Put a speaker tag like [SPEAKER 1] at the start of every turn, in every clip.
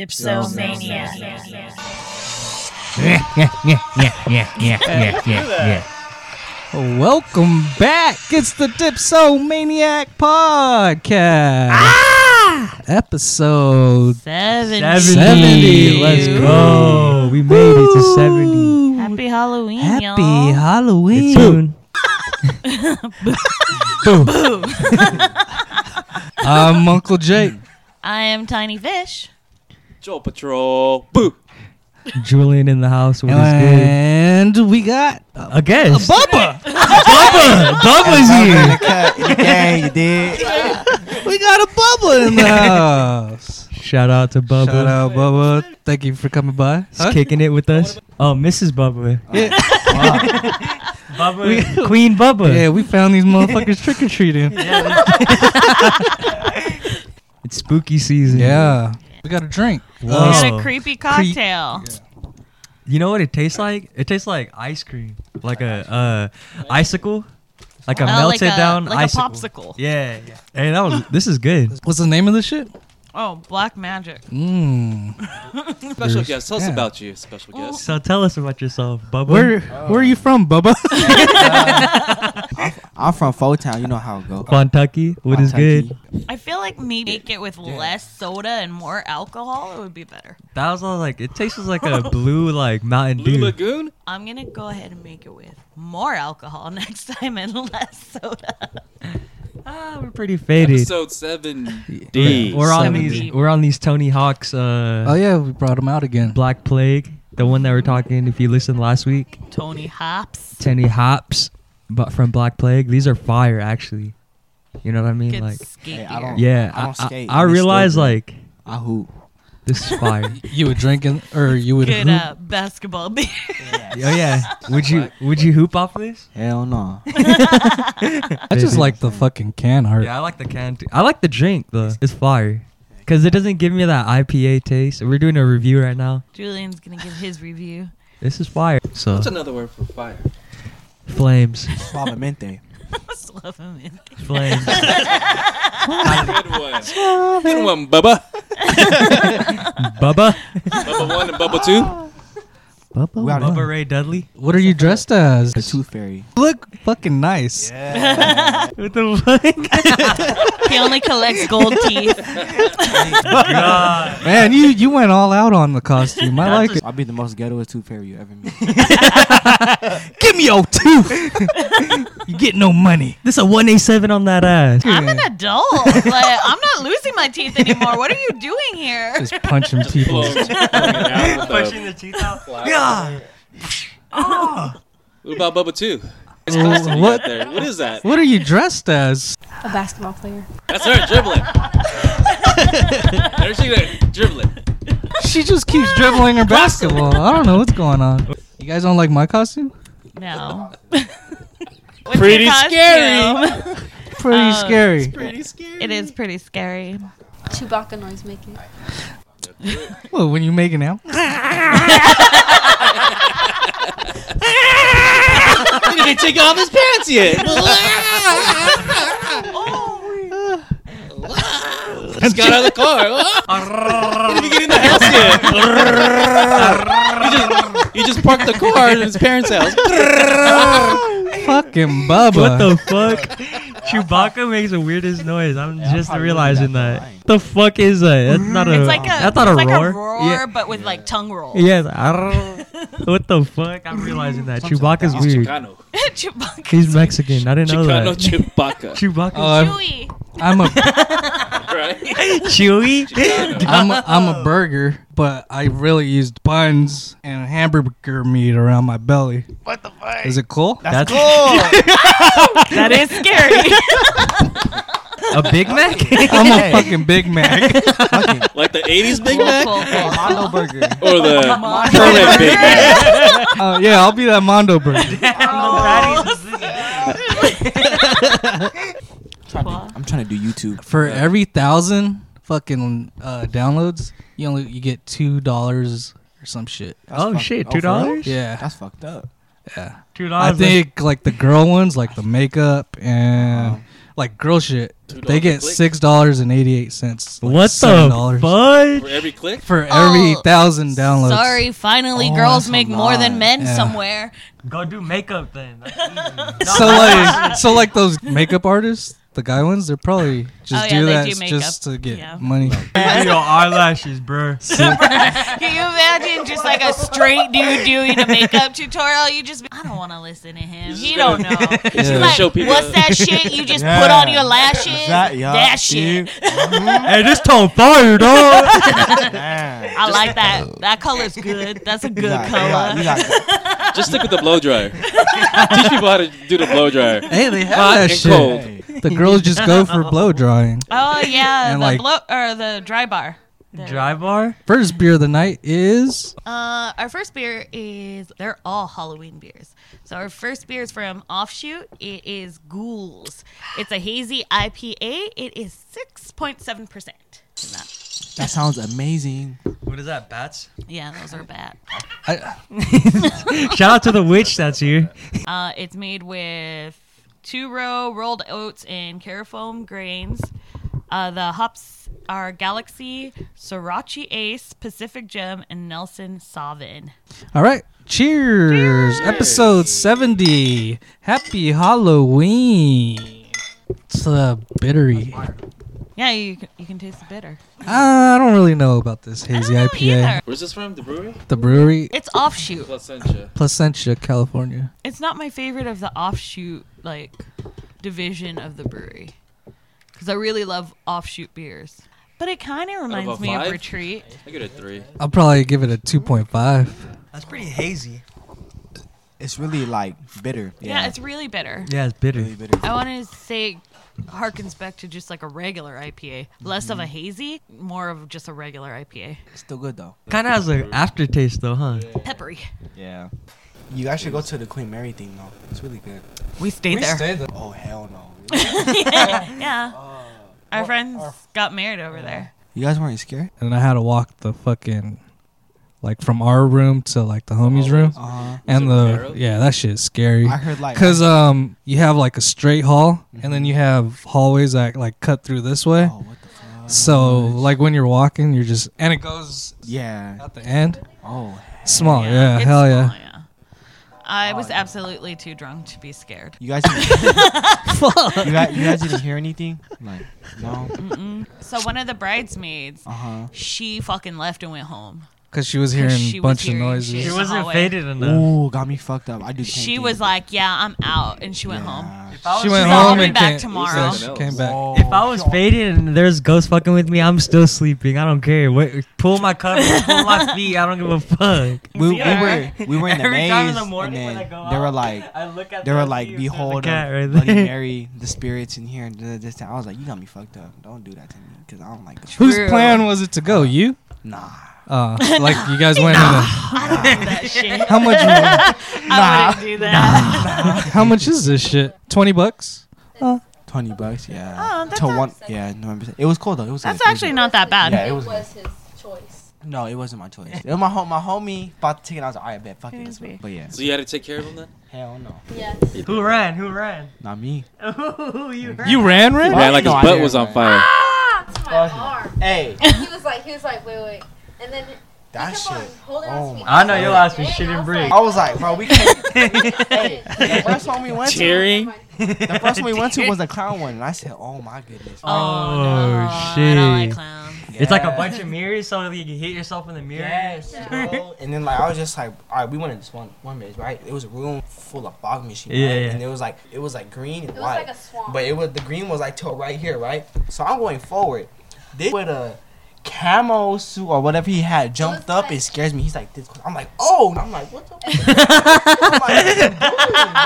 [SPEAKER 1] Dipsomania.
[SPEAKER 2] yeah, yeah, yeah, yeah, yeah, yeah, yeah, yeah, yeah. Welcome back. It's the Dipsomaniac Podcast. Episode
[SPEAKER 1] Seven.
[SPEAKER 2] 70. Let's go. We made it to 70.
[SPEAKER 3] Woo.
[SPEAKER 1] Happy Halloween,
[SPEAKER 2] Happy
[SPEAKER 1] y'all.
[SPEAKER 2] Halloween. Boom. I'm Uncle Jake.
[SPEAKER 1] I am Tiny Fish.
[SPEAKER 3] Joel Patrol. Boo.
[SPEAKER 4] Julian in the house. What is
[SPEAKER 2] And we got
[SPEAKER 4] good? A guest.
[SPEAKER 2] Bubba. uh, Bubba. Bubba's
[SPEAKER 5] yeah, you did.
[SPEAKER 2] here. We got a Bubba in the house.
[SPEAKER 4] Shout out to Bubba.
[SPEAKER 2] Shout out, Bubba. Thank you for coming by.
[SPEAKER 4] He's kicking it with us. Oh, Mrs. Bubba.
[SPEAKER 2] Yeah.
[SPEAKER 4] Bubba. Queen Bubba.
[SPEAKER 2] Yeah, we found these motherfuckers trick or treating. Yeah.
[SPEAKER 4] It's spooky season.
[SPEAKER 2] We got a drink.
[SPEAKER 1] We
[SPEAKER 4] Whoa.
[SPEAKER 1] had a creepy cocktail.
[SPEAKER 4] You know what it tastes like? It tastes like ice cream. Like a uh, icicle. Like a
[SPEAKER 1] Oh, like
[SPEAKER 4] melted
[SPEAKER 1] a-
[SPEAKER 4] down
[SPEAKER 1] like a
[SPEAKER 4] icicle.
[SPEAKER 1] popsicle.
[SPEAKER 4] Yeah, yeah. Hey, that was this is good.
[SPEAKER 2] What's the name of this shit?
[SPEAKER 1] Oh, black magic.
[SPEAKER 2] Mmm.
[SPEAKER 3] Special guest. Tell us
[SPEAKER 2] yeah.
[SPEAKER 3] about you, special guest.
[SPEAKER 4] So tell us about yourself, Bubba.
[SPEAKER 2] Where where are you from, Bubba?
[SPEAKER 5] I'm from Town. You know how it go.
[SPEAKER 4] Kentucky. What is good?
[SPEAKER 5] Kentucky.
[SPEAKER 1] I feel like maybe make it with less soda and more alcohol. It would be better.
[SPEAKER 4] That was all like it tastes like a blue like Mountain
[SPEAKER 3] Blue
[SPEAKER 4] Dew.
[SPEAKER 3] Lagoon?
[SPEAKER 1] I'm gonna go ahead and make it with more alcohol next time and less soda.
[SPEAKER 4] Ah, we're pretty faded.
[SPEAKER 3] Episode 7.
[SPEAKER 4] We're, we're on
[SPEAKER 1] 70.
[SPEAKER 4] these. We're on these Tony Hawk's. Uh,
[SPEAKER 2] oh yeah, we brought him out again.
[SPEAKER 4] Black Plague, the one that we're talking. If you listened last week,
[SPEAKER 1] Tony Hops.
[SPEAKER 4] Tenny Hops, but from Black Plague, these are fire actually. You know what I mean?
[SPEAKER 1] Gets
[SPEAKER 4] like,
[SPEAKER 1] skankier.
[SPEAKER 5] Hey, I don't-
[SPEAKER 4] yeah,
[SPEAKER 5] I don't
[SPEAKER 4] I,
[SPEAKER 5] skate,
[SPEAKER 4] I,
[SPEAKER 5] and it's
[SPEAKER 4] realize
[SPEAKER 5] still good.
[SPEAKER 4] like
[SPEAKER 5] I hoop.
[SPEAKER 4] this is fire.
[SPEAKER 2] You would drink in, or you would
[SPEAKER 1] Good
[SPEAKER 2] hoop.
[SPEAKER 1] uh, basketball beer.
[SPEAKER 4] oh yeah, would you would you hoop off this?
[SPEAKER 5] Hell no.
[SPEAKER 2] I just
[SPEAKER 4] Maybe.
[SPEAKER 2] like the fucking can art.
[SPEAKER 4] Yeah, I like the can. Too. I like the drink though. It's fire. Cause it doesn't give me that IPA taste. We're doing a review right now.
[SPEAKER 1] Julian's gonna give his review.
[SPEAKER 4] This is fire. So
[SPEAKER 3] What's another word for fire?
[SPEAKER 4] flames,
[SPEAKER 5] Suavemente.
[SPEAKER 1] Slap him in.
[SPEAKER 4] flames.
[SPEAKER 3] Good one. Good one, Bubba.
[SPEAKER 4] Bubba,
[SPEAKER 3] Bubba 1 and Bubba 2.
[SPEAKER 2] Bubba,
[SPEAKER 5] We
[SPEAKER 4] Bubba
[SPEAKER 5] are
[SPEAKER 4] Ray Dudley.
[SPEAKER 2] What are you dressed as?
[SPEAKER 5] the Tooth Fairy.
[SPEAKER 2] Look fucking nice.
[SPEAKER 4] What the fuck?
[SPEAKER 1] He only collects gold teeth.
[SPEAKER 2] Man, you you went all out on the costume. I like it.
[SPEAKER 5] I'll be the most ghettoest Tooth Fairy you ever meet.
[SPEAKER 2] Give me your tooth. you get no money.
[SPEAKER 4] This a one eight seven on that ass.
[SPEAKER 1] I'm an adult. Like, I'm not losing my teeth anymore. What are you doing here?
[SPEAKER 2] Just punching people.
[SPEAKER 3] Blowing- blowing it out with a
[SPEAKER 4] the teeth out.
[SPEAKER 3] flower.
[SPEAKER 4] Yeah.
[SPEAKER 3] What about Bubba 2?
[SPEAKER 2] what
[SPEAKER 3] There. What is that?
[SPEAKER 2] what are you dressed as?
[SPEAKER 6] A basketball player.
[SPEAKER 3] That's her dribbling. There's she there, dribbling.
[SPEAKER 2] She just keeps dribbling her basketball. I don't know what's going on. You guys don't like my costume?
[SPEAKER 1] No. What's pretty scary.
[SPEAKER 2] Pretty
[SPEAKER 1] Um,
[SPEAKER 2] scary.
[SPEAKER 3] Pretty scary.
[SPEAKER 1] It is pretty scary.
[SPEAKER 6] Chewbacca noise making.
[SPEAKER 2] Well, when you make it now.
[SPEAKER 3] He didn't take off his pants yet. Just got out of the car. he didn't even get in the house yet. he, just, he just parked the car at his parents' house.
[SPEAKER 2] Fucking Bubba.
[SPEAKER 4] What the fuck? Chewbacca makes the weirdest noise. I'm just
[SPEAKER 5] probably
[SPEAKER 4] realizing
[SPEAKER 5] really bad
[SPEAKER 4] that.
[SPEAKER 5] at lying.
[SPEAKER 4] the fuck is that? That's not a.
[SPEAKER 1] It's like a,
[SPEAKER 4] that's
[SPEAKER 1] it's
[SPEAKER 4] not a
[SPEAKER 1] like
[SPEAKER 4] roar.
[SPEAKER 1] a roar,
[SPEAKER 4] Yeah.
[SPEAKER 1] but with like tongue roll.
[SPEAKER 4] Yes. arr. what the fuck? I'm realizing that Chewbacca's
[SPEAKER 3] He's
[SPEAKER 4] weird.
[SPEAKER 3] Chicano.
[SPEAKER 1] Chewbacca.
[SPEAKER 4] He's Mexican. I didn't know
[SPEAKER 3] Chicano
[SPEAKER 4] that.
[SPEAKER 3] Chewbacca.
[SPEAKER 4] Chewbacca.
[SPEAKER 2] Uh,
[SPEAKER 1] Chewy.
[SPEAKER 2] I'm a
[SPEAKER 3] Right?
[SPEAKER 4] Chewy.
[SPEAKER 2] I'm a, I'm a burger, but I really used buns and hamburger meat around my belly. What the fuck? Is it cool?
[SPEAKER 4] That's
[SPEAKER 1] That is scary.
[SPEAKER 4] a Big Mac.
[SPEAKER 2] I'm a fucking Big Mac.
[SPEAKER 3] Like the 80s Big
[SPEAKER 1] Cool,
[SPEAKER 3] Mac?
[SPEAKER 1] cool, cool.
[SPEAKER 5] Mono burger.
[SPEAKER 3] Or the current Big Mac?
[SPEAKER 2] Uh, yeah, I'll be that Mondo burger.
[SPEAKER 1] Oh,
[SPEAKER 5] I'm trying to do YouTube.
[SPEAKER 2] For every thousand fucking uh, downloads, you only you get two dollars or some shit.
[SPEAKER 5] That's
[SPEAKER 4] Oh,
[SPEAKER 5] fuck-
[SPEAKER 4] shit,
[SPEAKER 5] for real?
[SPEAKER 4] $2?
[SPEAKER 2] Yeah,
[SPEAKER 5] That's fucked up.
[SPEAKER 4] Two
[SPEAKER 2] I
[SPEAKER 4] dollars.
[SPEAKER 1] Uh-huh.
[SPEAKER 2] think like the girl ones, like the makeup and like girl shit.
[SPEAKER 3] Two
[SPEAKER 2] They
[SPEAKER 3] dollars a
[SPEAKER 2] get
[SPEAKER 3] click?
[SPEAKER 2] six dollars and eighty eight cents.
[SPEAKER 4] What the
[SPEAKER 3] For
[SPEAKER 4] fudge?
[SPEAKER 3] every click?
[SPEAKER 2] for every
[SPEAKER 1] Oh,
[SPEAKER 2] thousand downloads?
[SPEAKER 1] Sorry, finally,
[SPEAKER 5] Oh,
[SPEAKER 1] girls
[SPEAKER 5] that's a
[SPEAKER 1] make more than
[SPEAKER 5] lot.
[SPEAKER 1] men
[SPEAKER 2] Yeah.
[SPEAKER 1] somewhere.
[SPEAKER 4] Go do makeup then.
[SPEAKER 2] So like, so like those makeup artists, the guy ones, they're probably just
[SPEAKER 1] Oh, yeah,
[SPEAKER 2] do
[SPEAKER 1] they
[SPEAKER 2] that
[SPEAKER 1] do
[SPEAKER 2] s-
[SPEAKER 1] makeup.
[SPEAKER 2] just to get
[SPEAKER 1] Yeah.
[SPEAKER 2] money.
[SPEAKER 4] your eyelashes, bro.
[SPEAKER 1] Can you imagine just like a straight dude doing a makeup tutorial? You just be, I don't want to listen to him. He don't know. She's
[SPEAKER 2] gonna
[SPEAKER 1] like,
[SPEAKER 3] show people-
[SPEAKER 1] what's that shit you just put on your lashes? That, shit.
[SPEAKER 4] hey, this tone fire, dog.
[SPEAKER 1] I like that. That color's good. That's a good color.
[SPEAKER 3] Just stick with the blow dryer. Teach people how to do the blow dryer.
[SPEAKER 2] Hey, they have
[SPEAKER 3] Hot
[SPEAKER 2] that
[SPEAKER 3] and
[SPEAKER 2] shit.
[SPEAKER 3] cold.
[SPEAKER 2] The girls just go for blow drying.
[SPEAKER 1] Oh yeah,
[SPEAKER 2] And
[SPEAKER 1] the
[SPEAKER 2] like-
[SPEAKER 1] blow or the dry bar.
[SPEAKER 4] Dry bar.
[SPEAKER 2] First beer of the night is
[SPEAKER 1] Uh, our first beer is they're all Halloween beers. So our first beer is from Offshoot. It is Ghouls. It's a hazy IPA. It is six point seven percent.
[SPEAKER 5] That sounds amazing.
[SPEAKER 4] What is that? Bats.
[SPEAKER 1] Yeah, those are bad.
[SPEAKER 2] I,
[SPEAKER 4] Shout out to the witch that's here.
[SPEAKER 1] Uh, it's made with two row rolled oats and carafoam grains. Uh, the hops are Galaxy, Sriracha Ace, Pacific Gem, and Nelson Sauvin.
[SPEAKER 2] all right. Cheers. Episode seventy. Happy Halloween. It's uh, bittery.
[SPEAKER 1] Yeah, you can, you can taste the bitter.
[SPEAKER 2] I don't really know about this hazy
[SPEAKER 1] know
[SPEAKER 2] IPA.
[SPEAKER 1] either.
[SPEAKER 3] Where's this from? The brewery?
[SPEAKER 2] The brewery
[SPEAKER 1] It's offshoot.
[SPEAKER 3] Placentia.
[SPEAKER 2] Placentia, California.
[SPEAKER 1] It's not my favorite of the offshoot like division of the brewery because I really love offshoot beers. But it kind of reminds me
[SPEAKER 3] five?
[SPEAKER 1] of Retreat.
[SPEAKER 3] I get a three.
[SPEAKER 2] I'll probably give it a two point five.
[SPEAKER 4] That's pretty hazy.
[SPEAKER 5] It's really like bitter.
[SPEAKER 1] Yeah. it's really bitter.
[SPEAKER 4] Yeah, it's bitter.
[SPEAKER 5] really bitter.
[SPEAKER 1] I want to say it harkens back to just like a regular IPA, less of a hazy, more of just a regular IPA.
[SPEAKER 5] It's still good though.
[SPEAKER 4] Kind of has an aftertaste though, huh?
[SPEAKER 1] Peppery.
[SPEAKER 5] Yeah. You guys should go to the Queen Mary thing though. It's really good.
[SPEAKER 1] We stayed there.
[SPEAKER 5] Oh hell no.
[SPEAKER 1] Yeah. our friends got married over there.
[SPEAKER 5] you guys weren't scared?
[SPEAKER 2] And I had to walk the fucking like from our room to like the homies room.
[SPEAKER 5] Uh huh.
[SPEAKER 2] And
[SPEAKER 3] Was it
[SPEAKER 2] the
[SPEAKER 3] narrow?
[SPEAKER 2] yeah, that shit is scary.
[SPEAKER 5] I heard like Mm-hmm.
[SPEAKER 2] Cause um you have like a straight hall and then you have hallways that like cut through this way.
[SPEAKER 5] Oh what the fuck?
[SPEAKER 2] So like when you're walking you're just and it goes
[SPEAKER 5] Yeah.
[SPEAKER 2] at the end.
[SPEAKER 5] Oh.
[SPEAKER 2] Small, yeah,
[SPEAKER 1] it's
[SPEAKER 2] hell
[SPEAKER 1] small,
[SPEAKER 2] yeah.
[SPEAKER 1] I was absolutely too drunk to be scared.
[SPEAKER 5] You guys. Didn't, you guys. You guys didn't hear anything? Like no.
[SPEAKER 1] So one of the bridesmaids,
[SPEAKER 5] Uh huh.
[SPEAKER 1] she fucking left and went home.
[SPEAKER 2] Cause she was hearing
[SPEAKER 1] she
[SPEAKER 2] a
[SPEAKER 1] was
[SPEAKER 2] bunch
[SPEAKER 1] hearing
[SPEAKER 2] of
[SPEAKER 1] shit.
[SPEAKER 2] noises.
[SPEAKER 4] It
[SPEAKER 1] It's
[SPEAKER 4] wasn't
[SPEAKER 1] hallway.
[SPEAKER 4] faded enough.
[SPEAKER 5] Ooh, got me fucked up. I do. the same
[SPEAKER 1] She
[SPEAKER 5] thing.
[SPEAKER 1] was like, "Yeah, I'm out," and she went home.
[SPEAKER 5] Nah.
[SPEAKER 2] She
[SPEAKER 1] Oh, She's
[SPEAKER 2] went
[SPEAKER 1] like, "I'll
[SPEAKER 2] home
[SPEAKER 1] be
[SPEAKER 2] and
[SPEAKER 1] back
[SPEAKER 2] came,
[SPEAKER 1] tomorrow."
[SPEAKER 2] so she came back.
[SPEAKER 4] If I was faded and there's ghosts fucking with me, I'm still sleeping. I don't care. Wait, pull my cover, pull my feet. I don't give a fuck.
[SPEAKER 5] We, we
[SPEAKER 1] Yeah.
[SPEAKER 5] were we were in the
[SPEAKER 4] Every
[SPEAKER 5] maze,
[SPEAKER 4] time in the morning
[SPEAKER 5] and
[SPEAKER 4] when I
[SPEAKER 5] then
[SPEAKER 4] go
[SPEAKER 5] they were
[SPEAKER 4] out,
[SPEAKER 5] like,
[SPEAKER 4] I look at
[SPEAKER 5] they were
[SPEAKER 4] them,
[SPEAKER 5] like,
[SPEAKER 4] see if there's a
[SPEAKER 5] behold,
[SPEAKER 4] cat
[SPEAKER 5] uh,
[SPEAKER 4] right
[SPEAKER 5] Bloody
[SPEAKER 4] there.
[SPEAKER 5] Mary, the spirits in here, and da- da- this that. I was like, you got me fucked up. Don't do that to me, cause I don't like. This.
[SPEAKER 2] Whose
[SPEAKER 1] True.
[SPEAKER 2] plan was it to go? You?
[SPEAKER 5] Nah,
[SPEAKER 2] Uh, like you guys went in a,
[SPEAKER 1] That shit.
[SPEAKER 2] how much
[SPEAKER 1] I wouldn't do that.
[SPEAKER 2] how much is this shit? Twenty bucks?
[SPEAKER 5] twenty bucks, yeah.
[SPEAKER 1] Oh, that's
[SPEAKER 5] to
[SPEAKER 1] not-
[SPEAKER 5] one, yeah, November. se- It was cool though. It was.
[SPEAKER 1] That's
[SPEAKER 5] good. It was
[SPEAKER 1] actually not that bad.
[SPEAKER 5] Yeah, it
[SPEAKER 6] it
[SPEAKER 5] was-
[SPEAKER 6] was, his choice.
[SPEAKER 5] good. No, it wasn't my choice. It was my hom- my homie bought the ticket. I was like, all right, bet, fuck it. let's
[SPEAKER 1] Excuse
[SPEAKER 5] go."
[SPEAKER 1] me.
[SPEAKER 5] But yeah,
[SPEAKER 3] So you had to take care of them then?
[SPEAKER 5] hell no,
[SPEAKER 6] Yeah.
[SPEAKER 4] Who ran? Who ran?
[SPEAKER 5] not me.
[SPEAKER 4] Ooh, you ran.
[SPEAKER 2] You ran,
[SPEAKER 3] He
[SPEAKER 2] Ren?
[SPEAKER 5] What?
[SPEAKER 3] ran like
[SPEAKER 5] No, I
[SPEAKER 3] his butt
[SPEAKER 5] didn't
[SPEAKER 3] was on
[SPEAKER 5] run.
[SPEAKER 3] fire.
[SPEAKER 6] It's my
[SPEAKER 5] Fuck it.
[SPEAKER 6] arm.
[SPEAKER 5] Hey,
[SPEAKER 6] He was like, he was like, wait, wait, and then.
[SPEAKER 5] that
[SPEAKER 6] kept on
[SPEAKER 5] shit.
[SPEAKER 6] holding
[SPEAKER 5] Oh
[SPEAKER 6] us. We
[SPEAKER 5] my
[SPEAKER 4] I know your ass was
[SPEAKER 6] Yeah,
[SPEAKER 4] shitting
[SPEAKER 6] I was
[SPEAKER 4] brick.
[SPEAKER 6] like-
[SPEAKER 5] I was like, bro, we can't.
[SPEAKER 6] Hey,
[SPEAKER 5] The first one we went to,
[SPEAKER 3] Cheering.
[SPEAKER 5] the first one we went to was the clown one, and I said, oh my goodness.
[SPEAKER 1] Oh,
[SPEAKER 4] Oh,
[SPEAKER 1] no, I don't like
[SPEAKER 4] shit.
[SPEAKER 1] clowns.
[SPEAKER 4] It's like a
[SPEAKER 5] Yeah.
[SPEAKER 4] bunch of mirrors, so you can hit yourself in the mirror.
[SPEAKER 5] Yes, bro. and then like I was just like, all right, we went in this one one maze, right? It was a room full of fog machine,
[SPEAKER 4] Yeah,
[SPEAKER 5] right?
[SPEAKER 4] yeah.
[SPEAKER 5] And it was like it was like green and
[SPEAKER 6] It was
[SPEAKER 5] white,
[SPEAKER 6] like a swamp.
[SPEAKER 5] but it was the green was like till right here, right? So I'm going forward. This with a camo suit or whatever he had jumped
[SPEAKER 6] was
[SPEAKER 5] up,
[SPEAKER 6] like-
[SPEAKER 5] it scares me. He's like this. close. I'm like, oh, I'm like, what the? I'm like,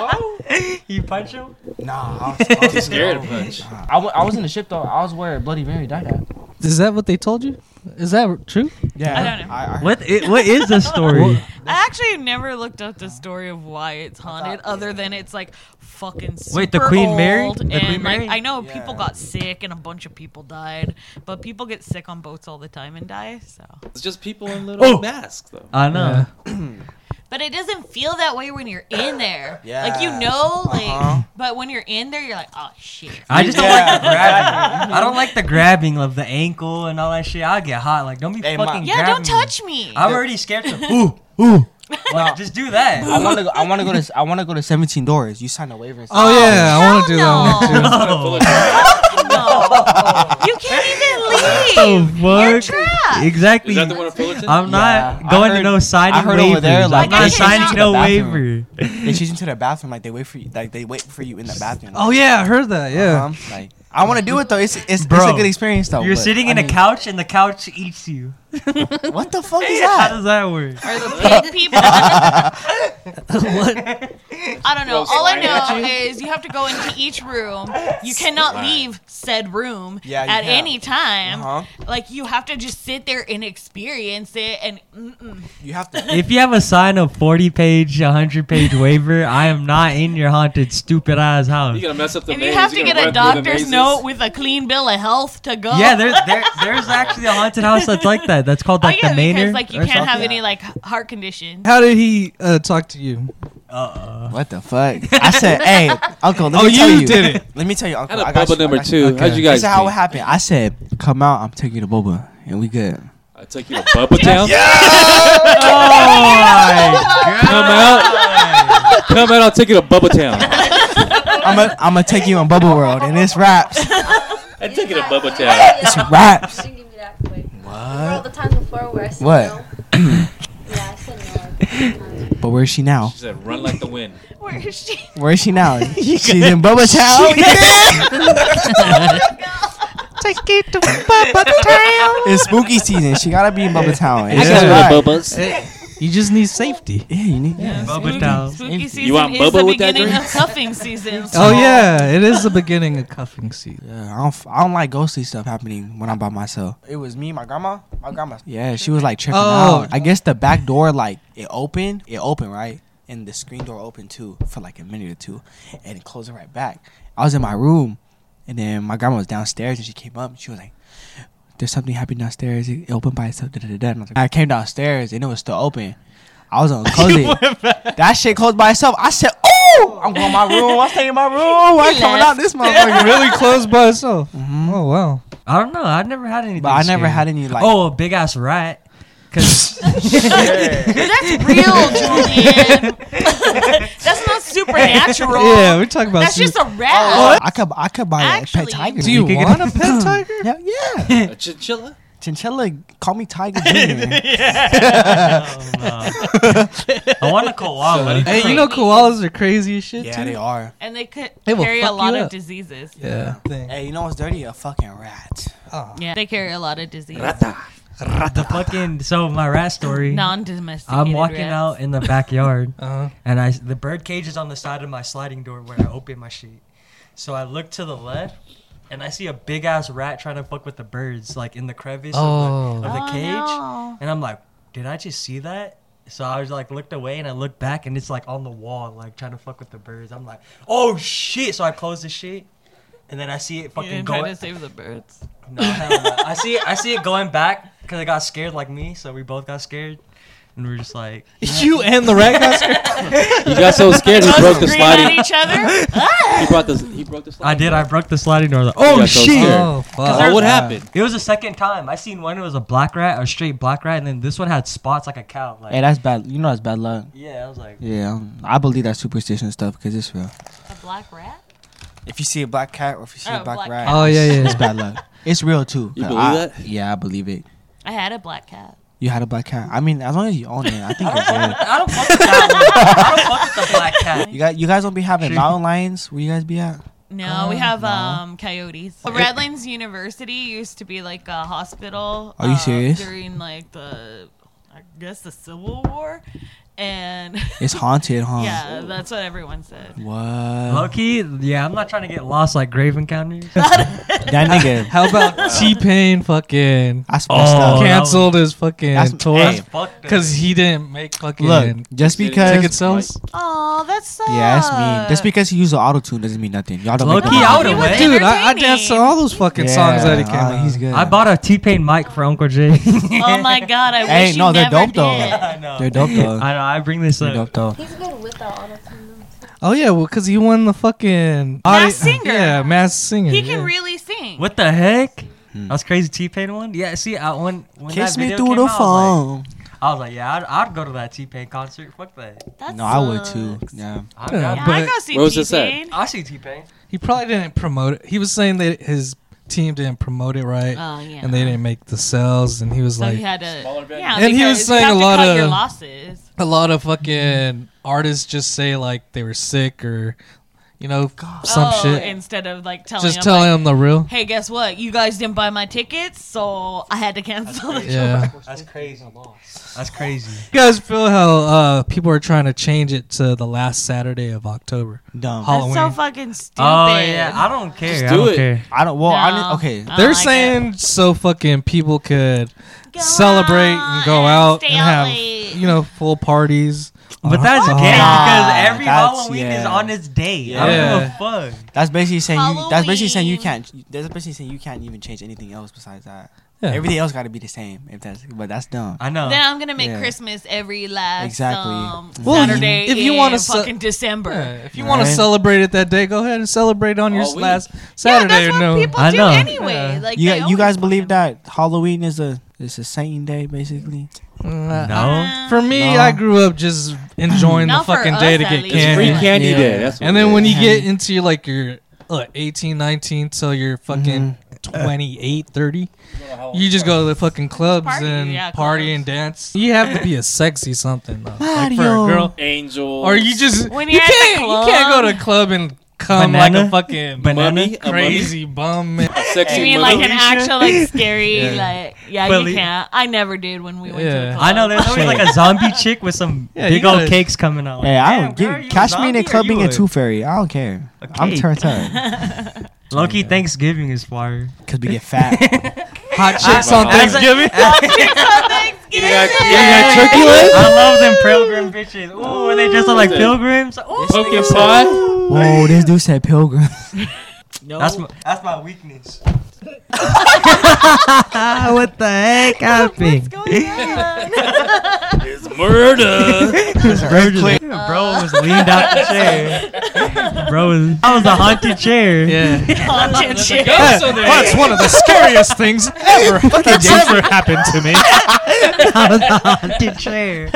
[SPEAKER 5] what you
[SPEAKER 4] You punch him?
[SPEAKER 5] doing, bro? Nah, I was, I was
[SPEAKER 3] Scared
[SPEAKER 5] Nah,
[SPEAKER 3] punch.
[SPEAKER 5] I, wa- I was in the ship though. I was where Bloody Mary died at.
[SPEAKER 2] Is that what they told you? Is that true?
[SPEAKER 5] Yeah,
[SPEAKER 1] I don't know.
[SPEAKER 5] I, heard-
[SPEAKER 4] What? i what is the story?
[SPEAKER 1] I actually never looked up the story of why it's haunted, other than it's like fucking. Super
[SPEAKER 4] Wait, the Queen Mary?
[SPEAKER 1] old
[SPEAKER 4] The Queen
[SPEAKER 1] and,
[SPEAKER 4] Mary?
[SPEAKER 1] Like, I know people
[SPEAKER 5] Yeah.
[SPEAKER 1] got sick and a bunch of people died, but people get sick on boats all the time and die. So
[SPEAKER 3] It's just people in little
[SPEAKER 4] Oh.
[SPEAKER 3] masks though.
[SPEAKER 4] I know.
[SPEAKER 1] But it doesn't feel that way when you're in there.
[SPEAKER 5] Yeah.
[SPEAKER 1] Like you know, like
[SPEAKER 5] Uh-huh.
[SPEAKER 1] but when you're in there, you're like, oh shit.
[SPEAKER 4] I just don't
[SPEAKER 5] Yeah,
[SPEAKER 4] like the grabbing. I don't like the grabbing of the ankle and all that shit. I'll get hot. Like, don't be
[SPEAKER 5] Hey, my-
[SPEAKER 4] fucking.
[SPEAKER 1] Yeah,
[SPEAKER 4] grabbing
[SPEAKER 1] don't
[SPEAKER 4] me.
[SPEAKER 1] touch me.
[SPEAKER 4] I'm already scared to. Ooh, ooh. Like, just do that.
[SPEAKER 5] I want to go. I want to go to. I want to go to Seventeen Doors. You sign a waiver. And stuff.
[SPEAKER 2] Oh yeah, I want to
[SPEAKER 1] hell
[SPEAKER 2] do that
[SPEAKER 1] no.
[SPEAKER 2] one too.
[SPEAKER 4] Oh,
[SPEAKER 1] no. you can't even leave.
[SPEAKER 4] the
[SPEAKER 1] You're
[SPEAKER 4] fuck?
[SPEAKER 1] trapped.
[SPEAKER 4] Exactly.
[SPEAKER 3] Is that the one in Fullerton?
[SPEAKER 4] I'm not
[SPEAKER 5] Yeah, I
[SPEAKER 4] going
[SPEAKER 5] heard-
[SPEAKER 4] to no signing
[SPEAKER 5] I heard
[SPEAKER 4] waivers.
[SPEAKER 5] over there, like,
[SPEAKER 4] I'm not
[SPEAKER 1] they chase you
[SPEAKER 4] signing
[SPEAKER 1] to
[SPEAKER 4] no
[SPEAKER 5] the bathroom.
[SPEAKER 4] waiver.
[SPEAKER 5] They chase you to the bathroom. Like they wait for you. Like they wait for you in the bathroom.
[SPEAKER 2] Oh yeah, I heard that.
[SPEAKER 3] Uh-huh.
[SPEAKER 2] Yeah.
[SPEAKER 5] Um, like I want to do it though. It's it's, it's
[SPEAKER 4] Bro,
[SPEAKER 5] a good experience though.
[SPEAKER 4] You're
[SPEAKER 5] but,
[SPEAKER 4] sitting
[SPEAKER 5] I
[SPEAKER 4] in a
[SPEAKER 5] mean,
[SPEAKER 4] couch and the couch eats you.
[SPEAKER 5] What the fuck is
[SPEAKER 4] How
[SPEAKER 5] that?
[SPEAKER 4] does that work?
[SPEAKER 1] Or the pig people. I don't know.
[SPEAKER 3] Those
[SPEAKER 1] All I
[SPEAKER 3] flying at
[SPEAKER 1] know is you have to go into each room. You cannot leave said room
[SPEAKER 5] Yeah, you
[SPEAKER 1] at
[SPEAKER 5] can't.
[SPEAKER 1] any time.
[SPEAKER 5] Uh-huh.
[SPEAKER 1] Like you have to just sit there and experience it. And mm-mm.
[SPEAKER 5] You have to.
[SPEAKER 4] If you have a sign a 40 page, 100 page waiver, I am not in your haunted, stupid ass house.
[SPEAKER 3] You're gonna mess up the
[SPEAKER 1] if you
[SPEAKER 3] maze,
[SPEAKER 1] have to
[SPEAKER 3] you're
[SPEAKER 1] get
[SPEAKER 3] gonna
[SPEAKER 1] a
[SPEAKER 3] run through the
[SPEAKER 1] doctor's
[SPEAKER 3] mazes.
[SPEAKER 1] note with a clean bill of health to go.
[SPEAKER 4] Yeah, there, there, there's actually a haunted house that's like that. That's called
[SPEAKER 1] Oh,
[SPEAKER 4] like the
[SPEAKER 1] yeah, because
[SPEAKER 4] Manor.
[SPEAKER 1] like you
[SPEAKER 4] or
[SPEAKER 1] can't have
[SPEAKER 4] something.
[SPEAKER 1] any like heart condition.
[SPEAKER 2] How did he uh, talk to you?
[SPEAKER 4] Uh-uh.
[SPEAKER 5] What the fuck? I said, hey, uncle. Let
[SPEAKER 2] Oh,
[SPEAKER 5] me tell
[SPEAKER 2] you
[SPEAKER 5] you,
[SPEAKER 2] did it.
[SPEAKER 5] Let me tell you, uncle.
[SPEAKER 3] Had a
[SPEAKER 5] I got
[SPEAKER 3] bubble
[SPEAKER 5] you, I
[SPEAKER 3] number
[SPEAKER 5] got you.
[SPEAKER 3] two. How'd you guys
[SPEAKER 5] This is how
[SPEAKER 3] do?
[SPEAKER 5] it happened. I said, come out. I'm taking you to boba, and we good.
[SPEAKER 3] I took you to Bubba Town.
[SPEAKER 4] Oh my god.
[SPEAKER 3] Come out. Come out. I'll take you to Bubba Town.
[SPEAKER 5] I'm gonna I'm gonna take you on Bubble World, and it's raps.
[SPEAKER 3] I took you to Bubba Town.
[SPEAKER 5] It's raps.
[SPEAKER 6] Didn't give me that quick. Remember all the times before where I said
[SPEAKER 5] What?
[SPEAKER 6] no? yeah, I said no. a couple times.
[SPEAKER 5] But where is she now?
[SPEAKER 3] She said, "Run like the wind."
[SPEAKER 1] Where is she?
[SPEAKER 5] Where is she now? She's in Bubba Town.
[SPEAKER 2] Take it to Papa Town.
[SPEAKER 5] it's spooky season. She gotta be in Bubba Town. It's
[SPEAKER 2] guess
[SPEAKER 5] just
[SPEAKER 2] we're
[SPEAKER 5] right.
[SPEAKER 2] You just need safety.
[SPEAKER 5] Yeah, you need. Yeah.
[SPEAKER 4] Bubba
[SPEAKER 1] Spooky-
[SPEAKER 4] Town.
[SPEAKER 1] Spooky season
[SPEAKER 3] want
[SPEAKER 1] is
[SPEAKER 3] Bubba
[SPEAKER 1] the
[SPEAKER 3] with that
[SPEAKER 1] beginning
[SPEAKER 3] drink?
[SPEAKER 1] of cuffing season.
[SPEAKER 2] Oh yeah, it is the beginning of cuffing season.
[SPEAKER 5] I don't. f- I don't like ghostly stuff happening when I'm by myself. It was me, my grandma, my grandma. Yeah, she was like tripping
[SPEAKER 2] Oh.
[SPEAKER 5] out. I guess the back door like it opened. It opened right, and the screen door opened too for like a minute or two, and it closed right back. I was in my room, and then my grandma was downstairs, and she came up, and she was like. There's something happening downstairs. It it opened by itself. Da, da, da, da. And I, was like, I came downstairs and it was still open. I was gonna close it. That shit closed by itself. I said, "Oh, I'm going to my room. I'm staying in my room. I'm coming out this motherfucker."
[SPEAKER 2] Like really close by itself. Oh wow.
[SPEAKER 4] I don't know. I've never had anything.
[SPEAKER 5] But I never
[SPEAKER 4] scary.
[SPEAKER 5] had any like.
[SPEAKER 4] Oh, a big ass rat. Cause
[SPEAKER 1] That's real, Julian. That's not supernatural.
[SPEAKER 2] Yeah, we're talking about.
[SPEAKER 1] That's
[SPEAKER 2] some-
[SPEAKER 1] just a rat.
[SPEAKER 5] Oh, I could I could buy a
[SPEAKER 1] Actually-
[SPEAKER 5] pet tiger.
[SPEAKER 2] Do you
[SPEAKER 5] could get Hmm.
[SPEAKER 2] want a pet tiger?
[SPEAKER 5] Yeah, yeah.
[SPEAKER 3] A chinchilla.
[SPEAKER 5] Chinchilla, call me Tiger Junior.
[SPEAKER 1] Oh,
[SPEAKER 4] I want a koala.
[SPEAKER 2] Hey, you know koalas are crazy as shit
[SPEAKER 5] yeah,
[SPEAKER 2] too.
[SPEAKER 5] they are.
[SPEAKER 1] And they could
[SPEAKER 2] They will
[SPEAKER 1] carry a
[SPEAKER 2] fuck you
[SPEAKER 1] lot of
[SPEAKER 2] up.
[SPEAKER 1] diseases.
[SPEAKER 2] Yeah. Thing.
[SPEAKER 5] Hey, you know what's dirty? A fucking rat.
[SPEAKER 1] Yeah, they carry a lot of diseases.
[SPEAKER 4] the fucking so my rat story.
[SPEAKER 1] Non-domesticated.
[SPEAKER 4] I'm walking
[SPEAKER 1] rats.
[SPEAKER 4] out in the backyard
[SPEAKER 2] Uh-huh.
[SPEAKER 4] and I the bird cage is on the side of my sliding door where I open my sheet. So I look to the left and I see a big ass rat trying to fuck with the birds like in the crevice
[SPEAKER 2] Oh.
[SPEAKER 4] of the, of the
[SPEAKER 1] Oh,
[SPEAKER 4] cage.
[SPEAKER 1] no.
[SPEAKER 4] And I'm like, did I just see that? So I was like looked away and I looked back and it's like on the wall like trying to fuck with the birds. I'm like, oh shit! So I close the sheet and then I see it
[SPEAKER 1] You
[SPEAKER 4] fucking
[SPEAKER 1] didn't
[SPEAKER 4] going.
[SPEAKER 1] try to save the birds.
[SPEAKER 4] No, hell no. I see it. I see it going back because I got scared like me. So we both got scared, and we were just like,
[SPEAKER 2] You and the rat got scared?
[SPEAKER 3] You got so scared you broke the
[SPEAKER 1] Scream at
[SPEAKER 3] sliding.
[SPEAKER 1] each other.
[SPEAKER 3] He brought the. He broke the
[SPEAKER 4] I
[SPEAKER 3] sliding.
[SPEAKER 4] did. I broke the sliding door. Like,
[SPEAKER 3] You
[SPEAKER 4] oh
[SPEAKER 3] got so
[SPEAKER 4] shit!
[SPEAKER 3] scared.
[SPEAKER 2] Oh fuck.
[SPEAKER 3] Oh, what happened?
[SPEAKER 4] It was the second time. I seen one. It was a black rat, a straight black rat, and then this one had spots like a cow. Like,
[SPEAKER 5] Hey, that's bad. You know that's bad luck.
[SPEAKER 4] yeah, I was like,
[SPEAKER 5] Yeah, I believe that superstition stuff because it's real.
[SPEAKER 1] a black rat.
[SPEAKER 5] If you see a black cat or if you see
[SPEAKER 1] Oh,
[SPEAKER 5] a black,
[SPEAKER 1] black
[SPEAKER 5] rat,
[SPEAKER 1] cat.
[SPEAKER 2] Oh yeah,
[SPEAKER 5] it's
[SPEAKER 2] yeah.
[SPEAKER 5] bad luck. It's real too.
[SPEAKER 3] You
[SPEAKER 5] 'cause
[SPEAKER 3] believe
[SPEAKER 5] I-
[SPEAKER 3] that?
[SPEAKER 5] Yeah, I believe it.
[SPEAKER 1] I had a black cat.
[SPEAKER 5] You had a black cat. I mean, as long as you own it, I think it's good.
[SPEAKER 4] I don't fuck with that one. I don't fuck with the black cat.
[SPEAKER 5] You guys, you guys don't be having mountain lions. Where you guys be at?
[SPEAKER 1] No, we have um coyotes. Redlands University used to be like a hospital.
[SPEAKER 5] Are you
[SPEAKER 1] uh,
[SPEAKER 5] serious?
[SPEAKER 1] During like the, I guess the Civil War, and
[SPEAKER 5] It's haunted, huh?
[SPEAKER 1] yeah, that's what everyone said.
[SPEAKER 5] What?
[SPEAKER 4] Low key, yeah, I'm not trying to get lost like grave encounters.
[SPEAKER 5] That nigga.
[SPEAKER 2] How about T Pain fucking
[SPEAKER 5] That's messed
[SPEAKER 4] Oh,
[SPEAKER 5] up.
[SPEAKER 4] that
[SPEAKER 2] canceled his fucking
[SPEAKER 5] That's-
[SPEAKER 2] tour
[SPEAKER 5] hey.
[SPEAKER 4] Fuck that.
[SPEAKER 2] because he didn't make fucking
[SPEAKER 5] Look, just
[SPEAKER 2] ticket
[SPEAKER 5] because.
[SPEAKER 2] sales?
[SPEAKER 1] Oh, that's so.
[SPEAKER 5] Yeah, that's mean. Just because he used the auto tune doesn't mean nothing. Y'all don't make
[SPEAKER 4] Low-key,
[SPEAKER 5] no
[SPEAKER 4] I
[SPEAKER 5] money.
[SPEAKER 4] would've went.
[SPEAKER 2] Dude, I, I
[SPEAKER 1] entertaining.
[SPEAKER 2] danced to all those fucking songs that he came
[SPEAKER 5] uh,
[SPEAKER 2] out.
[SPEAKER 5] He's good.
[SPEAKER 4] I bought a T-Pain mic for Uncle Jay.
[SPEAKER 1] Oh my god, I
[SPEAKER 5] Hey,
[SPEAKER 1] wish you
[SPEAKER 5] no, they're
[SPEAKER 1] never
[SPEAKER 5] dope, though.
[SPEAKER 1] did.
[SPEAKER 4] I know.
[SPEAKER 5] They're dope though.
[SPEAKER 4] I know. I bring this
[SPEAKER 5] You know,
[SPEAKER 4] up.
[SPEAKER 5] though.
[SPEAKER 6] He's good with the auto tune.
[SPEAKER 2] Oh yeah, well, cause he won the fucking
[SPEAKER 1] Masked Singer.
[SPEAKER 2] Yeah, mass singer.
[SPEAKER 1] He can
[SPEAKER 2] yeah.
[SPEAKER 1] really sing.
[SPEAKER 4] What the heck? That was crazy. T Pain one. Yeah. See, I, when when
[SPEAKER 5] Kiss
[SPEAKER 4] that
[SPEAKER 5] me
[SPEAKER 4] video
[SPEAKER 5] through
[SPEAKER 4] came out,
[SPEAKER 5] the
[SPEAKER 4] I was like-
[SPEAKER 5] phone.
[SPEAKER 4] I was like, yeah, I'd, I'd go to that T Pain concert. Fuck that.
[SPEAKER 1] That
[SPEAKER 5] No, I would
[SPEAKER 1] sucks.
[SPEAKER 5] too. Yeah.
[SPEAKER 4] I
[SPEAKER 2] Yeah,
[SPEAKER 1] Yeah,
[SPEAKER 4] got-
[SPEAKER 1] I
[SPEAKER 2] But-
[SPEAKER 1] go see
[SPEAKER 3] Where was this at?
[SPEAKER 1] T-Pain.
[SPEAKER 4] I see T Pain.
[SPEAKER 2] He probably didn't promote it. He was saying that his team didn't promote it right,
[SPEAKER 1] Oh yeah.
[SPEAKER 2] and they didn't make the sales, and he was
[SPEAKER 1] so
[SPEAKER 2] like,
[SPEAKER 1] he had a
[SPEAKER 3] Smaller venue.
[SPEAKER 1] yeah,
[SPEAKER 2] And he was
[SPEAKER 1] because
[SPEAKER 2] saying
[SPEAKER 1] you have
[SPEAKER 2] a
[SPEAKER 1] to
[SPEAKER 2] lot
[SPEAKER 1] cut
[SPEAKER 2] of-
[SPEAKER 1] your losses.
[SPEAKER 2] a lot of fucking artists just say like they were sick or, you know, some
[SPEAKER 1] Oh,
[SPEAKER 2] shit.
[SPEAKER 1] instead of like telling
[SPEAKER 2] Just
[SPEAKER 1] them,
[SPEAKER 2] telling
[SPEAKER 1] like,
[SPEAKER 2] him the real.
[SPEAKER 1] hey, guess what? You guys didn't buy my tickets, so I had to cancel the tour.
[SPEAKER 2] Yeah.
[SPEAKER 4] That's crazy. That's crazy.
[SPEAKER 2] You guys feel how uh, people are trying to change it to the last Saturday of October?
[SPEAKER 5] Dumb.
[SPEAKER 2] Hall-
[SPEAKER 1] That's so
[SPEAKER 2] Halloween.
[SPEAKER 1] fucking stupid.
[SPEAKER 4] Oh yeah, I don't care.
[SPEAKER 3] Just
[SPEAKER 4] I
[SPEAKER 3] do
[SPEAKER 4] don't
[SPEAKER 3] it.
[SPEAKER 4] care.
[SPEAKER 5] I don't. Well,
[SPEAKER 1] No.
[SPEAKER 5] I I, okay.
[SPEAKER 1] I don't
[SPEAKER 2] They're
[SPEAKER 1] like it.
[SPEAKER 2] saying so fucking people could
[SPEAKER 1] Go
[SPEAKER 2] celebrate and go out
[SPEAKER 1] stay
[SPEAKER 2] and have
[SPEAKER 1] late.
[SPEAKER 2] you know full parties.
[SPEAKER 4] But that's
[SPEAKER 2] Oh.
[SPEAKER 4] gay
[SPEAKER 5] Nah,
[SPEAKER 4] because every
[SPEAKER 5] that's-
[SPEAKER 4] Halloween is
[SPEAKER 5] yeah.
[SPEAKER 4] on its day. I don't give a fuck.
[SPEAKER 5] That's basically saying you. That's basically saying you
[SPEAKER 1] Halloween.
[SPEAKER 5] can't. That's basically saying you can't even change anything else besides that.
[SPEAKER 2] Yeah.
[SPEAKER 5] Everything else got to be the same. If that's, but that's dumb.
[SPEAKER 4] I know.
[SPEAKER 1] Then I'm gonna make
[SPEAKER 5] Yeah.
[SPEAKER 1] Christmas every last
[SPEAKER 5] Exactly.
[SPEAKER 1] um,
[SPEAKER 2] Well,
[SPEAKER 1] Saturday
[SPEAKER 2] if you
[SPEAKER 1] in
[SPEAKER 2] wanna ce-
[SPEAKER 1] fucking December.
[SPEAKER 2] Yeah, if you want to
[SPEAKER 5] Right.
[SPEAKER 2] celebrate it that day, go ahead and celebrate on your
[SPEAKER 3] All week.
[SPEAKER 2] last
[SPEAKER 1] Oh, Yeah,
[SPEAKER 2] Saturday.
[SPEAKER 1] that's
[SPEAKER 2] or
[SPEAKER 1] what
[SPEAKER 2] no,
[SPEAKER 1] people
[SPEAKER 4] I
[SPEAKER 1] do
[SPEAKER 4] know.
[SPEAKER 1] anyway.
[SPEAKER 2] Yeah.
[SPEAKER 1] Like
[SPEAKER 5] you
[SPEAKER 1] they
[SPEAKER 5] you
[SPEAKER 1] always
[SPEAKER 5] guys believe
[SPEAKER 1] fucking-
[SPEAKER 5] that Halloween is a is a sane day basically?
[SPEAKER 2] Mm, I-
[SPEAKER 4] no.
[SPEAKER 2] For me,
[SPEAKER 5] No.
[SPEAKER 2] I grew up just enjoying the
[SPEAKER 1] Not for
[SPEAKER 2] fucking
[SPEAKER 1] us,
[SPEAKER 2] day to
[SPEAKER 1] at
[SPEAKER 2] get
[SPEAKER 1] least.
[SPEAKER 3] It's
[SPEAKER 2] candy.
[SPEAKER 3] free
[SPEAKER 5] Yeah.
[SPEAKER 3] candy
[SPEAKER 5] Yeah.
[SPEAKER 3] day. That's what
[SPEAKER 2] And
[SPEAKER 3] it
[SPEAKER 2] then when
[SPEAKER 3] is.
[SPEAKER 2] you get into like your uh, 18, 19 till you're fucking twenty eight, thirty, 28, 30, you just go to the fucking clubs
[SPEAKER 1] Party,
[SPEAKER 2] and
[SPEAKER 1] yeah,
[SPEAKER 2] party
[SPEAKER 1] clubs.
[SPEAKER 2] and dance. You have to be a sexy something though, like for a
[SPEAKER 5] Mario.
[SPEAKER 2] girl.
[SPEAKER 3] angel
[SPEAKER 2] Or you just
[SPEAKER 1] When
[SPEAKER 2] you
[SPEAKER 1] you're at the
[SPEAKER 2] can't you can't go to a
[SPEAKER 1] club.
[SPEAKER 2] club and come like
[SPEAKER 4] Banana?
[SPEAKER 2] a fucking
[SPEAKER 4] Banana?
[SPEAKER 3] mummy, a mummy,
[SPEAKER 2] crazy bum. man.
[SPEAKER 3] a sexy
[SPEAKER 1] You mean
[SPEAKER 3] mummy.
[SPEAKER 1] like an actual, like scary, like yeah,
[SPEAKER 4] Believe-
[SPEAKER 1] you can't. I never did when we went to
[SPEAKER 2] Yeah.
[SPEAKER 1] a club.
[SPEAKER 4] I know there's always like a zombie chick with some
[SPEAKER 2] Yeah, you
[SPEAKER 4] big old
[SPEAKER 2] gotta-
[SPEAKER 4] cakes coming out. Like,
[SPEAKER 5] Hey, I
[SPEAKER 4] Oh, "Damn,
[SPEAKER 5] don't
[SPEAKER 4] girl,
[SPEAKER 5] give.
[SPEAKER 4] you
[SPEAKER 5] Catch me in
[SPEAKER 4] zombie
[SPEAKER 5] a club
[SPEAKER 4] or
[SPEAKER 5] being
[SPEAKER 4] you
[SPEAKER 5] a two fairy. I don't care. I'm
[SPEAKER 4] cake.
[SPEAKER 5] turned up
[SPEAKER 4] Loki, Thanksgiving is fire.
[SPEAKER 5] because we get fat.
[SPEAKER 2] Hot chicks
[SPEAKER 5] Oh,
[SPEAKER 2] on
[SPEAKER 3] That's a-
[SPEAKER 2] Thanksgiving.
[SPEAKER 3] You got, you
[SPEAKER 5] Yeah.
[SPEAKER 3] got turkey legs,
[SPEAKER 4] I love them pilgrim bitches. Ooh, when they dress up like
[SPEAKER 3] Ooh.
[SPEAKER 4] pilgrims. Ooh,
[SPEAKER 3] pumpkin pie.
[SPEAKER 5] Whoa, this dude said pilgrim.
[SPEAKER 4] that's my that's my weakness. what the heck happened?
[SPEAKER 3] It's murder.
[SPEAKER 4] Bro was leaned out the chair. Bro, was, I was a haunted chair.
[SPEAKER 2] Yeah.
[SPEAKER 1] Haunted shit.
[SPEAKER 2] That's one of the scariest things ever that's ever happened to me.
[SPEAKER 4] I was a haunted chair.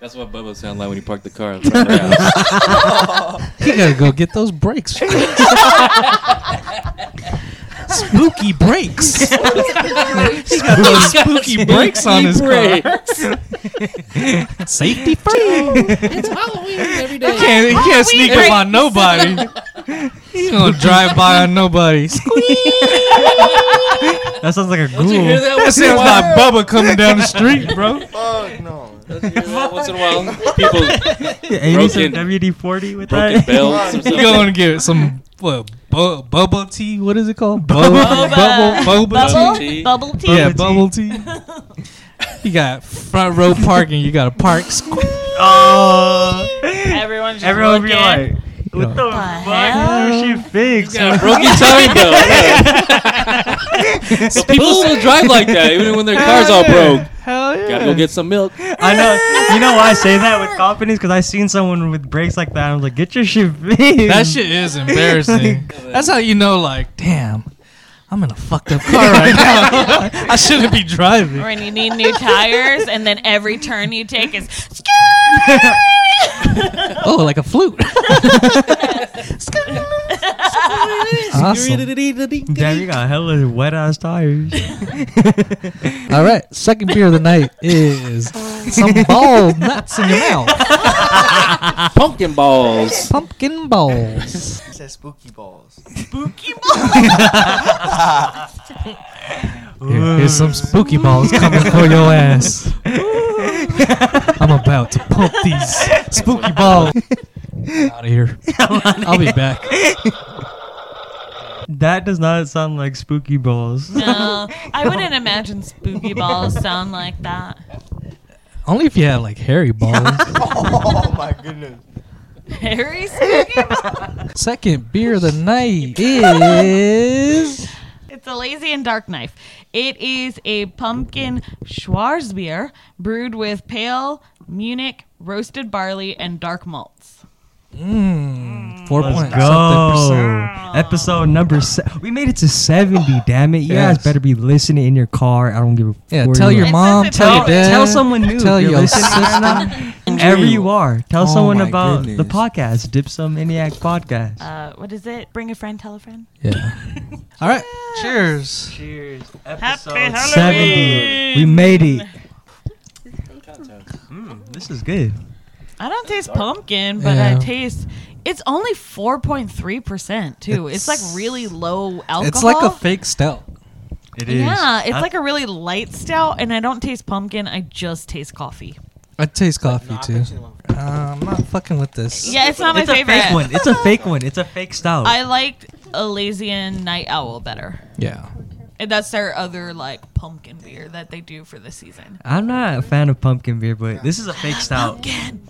[SPEAKER 3] That's what Bubba sound like when he parked the car in front of the house.
[SPEAKER 2] You gotta go get those brakes. spooky brakes. He's got those spooky brakes on his car. Safety first.
[SPEAKER 3] It's Halloween every day.
[SPEAKER 2] He can't, he can't sneak up
[SPEAKER 1] brakes.
[SPEAKER 2] on nobody. He's gonna drive by on nobody.
[SPEAKER 4] That sounds like a
[SPEAKER 3] Don't you hear
[SPEAKER 4] ghoul.
[SPEAKER 3] that?
[SPEAKER 2] That
[SPEAKER 3] once in a
[SPEAKER 2] sounds
[SPEAKER 3] while?
[SPEAKER 2] like Bubba coming down the street, bro.
[SPEAKER 3] Don't you hear that once in a while, people
[SPEAKER 4] Amy said
[SPEAKER 3] Broken-
[SPEAKER 4] WD forty with
[SPEAKER 3] broken
[SPEAKER 4] that.
[SPEAKER 3] bells or
[SPEAKER 2] You
[SPEAKER 3] something.
[SPEAKER 2] going to get some what, bu- bubble tea? What is it called? Bubble,
[SPEAKER 1] Boba.
[SPEAKER 2] bubble, bubble tea.
[SPEAKER 1] Bubble
[SPEAKER 3] tea.
[SPEAKER 1] Bubble tea.
[SPEAKER 2] yeah,
[SPEAKER 4] Bubble
[SPEAKER 2] bubble tea. you got front row parking. You got to park. squ-
[SPEAKER 4] Oh,
[SPEAKER 1] Everyone's just
[SPEAKER 4] everyone be
[SPEAKER 1] looking.
[SPEAKER 4] like, what the
[SPEAKER 1] The
[SPEAKER 4] fuck? Is she fixed?
[SPEAKER 3] Got a broken tummy bell. Yeah. But people still drive like that, even when their car's all broke.
[SPEAKER 2] Hell yeah.
[SPEAKER 3] Gotta go get some milk.
[SPEAKER 4] I know. You know why I say that with confidence? Because I seen someone with brakes like that. I was like, get your shit fixed.
[SPEAKER 2] that shit is embarrassing. That's how you know, like, damn, I'm in a fucked up car right now. I shouldn't be driving.
[SPEAKER 1] When you need new tires, and then every turn you take is
[SPEAKER 2] Oh, like a flute. awesome.
[SPEAKER 4] Damn, you got hella wet ass tires.
[SPEAKER 2] All right, second beer of the night is
[SPEAKER 4] Uh,
[SPEAKER 2] some bald nuts in your mouth.
[SPEAKER 3] Pumpkin balls.
[SPEAKER 2] Pumpkin balls.
[SPEAKER 5] He said spooky balls.
[SPEAKER 1] spooky balls.
[SPEAKER 2] Here, here's some spooky balls coming for your ass. I'm about to pump these spooky balls. Out of here. I'll be back.
[SPEAKER 4] That does not sound like spooky balls.
[SPEAKER 1] No, I wouldn't imagine spooky balls sound like that.
[SPEAKER 2] Only if you have like hairy balls.
[SPEAKER 5] oh my goodness.
[SPEAKER 1] Very spooky balls.
[SPEAKER 2] Second beer of the night is
[SPEAKER 1] It's the Lazy and Dark Knife. It is a pumpkin Schwarzbier brewed with pale Munich roasted barley and dark malts.
[SPEAKER 2] mm,
[SPEAKER 7] Four
[SPEAKER 4] Let's
[SPEAKER 7] point
[SPEAKER 4] go.
[SPEAKER 7] something
[SPEAKER 4] Episode number seven. We made it to 70, damn it. You
[SPEAKER 7] Yes.
[SPEAKER 4] guys better be listening in your car. I don't give a
[SPEAKER 7] Yeah,
[SPEAKER 4] where
[SPEAKER 7] tell
[SPEAKER 4] you
[SPEAKER 7] your
[SPEAKER 4] are.
[SPEAKER 1] It
[SPEAKER 7] mom,
[SPEAKER 1] says it
[SPEAKER 7] tell your
[SPEAKER 1] all-
[SPEAKER 7] dad,
[SPEAKER 4] Tell someone new.
[SPEAKER 7] tell
[SPEAKER 4] if you're
[SPEAKER 7] your
[SPEAKER 4] listening right now. Wherever you are, tell
[SPEAKER 5] Oh
[SPEAKER 4] someone
[SPEAKER 5] my
[SPEAKER 4] about the
[SPEAKER 5] goodness.
[SPEAKER 4] podcast, Dipsomaniac Podcast.
[SPEAKER 1] Uh, what is it? Bring a friend, tell a friend.
[SPEAKER 7] Yeah.
[SPEAKER 2] All right. Cheers.
[SPEAKER 4] Cheers.
[SPEAKER 1] Episode
[SPEAKER 4] Episode
[SPEAKER 1] Happy
[SPEAKER 4] 70.
[SPEAKER 1] Halloween.
[SPEAKER 4] We made it.
[SPEAKER 1] Mm,
[SPEAKER 4] This is good.
[SPEAKER 1] I don't taste pumpkin, but
[SPEAKER 7] Yeah.
[SPEAKER 1] I taste. It's only 4.3% too. It's,
[SPEAKER 2] It's-
[SPEAKER 1] like really low alcohol.
[SPEAKER 2] It's like a fake stout.
[SPEAKER 4] It
[SPEAKER 1] Yeah, it's
[SPEAKER 4] I-
[SPEAKER 1] like a really light stout, and I don't taste pumpkin. I just taste coffee.
[SPEAKER 2] I taste coffee
[SPEAKER 5] Nah, I
[SPEAKER 2] too.
[SPEAKER 5] bet you the one-
[SPEAKER 2] Uh, I'm not fucking with this.
[SPEAKER 1] Yeah, it's not my
[SPEAKER 4] it's
[SPEAKER 1] favorite.
[SPEAKER 4] a fake one. It's a fake one. It's a fake stout.
[SPEAKER 1] I liked Elysian Night Owl better.
[SPEAKER 7] Yeah.
[SPEAKER 1] And that's their other like pumpkin beer that they do for the season.
[SPEAKER 4] I'm not a fan of pumpkin beer, but this is a fake stout.
[SPEAKER 1] Pumpkin.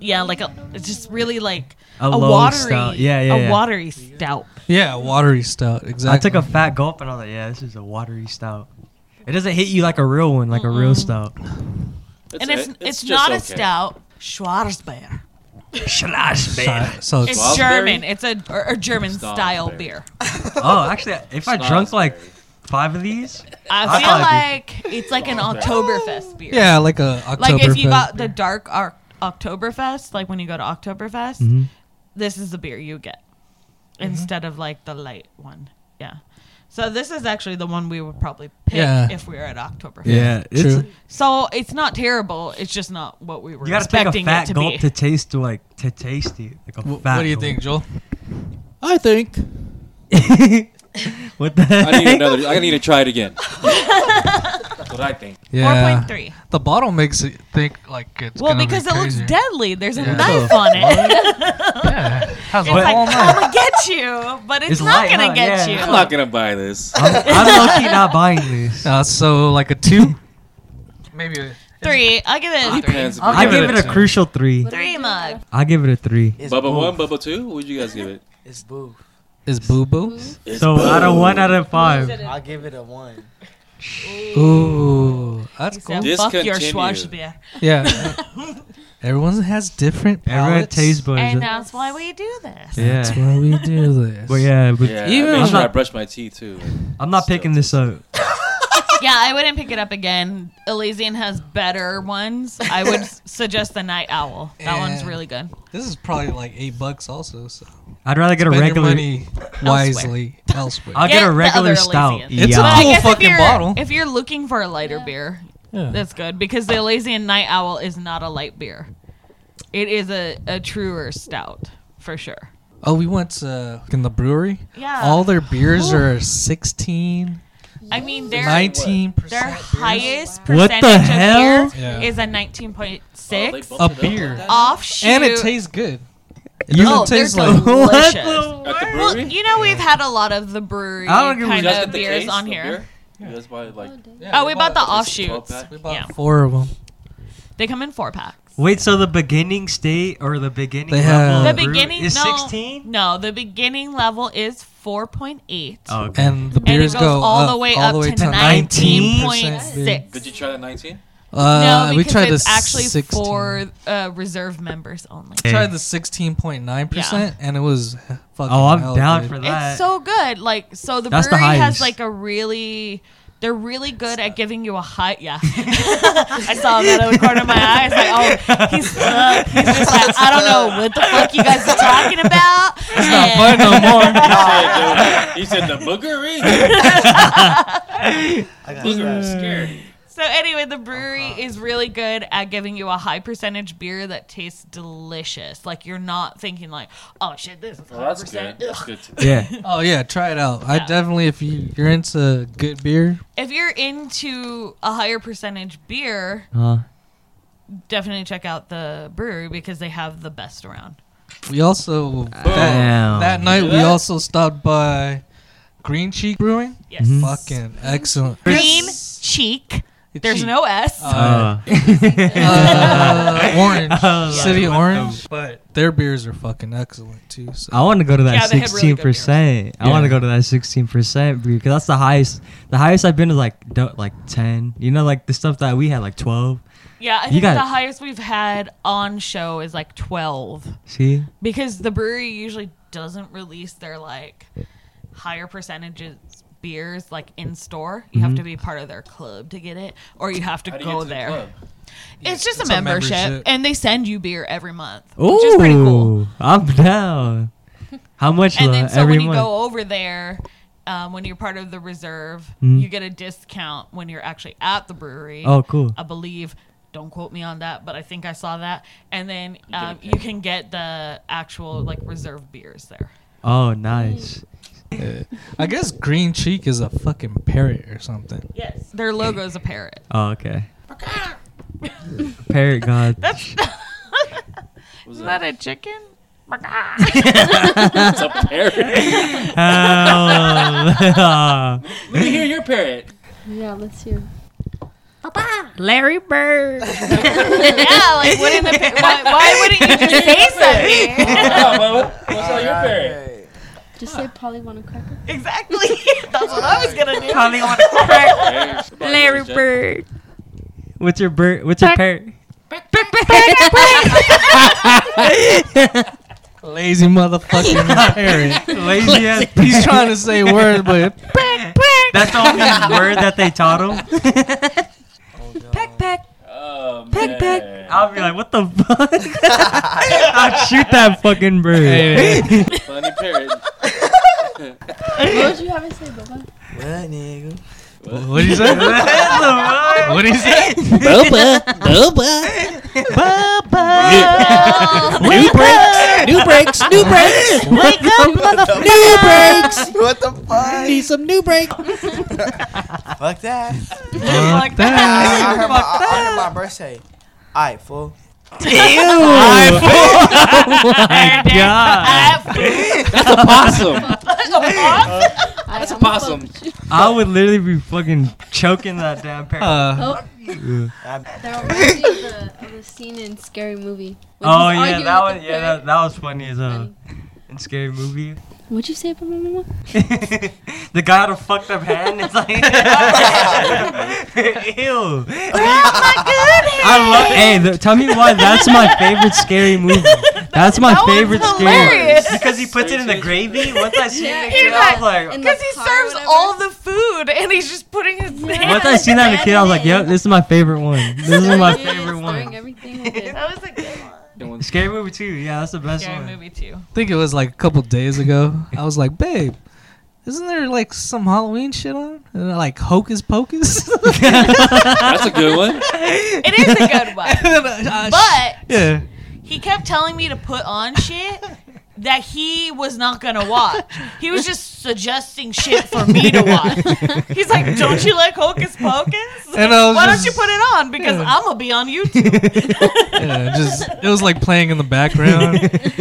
[SPEAKER 1] Yeah, like a, it's just really like
[SPEAKER 4] A
[SPEAKER 1] a,
[SPEAKER 4] low
[SPEAKER 1] watery,
[SPEAKER 4] stout. Yeah, yeah,
[SPEAKER 1] a
[SPEAKER 4] yeah.
[SPEAKER 1] watery stout.
[SPEAKER 2] Yeah, watery stout. Exactly.
[SPEAKER 4] I took a fat gulp and I was like, yeah, this is a watery stout. It doesn't hit you like a real one, like a real stout.
[SPEAKER 1] and it's it's,
[SPEAKER 3] just
[SPEAKER 1] not a
[SPEAKER 3] okay.
[SPEAKER 1] stout. Schwarzbier.
[SPEAKER 4] Slash
[SPEAKER 2] So- so it's,
[SPEAKER 1] It's
[SPEAKER 3] Schwarzbier?
[SPEAKER 1] German. It's a or, or German style
[SPEAKER 3] Stolzenberry.
[SPEAKER 1] beer.
[SPEAKER 4] Oh, actually, if I drunk like five of these,
[SPEAKER 1] I feel
[SPEAKER 4] I
[SPEAKER 1] like it's like an Oktoberfest beer.
[SPEAKER 2] yeah, like a October.
[SPEAKER 1] Like if you got the dark Ar- Oktoberfest, like when you go to Oktoberfest,
[SPEAKER 2] Mm-hmm.
[SPEAKER 1] this is the beer you get instead of like the light one. Yeah. So this is actually the one we would probably pick
[SPEAKER 2] Yeah.
[SPEAKER 1] if we were at Oktoberfest.
[SPEAKER 4] yeah, it's,
[SPEAKER 2] True.
[SPEAKER 1] So it's not terrible. It's just not what we were
[SPEAKER 4] you gotta take a
[SPEAKER 1] expecting
[SPEAKER 4] fat
[SPEAKER 1] it to
[SPEAKER 4] gulp
[SPEAKER 1] be.
[SPEAKER 4] to taste to like to taste it. Like a
[SPEAKER 2] Wh-
[SPEAKER 4] fat
[SPEAKER 2] What do you
[SPEAKER 4] gulp.
[SPEAKER 2] think, Joel?
[SPEAKER 3] I think.
[SPEAKER 4] what the heck?
[SPEAKER 3] I need another. I need to try it again. That's what I think.
[SPEAKER 2] Yeah.
[SPEAKER 1] 4.3.
[SPEAKER 2] The bottle makes it think like it's
[SPEAKER 1] Well,
[SPEAKER 2] gonna
[SPEAKER 1] because
[SPEAKER 2] be
[SPEAKER 1] it looks
[SPEAKER 2] crazy.
[SPEAKER 1] deadly. There's a
[SPEAKER 2] Yeah.
[SPEAKER 1] knife on it.
[SPEAKER 2] Yeah. How's
[SPEAKER 1] it's like,
[SPEAKER 2] all
[SPEAKER 1] I'm gonna get you, but it's,
[SPEAKER 4] It's light,
[SPEAKER 1] not gonna
[SPEAKER 4] huh?
[SPEAKER 1] get
[SPEAKER 4] Yeah.
[SPEAKER 1] you.
[SPEAKER 3] I'm not gonna buy this.
[SPEAKER 4] I'm, I'm lucky not buying this.
[SPEAKER 2] Uh, so like a two, maybe. A,
[SPEAKER 1] three. I'll give it a three.
[SPEAKER 3] Depends.
[SPEAKER 4] I give it a crucial three.
[SPEAKER 1] Three mug.
[SPEAKER 4] I give it a three.
[SPEAKER 5] It's
[SPEAKER 3] Bubba
[SPEAKER 5] boo.
[SPEAKER 3] one, Bubba two. What would you guys give it?
[SPEAKER 5] It's boo.
[SPEAKER 2] is boo boo?
[SPEAKER 4] So out of one out of five.
[SPEAKER 5] I'll give it a one.
[SPEAKER 2] Ooh, that's cool.
[SPEAKER 1] So fuck your
[SPEAKER 3] Discontinue.
[SPEAKER 1] Schwarzbier.
[SPEAKER 2] Yeah. Everyone has different
[SPEAKER 4] Everyone
[SPEAKER 2] palates.
[SPEAKER 4] taste buds.
[SPEAKER 1] And uh, that's why we do this.
[SPEAKER 4] yeah.
[SPEAKER 2] That's why we do this.
[SPEAKER 4] But yeah, but
[SPEAKER 3] Yeah,
[SPEAKER 2] Even
[SPEAKER 3] I
[SPEAKER 2] I'm
[SPEAKER 3] made sure I
[SPEAKER 4] not-
[SPEAKER 3] brushed my teeth too.
[SPEAKER 4] I'm not picking this up.
[SPEAKER 1] Yeah, I wouldn't pick it up again. Elysian has better ones. I would s- suggest the Night Owl. That one's
[SPEAKER 2] Yeah.
[SPEAKER 1] really good.
[SPEAKER 2] This is probably like eight bucks also. So
[SPEAKER 4] I'd rather get a
[SPEAKER 2] spend your
[SPEAKER 4] regular.
[SPEAKER 2] money wisely elsewhere.
[SPEAKER 4] I'll get,
[SPEAKER 1] Get
[SPEAKER 4] a
[SPEAKER 1] the
[SPEAKER 4] regular
[SPEAKER 1] other
[SPEAKER 4] stout.
[SPEAKER 1] Elysian.
[SPEAKER 2] It's a
[SPEAKER 4] Yeah.
[SPEAKER 1] But I
[SPEAKER 2] Cool
[SPEAKER 1] guess if
[SPEAKER 2] fucking
[SPEAKER 1] you're-
[SPEAKER 2] bottle.
[SPEAKER 1] If you're looking for a lighter beer,
[SPEAKER 2] Yeah.
[SPEAKER 1] that's good because the Elysian Night Owl is not a light beer. It is a, a truer stout for sure.
[SPEAKER 2] Oh, we went to in the brewery.
[SPEAKER 1] Yeah.
[SPEAKER 2] All their beers are 16,
[SPEAKER 1] I mean, they're
[SPEAKER 2] 19
[SPEAKER 1] Their
[SPEAKER 2] percent
[SPEAKER 1] highest
[SPEAKER 4] What
[SPEAKER 1] percentage
[SPEAKER 4] the
[SPEAKER 1] of
[SPEAKER 4] hell?
[SPEAKER 1] beer
[SPEAKER 2] Yeah.
[SPEAKER 1] is a 19.6
[SPEAKER 2] a beer,
[SPEAKER 1] offshoot.
[SPEAKER 2] and it tastes good. It
[SPEAKER 1] Oh,
[SPEAKER 2] doesn't
[SPEAKER 1] they're
[SPEAKER 2] taste like
[SPEAKER 1] delicious.
[SPEAKER 3] At the
[SPEAKER 1] Well,
[SPEAKER 3] brewery.
[SPEAKER 1] you know we've had a lot of the brewery
[SPEAKER 4] I don't give a
[SPEAKER 1] kind
[SPEAKER 4] shit.
[SPEAKER 1] of beers on here.
[SPEAKER 3] You guys buy like
[SPEAKER 1] Oh, we bought the
[SPEAKER 3] twelve
[SPEAKER 1] offshoots.
[SPEAKER 3] pack.
[SPEAKER 2] We bought
[SPEAKER 1] Yeah.
[SPEAKER 2] four of them.
[SPEAKER 1] They come in four packs.
[SPEAKER 4] Wait, so the beginning state or the beginning
[SPEAKER 2] They have-
[SPEAKER 4] level
[SPEAKER 1] The
[SPEAKER 4] of brew
[SPEAKER 1] beginning
[SPEAKER 4] is
[SPEAKER 1] no,
[SPEAKER 4] 16?
[SPEAKER 1] No, the beginning level is 4.8.
[SPEAKER 4] Oh, okay.
[SPEAKER 2] and the
[SPEAKER 1] And it
[SPEAKER 2] beers
[SPEAKER 1] goes
[SPEAKER 2] go
[SPEAKER 1] all
[SPEAKER 2] up,
[SPEAKER 1] the way
[SPEAKER 2] all
[SPEAKER 1] up
[SPEAKER 2] the way
[SPEAKER 1] to
[SPEAKER 2] 19% beer.
[SPEAKER 1] 19.6.
[SPEAKER 3] Did you try the 19?
[SPEAKER 2] Uh,
[SPEAKER 1] no, because
[SPEAKER 2] we tried
[SPEAKER 1] it's
[SPEAKER 2] the
[SPEAKER 1] actually
[SPEAKER 2] 16.
[SPEAKER 1] for uh, reserve members only.
[SPEAKER 2] We tried the sixteen point nine percent, and it was fucking.
[SPEAKER 4] Oh, I'm
[SPEAKER 2] hell,
[SPEAKER 4] down
[SPEAKER 2] dude.
[SPEAKER 4] for that.
[SPEAKER 1] It's so good. Like so, the
[SPEAKER 4] That's the
[SPEAKER 1] brewery has
[SPEAKER 4] highest.
[SPEAKER 1] like a really. They're really good at giving you a high. Yeah, I saw that in the corner of my eye. It's like, oh, he's, uh, he's just like, I don't know what the fuck you guys are talking about. It's
[SPEAKER 2] Not fun no more.
[SPEAKER 3] he said the boogery.
[SPEAKER 5] I got
[SPEAKER 3] Booger
[SPEAKER 5] that.
[SPEAKER 3] scared.
[SPEAKER 1] So anyway, the brewery is really good at giving you a high percentage beer that tastes delicious. Like you're not thinking like, oh shit, this is
[SPEAKER 3] Well,
[SPEAKER 1] high
[SPEAKER 3] that's good.
[SPEAKER 1] percent.
[SPEAKER 3] That's
[SPEAKER 1] Ugh.
[SPEAKER 3] good. To
[SPEAKER 4] Yeah.
[SPEAKER 2] Oh yeah, try it out. I
[SPEAKER 1] Yeah.
[SPEAKER 2] definitely, if you you're into good beer,
[SPEAKER 1] If you're into a higher percentage beer,
[SPEAKER 4] Uh,
[SPEAKER 1] definitely check out the brewery because they have the best around.
[SPEAKER 2] we also that,
[SPEAKER 4] Damn.
[SPEAKER 2] that night we
[SPEAKER 3] that?
[SPEAKER 2] also stopped by Green Cheek Brewing.
[SPEAKER 4] Mm-hmm.
[SPEAKER 1] Yes.
[SPEAKER 2] Fucking excellent.
[SPEAKER 1] Green cheek There's no S.
[SPEAKER 7] Uh,
[SPEAKER 2] Uh, orange
[SPEAKER 4] Uh,
[SPEAKER 2] City
[SPEAKER 4] what
[SPEAKER 2] Orange.
[SPEAKER 4] But
[SPEAKER 2] Their beers are fucking excellent too. So.
[SPEAKER 4] I want to go to
[SPEAKER 1] Yeah,
[SPEAKER 4] that
[SPEAKER 1] they have really
[SPEAKER 4] sixteen
[SPEAKER 1] good beers.
[SPEAKER 4] percent. I want
[SPEAKER 2] Yeah.
[SPEAKER 4] to go to that sixteen percent because that's the highest. The highest I've been is like do- like ten. You know, like the stuff that we had like twelve.
[SPEAKER 1] yeah, I
[SPEAKER 4] you
[SPEAKER 1] think
[SPEAKER 4] got-
[SPEAKER 1] the highest we've had on show is like 12
[SPEAKER 4] See,
[SPEAKER 1] because the brewery usually doesn't release their like higher percentages beers like in store. You
[SPEAKER 4] Mm-hmm.
[SPEAKER 1] have to be part of their club to get it or you have to go there. It's just
[SPEAKER 2] it's
[SPEAKER 1] a,
[SPEAKER 2] a
[SPEAKER 1] membership,
[SPEAKER 2] membership.
[SPEAKER 1] and they send you beer every month,
[SPEAKER 4] ooh,
[SPEAKER 1] which is pretty cool.
[SPEAKER 4] I'm down. How much?
[SPEAKER 1] And
[SPEAKER 4] la-
[SPEAKER 1] then so
[SPEAKER 4] uh, every
[SPEAKER 1] when you
[SPEAKER 4] month?
[SPEAKER 1] go over there, um, when you're part of the reserve, you get a discount when you're actually at the brewery.
[SPEAKER 4] Mm-hmm. Oh, cool.
[SPEAKER 1] I believe. Don't quote me on that, but I think I saw that. And then um, you can get the actual like reserve beers there.
[SPEAKER 4] Oh, nice.
[SPEAKER 2] I guess green cheek is a fucking parrot or something.
[SPEAKER 1] Yes, their logo is a parrot.
[SPEAKER 4] Oh, okay. Parrot God.
[SPEAKER 1] That's is that a chicken?
[SPEAKER 3] It's a parrot.
[SPEAKER 4] Hell.
[SPEAKER 3] Let me hear your parrot.
[SPEAKER 6] Yeah, let's hear.
[SPEAKER 8] Larry Bird.
[SPEAKER 1] yeah, like wouldn't the par- why, why wouldn't you just say something?
[SPEAKER 3] What's your parrot?
[SPEAKER 6] Just say Polly want a cracker.
[SPEAKER 1] Exactly. That's what I was gonna do.
[SPEAKER 8] Larry Bird.
[SPEAKER 4] what's your bird? What's your parrot?
[SPEAKER 2] Lazy motherfucking parrot.
[SPEAKER 4] Lazy ass.
[SPEAKER 2] He's trying to say words, but
[SPEAKER 4] That's the only word that they taught him.
[SPEAKER 3] Oh,
[SPEAKER 8] Peck, peck.
[SPEAKER 3] man.
[SPEAKER 4] I'll be like, what the fuck? I'd shoot that fucking bird.
[SPEAKER 2] Hey,
[SPEAKER 3] Funny parrot.
[SPEAKER 6] what would you have me say, Bubba?
[SPEAKER 2] what did he say? What did he say?
[SPEAKER 3] Boba. Boba. Boba. New brakes. New brakes. New brakes.
[SPEAKER 8] Wake up, motherfucker.
[SPEAKER 3] New brakes.
[SPEAKER 5] what the fuck?
[SPEAKER 3] Need some new brakes.
[SPEAKER 5] fuck that.
[SPEAKER 1] Like
[SPEAKER 5] I,
[SPEAKER 1] that.
[SPEAKER 5] I, heard my, I, I heard my birthday. Alright, fool.
[SPEAKER 4] Oh God.
[SPEAKER 3] That's a possum.
[SPEAKER 6] That's a
[SPEAKER 3] Possum.
[SPEAKER 4] I would literally be fucking choking that damn parrot.
[SPEAKER 2] Uh,
[SPEAKER 6] Oh,
[SPEAKER 5] I'm-
[SPEAKER 6] that reminds me of the, of the scene in Scary Movie. when
[SPEAKER 4] oh,
[SPEAKER 6] he's
[SPEAKER 4] yeah,
[SPEAKER 6] arguing
[SPEAKER 4] that
[SPEAKER 6] with
[SPEAKER 4] was,
[SPEAKER 6] the
[SPEAKER 4] yeah,
[SPEAKER 6] parrot.
[SPEAKER 4] that, that was funny as a in scary movie.
[SPEAKER 6] What'd you say, Bubba Mama?
[SPEAKER 4] the guy had a fucked up hand. It's like, ew. I love. Hey, th- tell me why that's my favorite scary movie. That's my
[SPEAKER 1] That one's
[SPEAKER 4] favorite scary.
[SPEAKER 1] hilarious.
[SPEAKER 4] Because he puts it in the gravy. Once I seen
[SPEAKER 6] Yeah,
[SPEAKER 4] the
[SPEAKER 6] he's
[SPEAKER 4] kid, I was like.
[SPEAKER 6] in the
[SPEAKER 1] Because he
[SPEAKER 6] car or
[SPEAKER 1] serves
[SPEAKER 6] whatever.
[SPEAKER 1] all the food and he's just putting his
[SPEAKER 6] Yeah.
[SPEAKER 4] Once I seen that in the kid, I was like, "Yep, this is my favorite one. This is my
[SPEAKER 6] Yeah, he's
[SPEAKER 4] favorite
[SPEAKER 6] throwing
[SPEAKER 4] one."
[SPEAKER 6] everything with it.
[SPEAKER 1] That was a good one.
[SPEAKER 4] Scary movie too. Yeah, that's the best
[SPEAKER 1] Scary
[SPEAKER 4] one.
[SPEAKER 1] movie too.
[SPEAKER 2] I think it was like a couple days ago. I was like, babe, isn't there like some Halloween shit on? And they're like Hocus Pocus.
[SPEAKER 3] That's a good one.
[SPEAKER 1] It is a good one.
[SPEAKER 2] uh,
[SPEAKER 1] But
[SPEAKER 2] yeah,
[SPEAKER 1] he kept telling me to put on shit that he was not gonna watch. He was just suggesting shit for me to watch. He's like, "Don't you like Hocus Pocus?
[SPEAKER 2] And I was
[SPEAKER 1] Why
[SPEAKER 2] just-
[SPEAKER 1] don't you put it on? Because
[SPEAKER 2] Yeah.
[SPEAKER 1] I'm gonna be on YouTube."
[SPEAKER 2] yeah, just it was like playing in the background.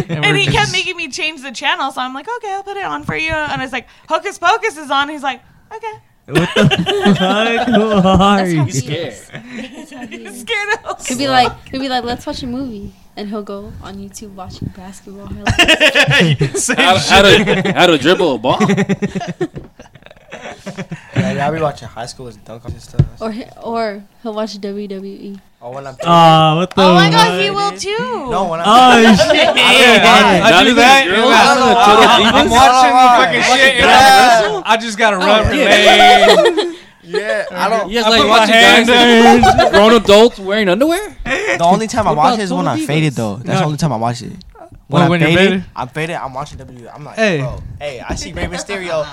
[SPEAKER 1] And he kept making me change the channel, so I'm like, "Okay, I'll put it on for you." And I was like, "Hocus Pocus is on." He's like, "Okay."
[SPEAKER 4] What the fuck? Who are you?
[SPEAKER 3] Scared.
[SPEAKER 1] He's scared of Hocus
[SPEAKER 6] He'd be like, he'd be like, let's watch a movie, and he'll go on YouTube watching basketball highlights.
[SPEAKER 3] How, how, to, how to dribble a ball.
[SPEAKER 5] Yeah, yeah, I be watching high school and dunk and stuff.
[SPEAKER 6] or he- or he'll watch E. WWE.
[SPEAKER 5] Oh, when I'm
[SPEAKER 4] Oh, what the?
[SPEAKER 1] Oh my
[SPEAKER 4] fuck?
[SPEAKER 1] god, he will too.
[SPEAKER 5] no, when I'm
[SPEAKER 4] Oh shit!
[SPEAKER 2] I
[SPEAKER 3] Not
[SPEAKER 2] do
[SPEAKER 3] even
[SPEAKER 2] that,
[SPEAKER 3] a drill.
[SPEAKER 2] and I-
[SPEAKER 3] Not even a total
[SPEAKER 2] I'm
[SPEAKER 3] defense.
[SPEAKER 5] uh, watching fucking shit. Yeah,
[SPEAKER 2] I just gotta run
[SPEAKER 3] yeah.
[SPEAKER 2] relay.
[SPEAKER 5] yeah. I don't.
[SPEAKER 3] You guys like
[SPEAKER 2] put my
[SPEAKER 3] watching
[SPEAKER 2] hand
[SPEAKER 3] guys, grown adults wearing underwear?
[SPEAKER 5] The only time I
[SPEAKER 3] What about
[SPEAKER 5] watch it is when I'm
[SPEAKER 3] Toledo's?
[SPEAKER 5] faded, though. That's the only time I watch it.
[SPEAKER 2] Well,
[SPEAKER 5] I'm
[SPEAKER 2] when you're faded?
[SPEAKER 5] I'm faded. I'm watching W. I'm like,
[SPEAKER 2] Hey.
[SPEAKER 5] hey, bro, hey, I see Rey Mysterio.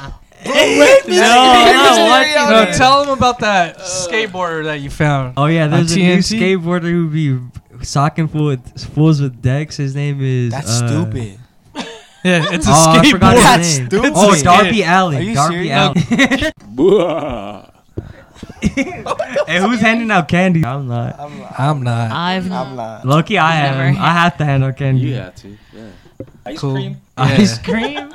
[SPEAKER 4] no,
[SPEAKER 5] Mysterio.
[SPEAKER 2] No, tell him about that skateboarder that you found.
[SPEAKER 4] Oh yeah, there's a new
[SPEAKER 2] TNT?
[SPEAKER 4] skateboarder who be socking fool with, fools with decks. His name is.
[SPEAKER 5] That's
[SPEAKER 4] uh,
[SPEAKER 5] stupid.
[SPEAKER 2] Yeah, it's a
[SPEAKER 4] oh, I
[SPEAKER 2] skateboard.
[SPEAKER 4] forgot his
[SPEAKER 5] That's
[SPEAKER 4] name.
[SPEAKER 5] stupid.
[SPEAKER 4] Oh,
[SPEAKER 2] It's a
[SPEAKER 4] Darby
[SPEAKER 2] skate.
[SPEAKER 4] Alley.
[SPEAKER 5] Are you
[SPEAKER 4] Darby
[SPEAKER 5] serious?
[SPEAKER 4] Alley. hey, who's handing out candy? I'm not.
[SPEAKER 5] I'm like,
[SPEAKER 2] I'm not.
[SPEAKER 1] I've
[SPEAKER 5] I'm like,
[SPEAKER 4] Lucky I
[SPEAKER 1] Never.
[SPEAKER 4] am. I have to hand out candy.
[SPEAKER 3] You have to. Yeah. Ice
[SPEAKER 2] Cool.
[SPEAKER 3] cream.
[SPEAKER 2] Yeah.
[SPEAKER 4] Ice cream.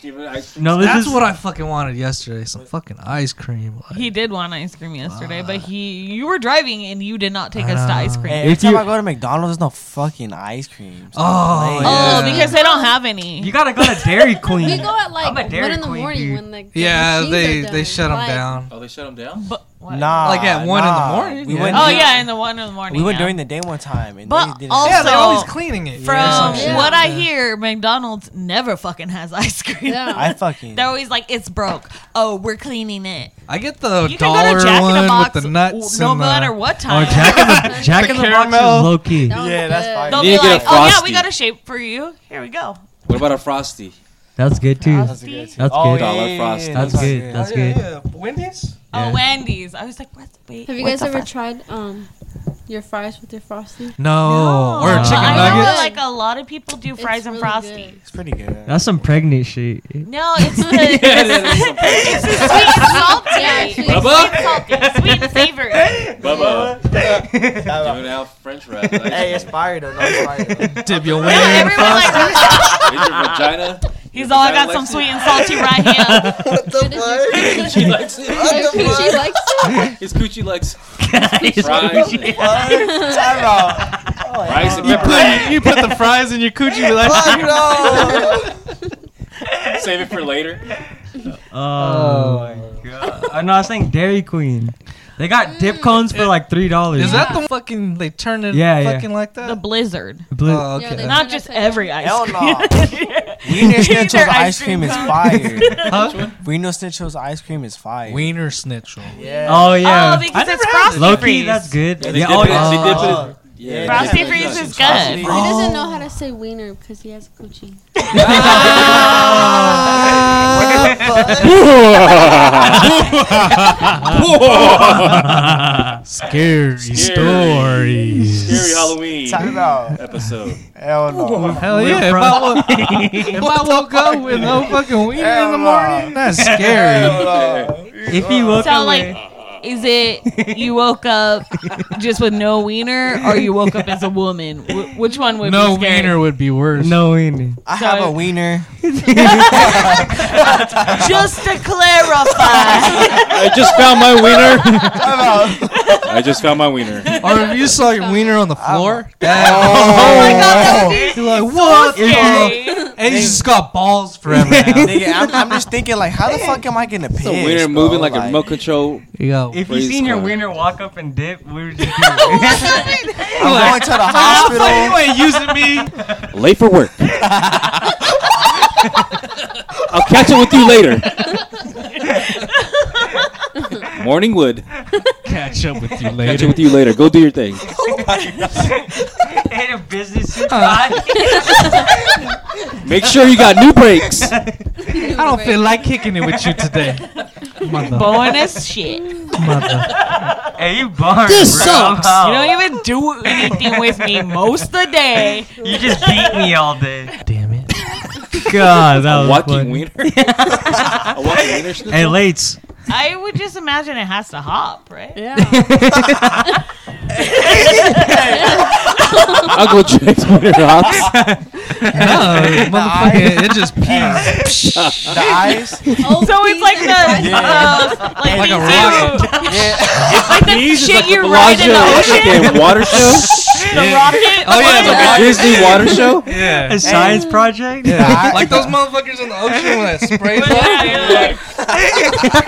[SPEAKER 3] Give I,
[SPEAKER 4] No, this
[SPEAKER 2] That's
[SPEAKER 4] is
[SPEAKER 2] what I fucking wanted yesterday. Some fucking ice cream. Like,
[SPEAKER 1] He did want ice cream yesterday, but he you were driving and you did not take us to ice cream.
[SPEAKER 5] Every
[SPEAKER 2] If
[SPEAKER 5] time
[SPEAKER 2] you-
[SPEAKER 5] I go to McDonald's, there's no fucking ice cream. Stop
[SPEAKER 2] Oh,
[SPEAKER 5] playing.
[SPEAKER 1] Oh,
[SPEAKER 2] Yeah.
[SPEAKER 1] because they don't have any.
[SPEAKER 4] you gotta go to Dairy Queen.
[SPEAKER 6] We go at like
[SPEAKER 4] I'm a
[SPEAKER 6] one
[SPEAKER 4] Dairy
[SPEAKER 6] in the
[SPEAKER 4] Queen,
[SPEAKER 6] morning
[SPEAKER 4] dude.
[SPEAKER 6] when like the
[SPEAKER 2] yeah,
[SPEAKER 6] machines
[SPEAKER 2] they
[SPEAKER 6] are done.
[SPEAKER 2] they shut them
[SPEAKER 6] Like,
[SPEAKER 2] down.
[SPEAKER 3] oh, they shut him down.
[SPEAKER 1] but, what?
[SPEAKER 5] Nah,
[SPEAKER 2] Like at one in the
[SPEAKER 5] nah.
[SPEAKER 2] morning,
[SPEAKER 5] We
[SPEAKER 2] yeah.
[SPEAKER 5] went.
[SPEAKER 1] oh yeah, in the one in the morning.
[SPEAKER 5] we went
[SPEAKER 1] yeah.
[SPEAKER 5] during the day one time, and
[SPEAKER 1] But
[SPEAKER 5] they didn't.
[SPEAKER 1] also-
[SPEAKER 2] Yeah, they're always cleaning it.
[SPEAKER 1] From
[SPEAKER 5] Yeah, some shit.
[SPEAKER 1] what I
[SPEAKER 2] Yeah.
[SPEAKER 1] hear, McDonald's never fucking has ice cream.
[SPEAKER 6] Yeah.
[SPEAKER 5] I fucking.
[SPEAKER 1] They're always like, it's broke. Oh, we're cleaning it.
[SPEAKER 2] I get the
[SPEAKER 1] You can go
[SPEAKER 2] dollar
[SPEAKER 1] to Jack in
[SPEAKER 2] one
[SPEAKER 1] the Box
[SPEAKER 2] with the nuts.
[SPEAKER 1] no
[SPEAKER 2] and the-
[SPEAKER 1] matter what
[SPEAKER 4] Oh,
[SPEAKER 1] time.
[SPEAKER 4] Jack in the Jack in the Box is
[SPEAKER 5] caramel.
[SPEAKER 4] low key.
[SPEAKER 6] that was
[SPEAKER 5] Yeah, that's
[SPEAKER 6] good.
[SPEAKER 5] fine.
[SPEAKER 3] You
[SPEAKER 1] They'll be
[SPEAKER 3] need to
[SPEAKER 1] like,
[SPEAKER 3] get a
[SPEAKER 1] oh yeah,
[SPEAKER 3] Frosty.
[SPEAKER 1] we got a shape for you. Here we go.
[SPEAKER 3] What about a frosty?
[SPEAKER 4] That's good too.
[SPEAKER 5] That's a good-
[SPEAKER 4] That's
[SPEAKER 5] Oh,
[SPEAKER 4] good.
[SPEAKER 5] yeah,
[SPEAKER 3] Dollar
[SPEAKER 5] yeah,
[SPEAKER 3] Frost.
[SPEAKER 5] yeah,
[SPEAKER 4] That's
[SPEAKER 5] yeah.
[SPEAKER 4] good. That's
[SPEAKER 2] Yeah,
[SPEAKER 4] good.
[SPEAKER 2] yeah. Wendy's.
[SPEAKER 1] Oh,
[SPEAKER 4] Yeah.
[SPEAKER 1] Wendy's. I was like, what? Wait,
[SPEAKER 6] Have you
[SPEAKER 1] what's
[SPEAKER 6] guys
[SPEAKER 1] up
[SPEAKER 6] ever
[SPEAKER 1] with-
[SPEAKER 6] tried um your fries with your frosty?
[SPEAKER 2] No,
[SPEAKER 1] No. Uh,
[SPEAKER 2] or
[SPEAKER 4] No.
[SPEAKER 2] Oh, a chicken
[SPEAKER 1] I
[SPEAKER 6] nugget?
[SPEAKER 1] know,
[SPEAKER 2] nuggets.
[SPEAKER 1] like a lot of people do
[SPEAKER 6] Oh. It's
[SPEAKER 1] fries and
[SPEAKER 6] really
[SPEAKER 1] frosty.
[SPEAKER 6] good.
[SPEAKER 5] It's pretty good.
[SPEAKER 4] That's some pregnant shit.
[SPEAKER 1] No, it's the it's the sweet and salty.
[SPEAKER 6] Yeah,
[SPEAKER 1] Sweet
[SPEAKER 6] actually,
[SPEAKER 3] Bubba?
[SPEAKER 1] and salty, sweet and savory.
[SPEAKER 3] Bubba.
[SPEAKER 5] Hey,
[SPEAKER 3] Giving out French wrap. Ice
[SPEAKER 5] it's
[SPEAKER 3] cream.
[SPEAKER 5] fire though. No, it's fire.
[SPEAKER 2] Dip your
[SPEAKER 1] No,
[SPEAKER 2] wing.
[SPEAKER 1] everyone's like,
[SPEAKER 3] Is your vagina.
[SPEAKER 1] he's all I got some sweet and salty right here.
[SPEAKER 6] Did
[SPEAKER 3] She likes it.
[SPEAKER 6] you- she likes it.
[SPEAKER 3] His coochie likes fries.
[SPEAKER 4] It's-
[SPEAKER 3] and-
[SPEAKER 5] Time out. Oh,
[SPEAKER 3] Rice and
[SPEAKER 2] You
[SPEAKER 3] pepper.
[SPEAKER 2] put, you put the fries in your coochie. You're like,
[SPEAKER 5] Fuck no.
[SPEAKER 3] Save it for later.
[SPEAKER 4] Oh, my god. I know. I was saying Dairy Queen. They got dip cones for like three dollars.
[SPEAKER 2] is that the fucking? They turn it
[SPEAKER 4] Yeah, yeah.
[SPEAKER 2] fucking like
[SPEAKER 1] The
[SPEAKER 2] that.
[SPEAKER 1] blizzard,
[SPEAKER 2] oh,
[SPEAKER 6] Yeah,
[SPEAKER 2] okay.
[SPEAKER 6] they-
[SPEAKER 1] not just every ice
[SPEAKER 5] Hell
[SPEAKER 1] cream.
[SPEAKER 5] no. Wiener Schnitzel's
[SPEAKER 1] Either
[SPEAKER 5] ice cream is fire.
[SPEAKER 2] Huh?
[SPEAKER 5] Wiener Schnitzel's ice cream is fire.
[SPEAKER 2] Wiener schnitzel.
[SPEAKER 5] yeah.
[SPEAKER 4] Oh
[SPEAKER 1] Oh,
[SPEAKER 4] yeah.
[SPEAKER 1] because it's
[SPEAKER 4] Loki,
[SPEAKER 1] frosty freeze.
[SPEAKER 4] that's good.
[SPEAKER 3] Yeah,
[SPEAKER 4] Yeah,
[SPEAKER 3] they dip
[SPEAKER 4] oh,
[SPEAKER 3] it.
[SPEAKER 4] yeah.
[SPEAKER 3] in- They dip it.
[SPEAKER 5] Oh.
[SPEAKER 3] in- Yeah.
[SPEAKER 1] Frosty
[SPEAKER 3] yeah,
[SPEAKER 1] freeze
[SPEAKER 3] yeah.
[SPEAKER 1] is good.
[SPEAKER 6] He
[SPEAKER 4] Oh.
[SPEAKER 6] doesn't know how to say wiener because he has a coochie.
[SPEAKER 2] Scary,
[SPEAKER 3] Scary
[SPEAKER 2] stories.
[SPEAKER 3] Halloween
[SPEAKER 5] Time out.
[SPEAKER 3] episode.
[SPEAKER 5] Hell no.
[SPEAKER 2] Hell
[SPEAKER 4] We're
[SPEAKER 2] yeah! If
[SPEAKER 4] from-
[SPEAKER 2] I, wo- if I woke up with no fucking wiener in
[SPEAKER 5] Hell
[SPEAKER 2] the
[SPEAKER 5] no.
[SPEAKER 2] morning, that's scary.
[SPEAKER 5] Hell no.
[SPEAKER 4] If you woke
[SPEAKER 1] So
[SPEAKER 4] up
[SPEAKER 1] like, is it you woke up just with no wiener, or you woke up as a woman? Wh- which one would
[SPEAKER 2] No
[SPEAKER 1] be scary?
[SPEAKER 2] wiener would be worse.
[SPEAKER 4] no wiener.
[SPEAKER 5] I have
[SPEAKER 1] So-
[SPEAKER 5] a wiener.
[SPEAKER 1] Just to clarify,
[SPEAKER 3] I just found my wiener. I just found my wiener.
[SPEAKER 2] Or if you saw your wiener on the floor,
[SPEAKER 5] Oh my
[SPEAKER 1] God,
[SPEAKER 2] you're like, what? the fuck?"
[SPEAKER 1] scary.
[SPEAKER 2] And he's just got balls forever.
[SPEAKER 5] Nigga, I'm, I'm just thinking like, how the fuck am I gonna piss?
[SPEAKER 3] It's a wiener
[SPEAKER 5] bro?
[SPEAKER 3] moving like a remote control.
[SPEAKER 2] Yo,
[SPEAKER 4] If you
[SPEAKER 3] Praise
[SPEAKER 4] seen your
[SPEAKER 3] God.
[SPEAKER 4] wiener walk up and dip, we were just doing
[SPEAKER 5] I'm going to the hospital.
[SPEAKER 2] ain't using me.
[SPEAKER 3] Late for work. I'll catch up with you later. Morning wood.
[SPEAKER 2] Catch up with you
[SPEAKER 3] Catch
[SPEAKER 2] later.
[SPEAKER 3] up with you later. Go do your thing.
[SPEAKER 4] in a business suit. on.
[SPEAKER 3] Make sure you got new brakes.
[SPEAKER 2] I don't feel like kicking it with you today. Mother.
[SPEAKER 1] Bonus shit. You
[SPEAKER 2] mother.
[SPEAKER 4] Hey, you barn.
[SPEAKER 2] This
[SPEAKER 4] bro.
[SPEAKER 2] sucks.
[SPEAKER 4] Wow.
[SPEAKER 1] don't even do anything with me most of the day.
[SPEAKER 4] You just beat me all day.
[SPEAKER 2] Damn it.
[SPEAKER 4] God, that
[SPEAKER 3] A
[SPEAKER 4] was
[SPEAKER 3] walking
[SPEAKER 4] funny.
[SPEAKER 3] wiener. a walking wiener. schnitzel?
[SPEAKER 4] Hey, Lates.
[SPEAKER 1] I would just imagine it has to hop, right?
[SPEAKER 6] Yeah.
[SPEAKER 3] I'll go check wiener hops.
[SPEAKER 2] No, motherfucker, it just pees.
[SPEAKER 5] The eyes.
[SPEAKER 6] Oh,
[SPEAKER 1] So it's like the uh, like,
[SPEAKER 2] Like a
[SPEAKER 1] these you-
[SPEAKER 5] Yeah.
[SPEAKER 1] it's like the shit you ride in the ocean.
[SPEAKER 3] Goddamn water show.
[SPEAKER 2] Oh yeah,
[SPEAKER 3] It's like a Disney water show.
[SPEAKER 2] yeah.
[SPEAKER 4] A science project?
[SPEAKER 2] Yeah. Like those motherfuckers in the ocean when that sprays
[SPEAKER 1] Yeah,
[SPEAKER 2] up.
[SPEAKER 1] yeah, like,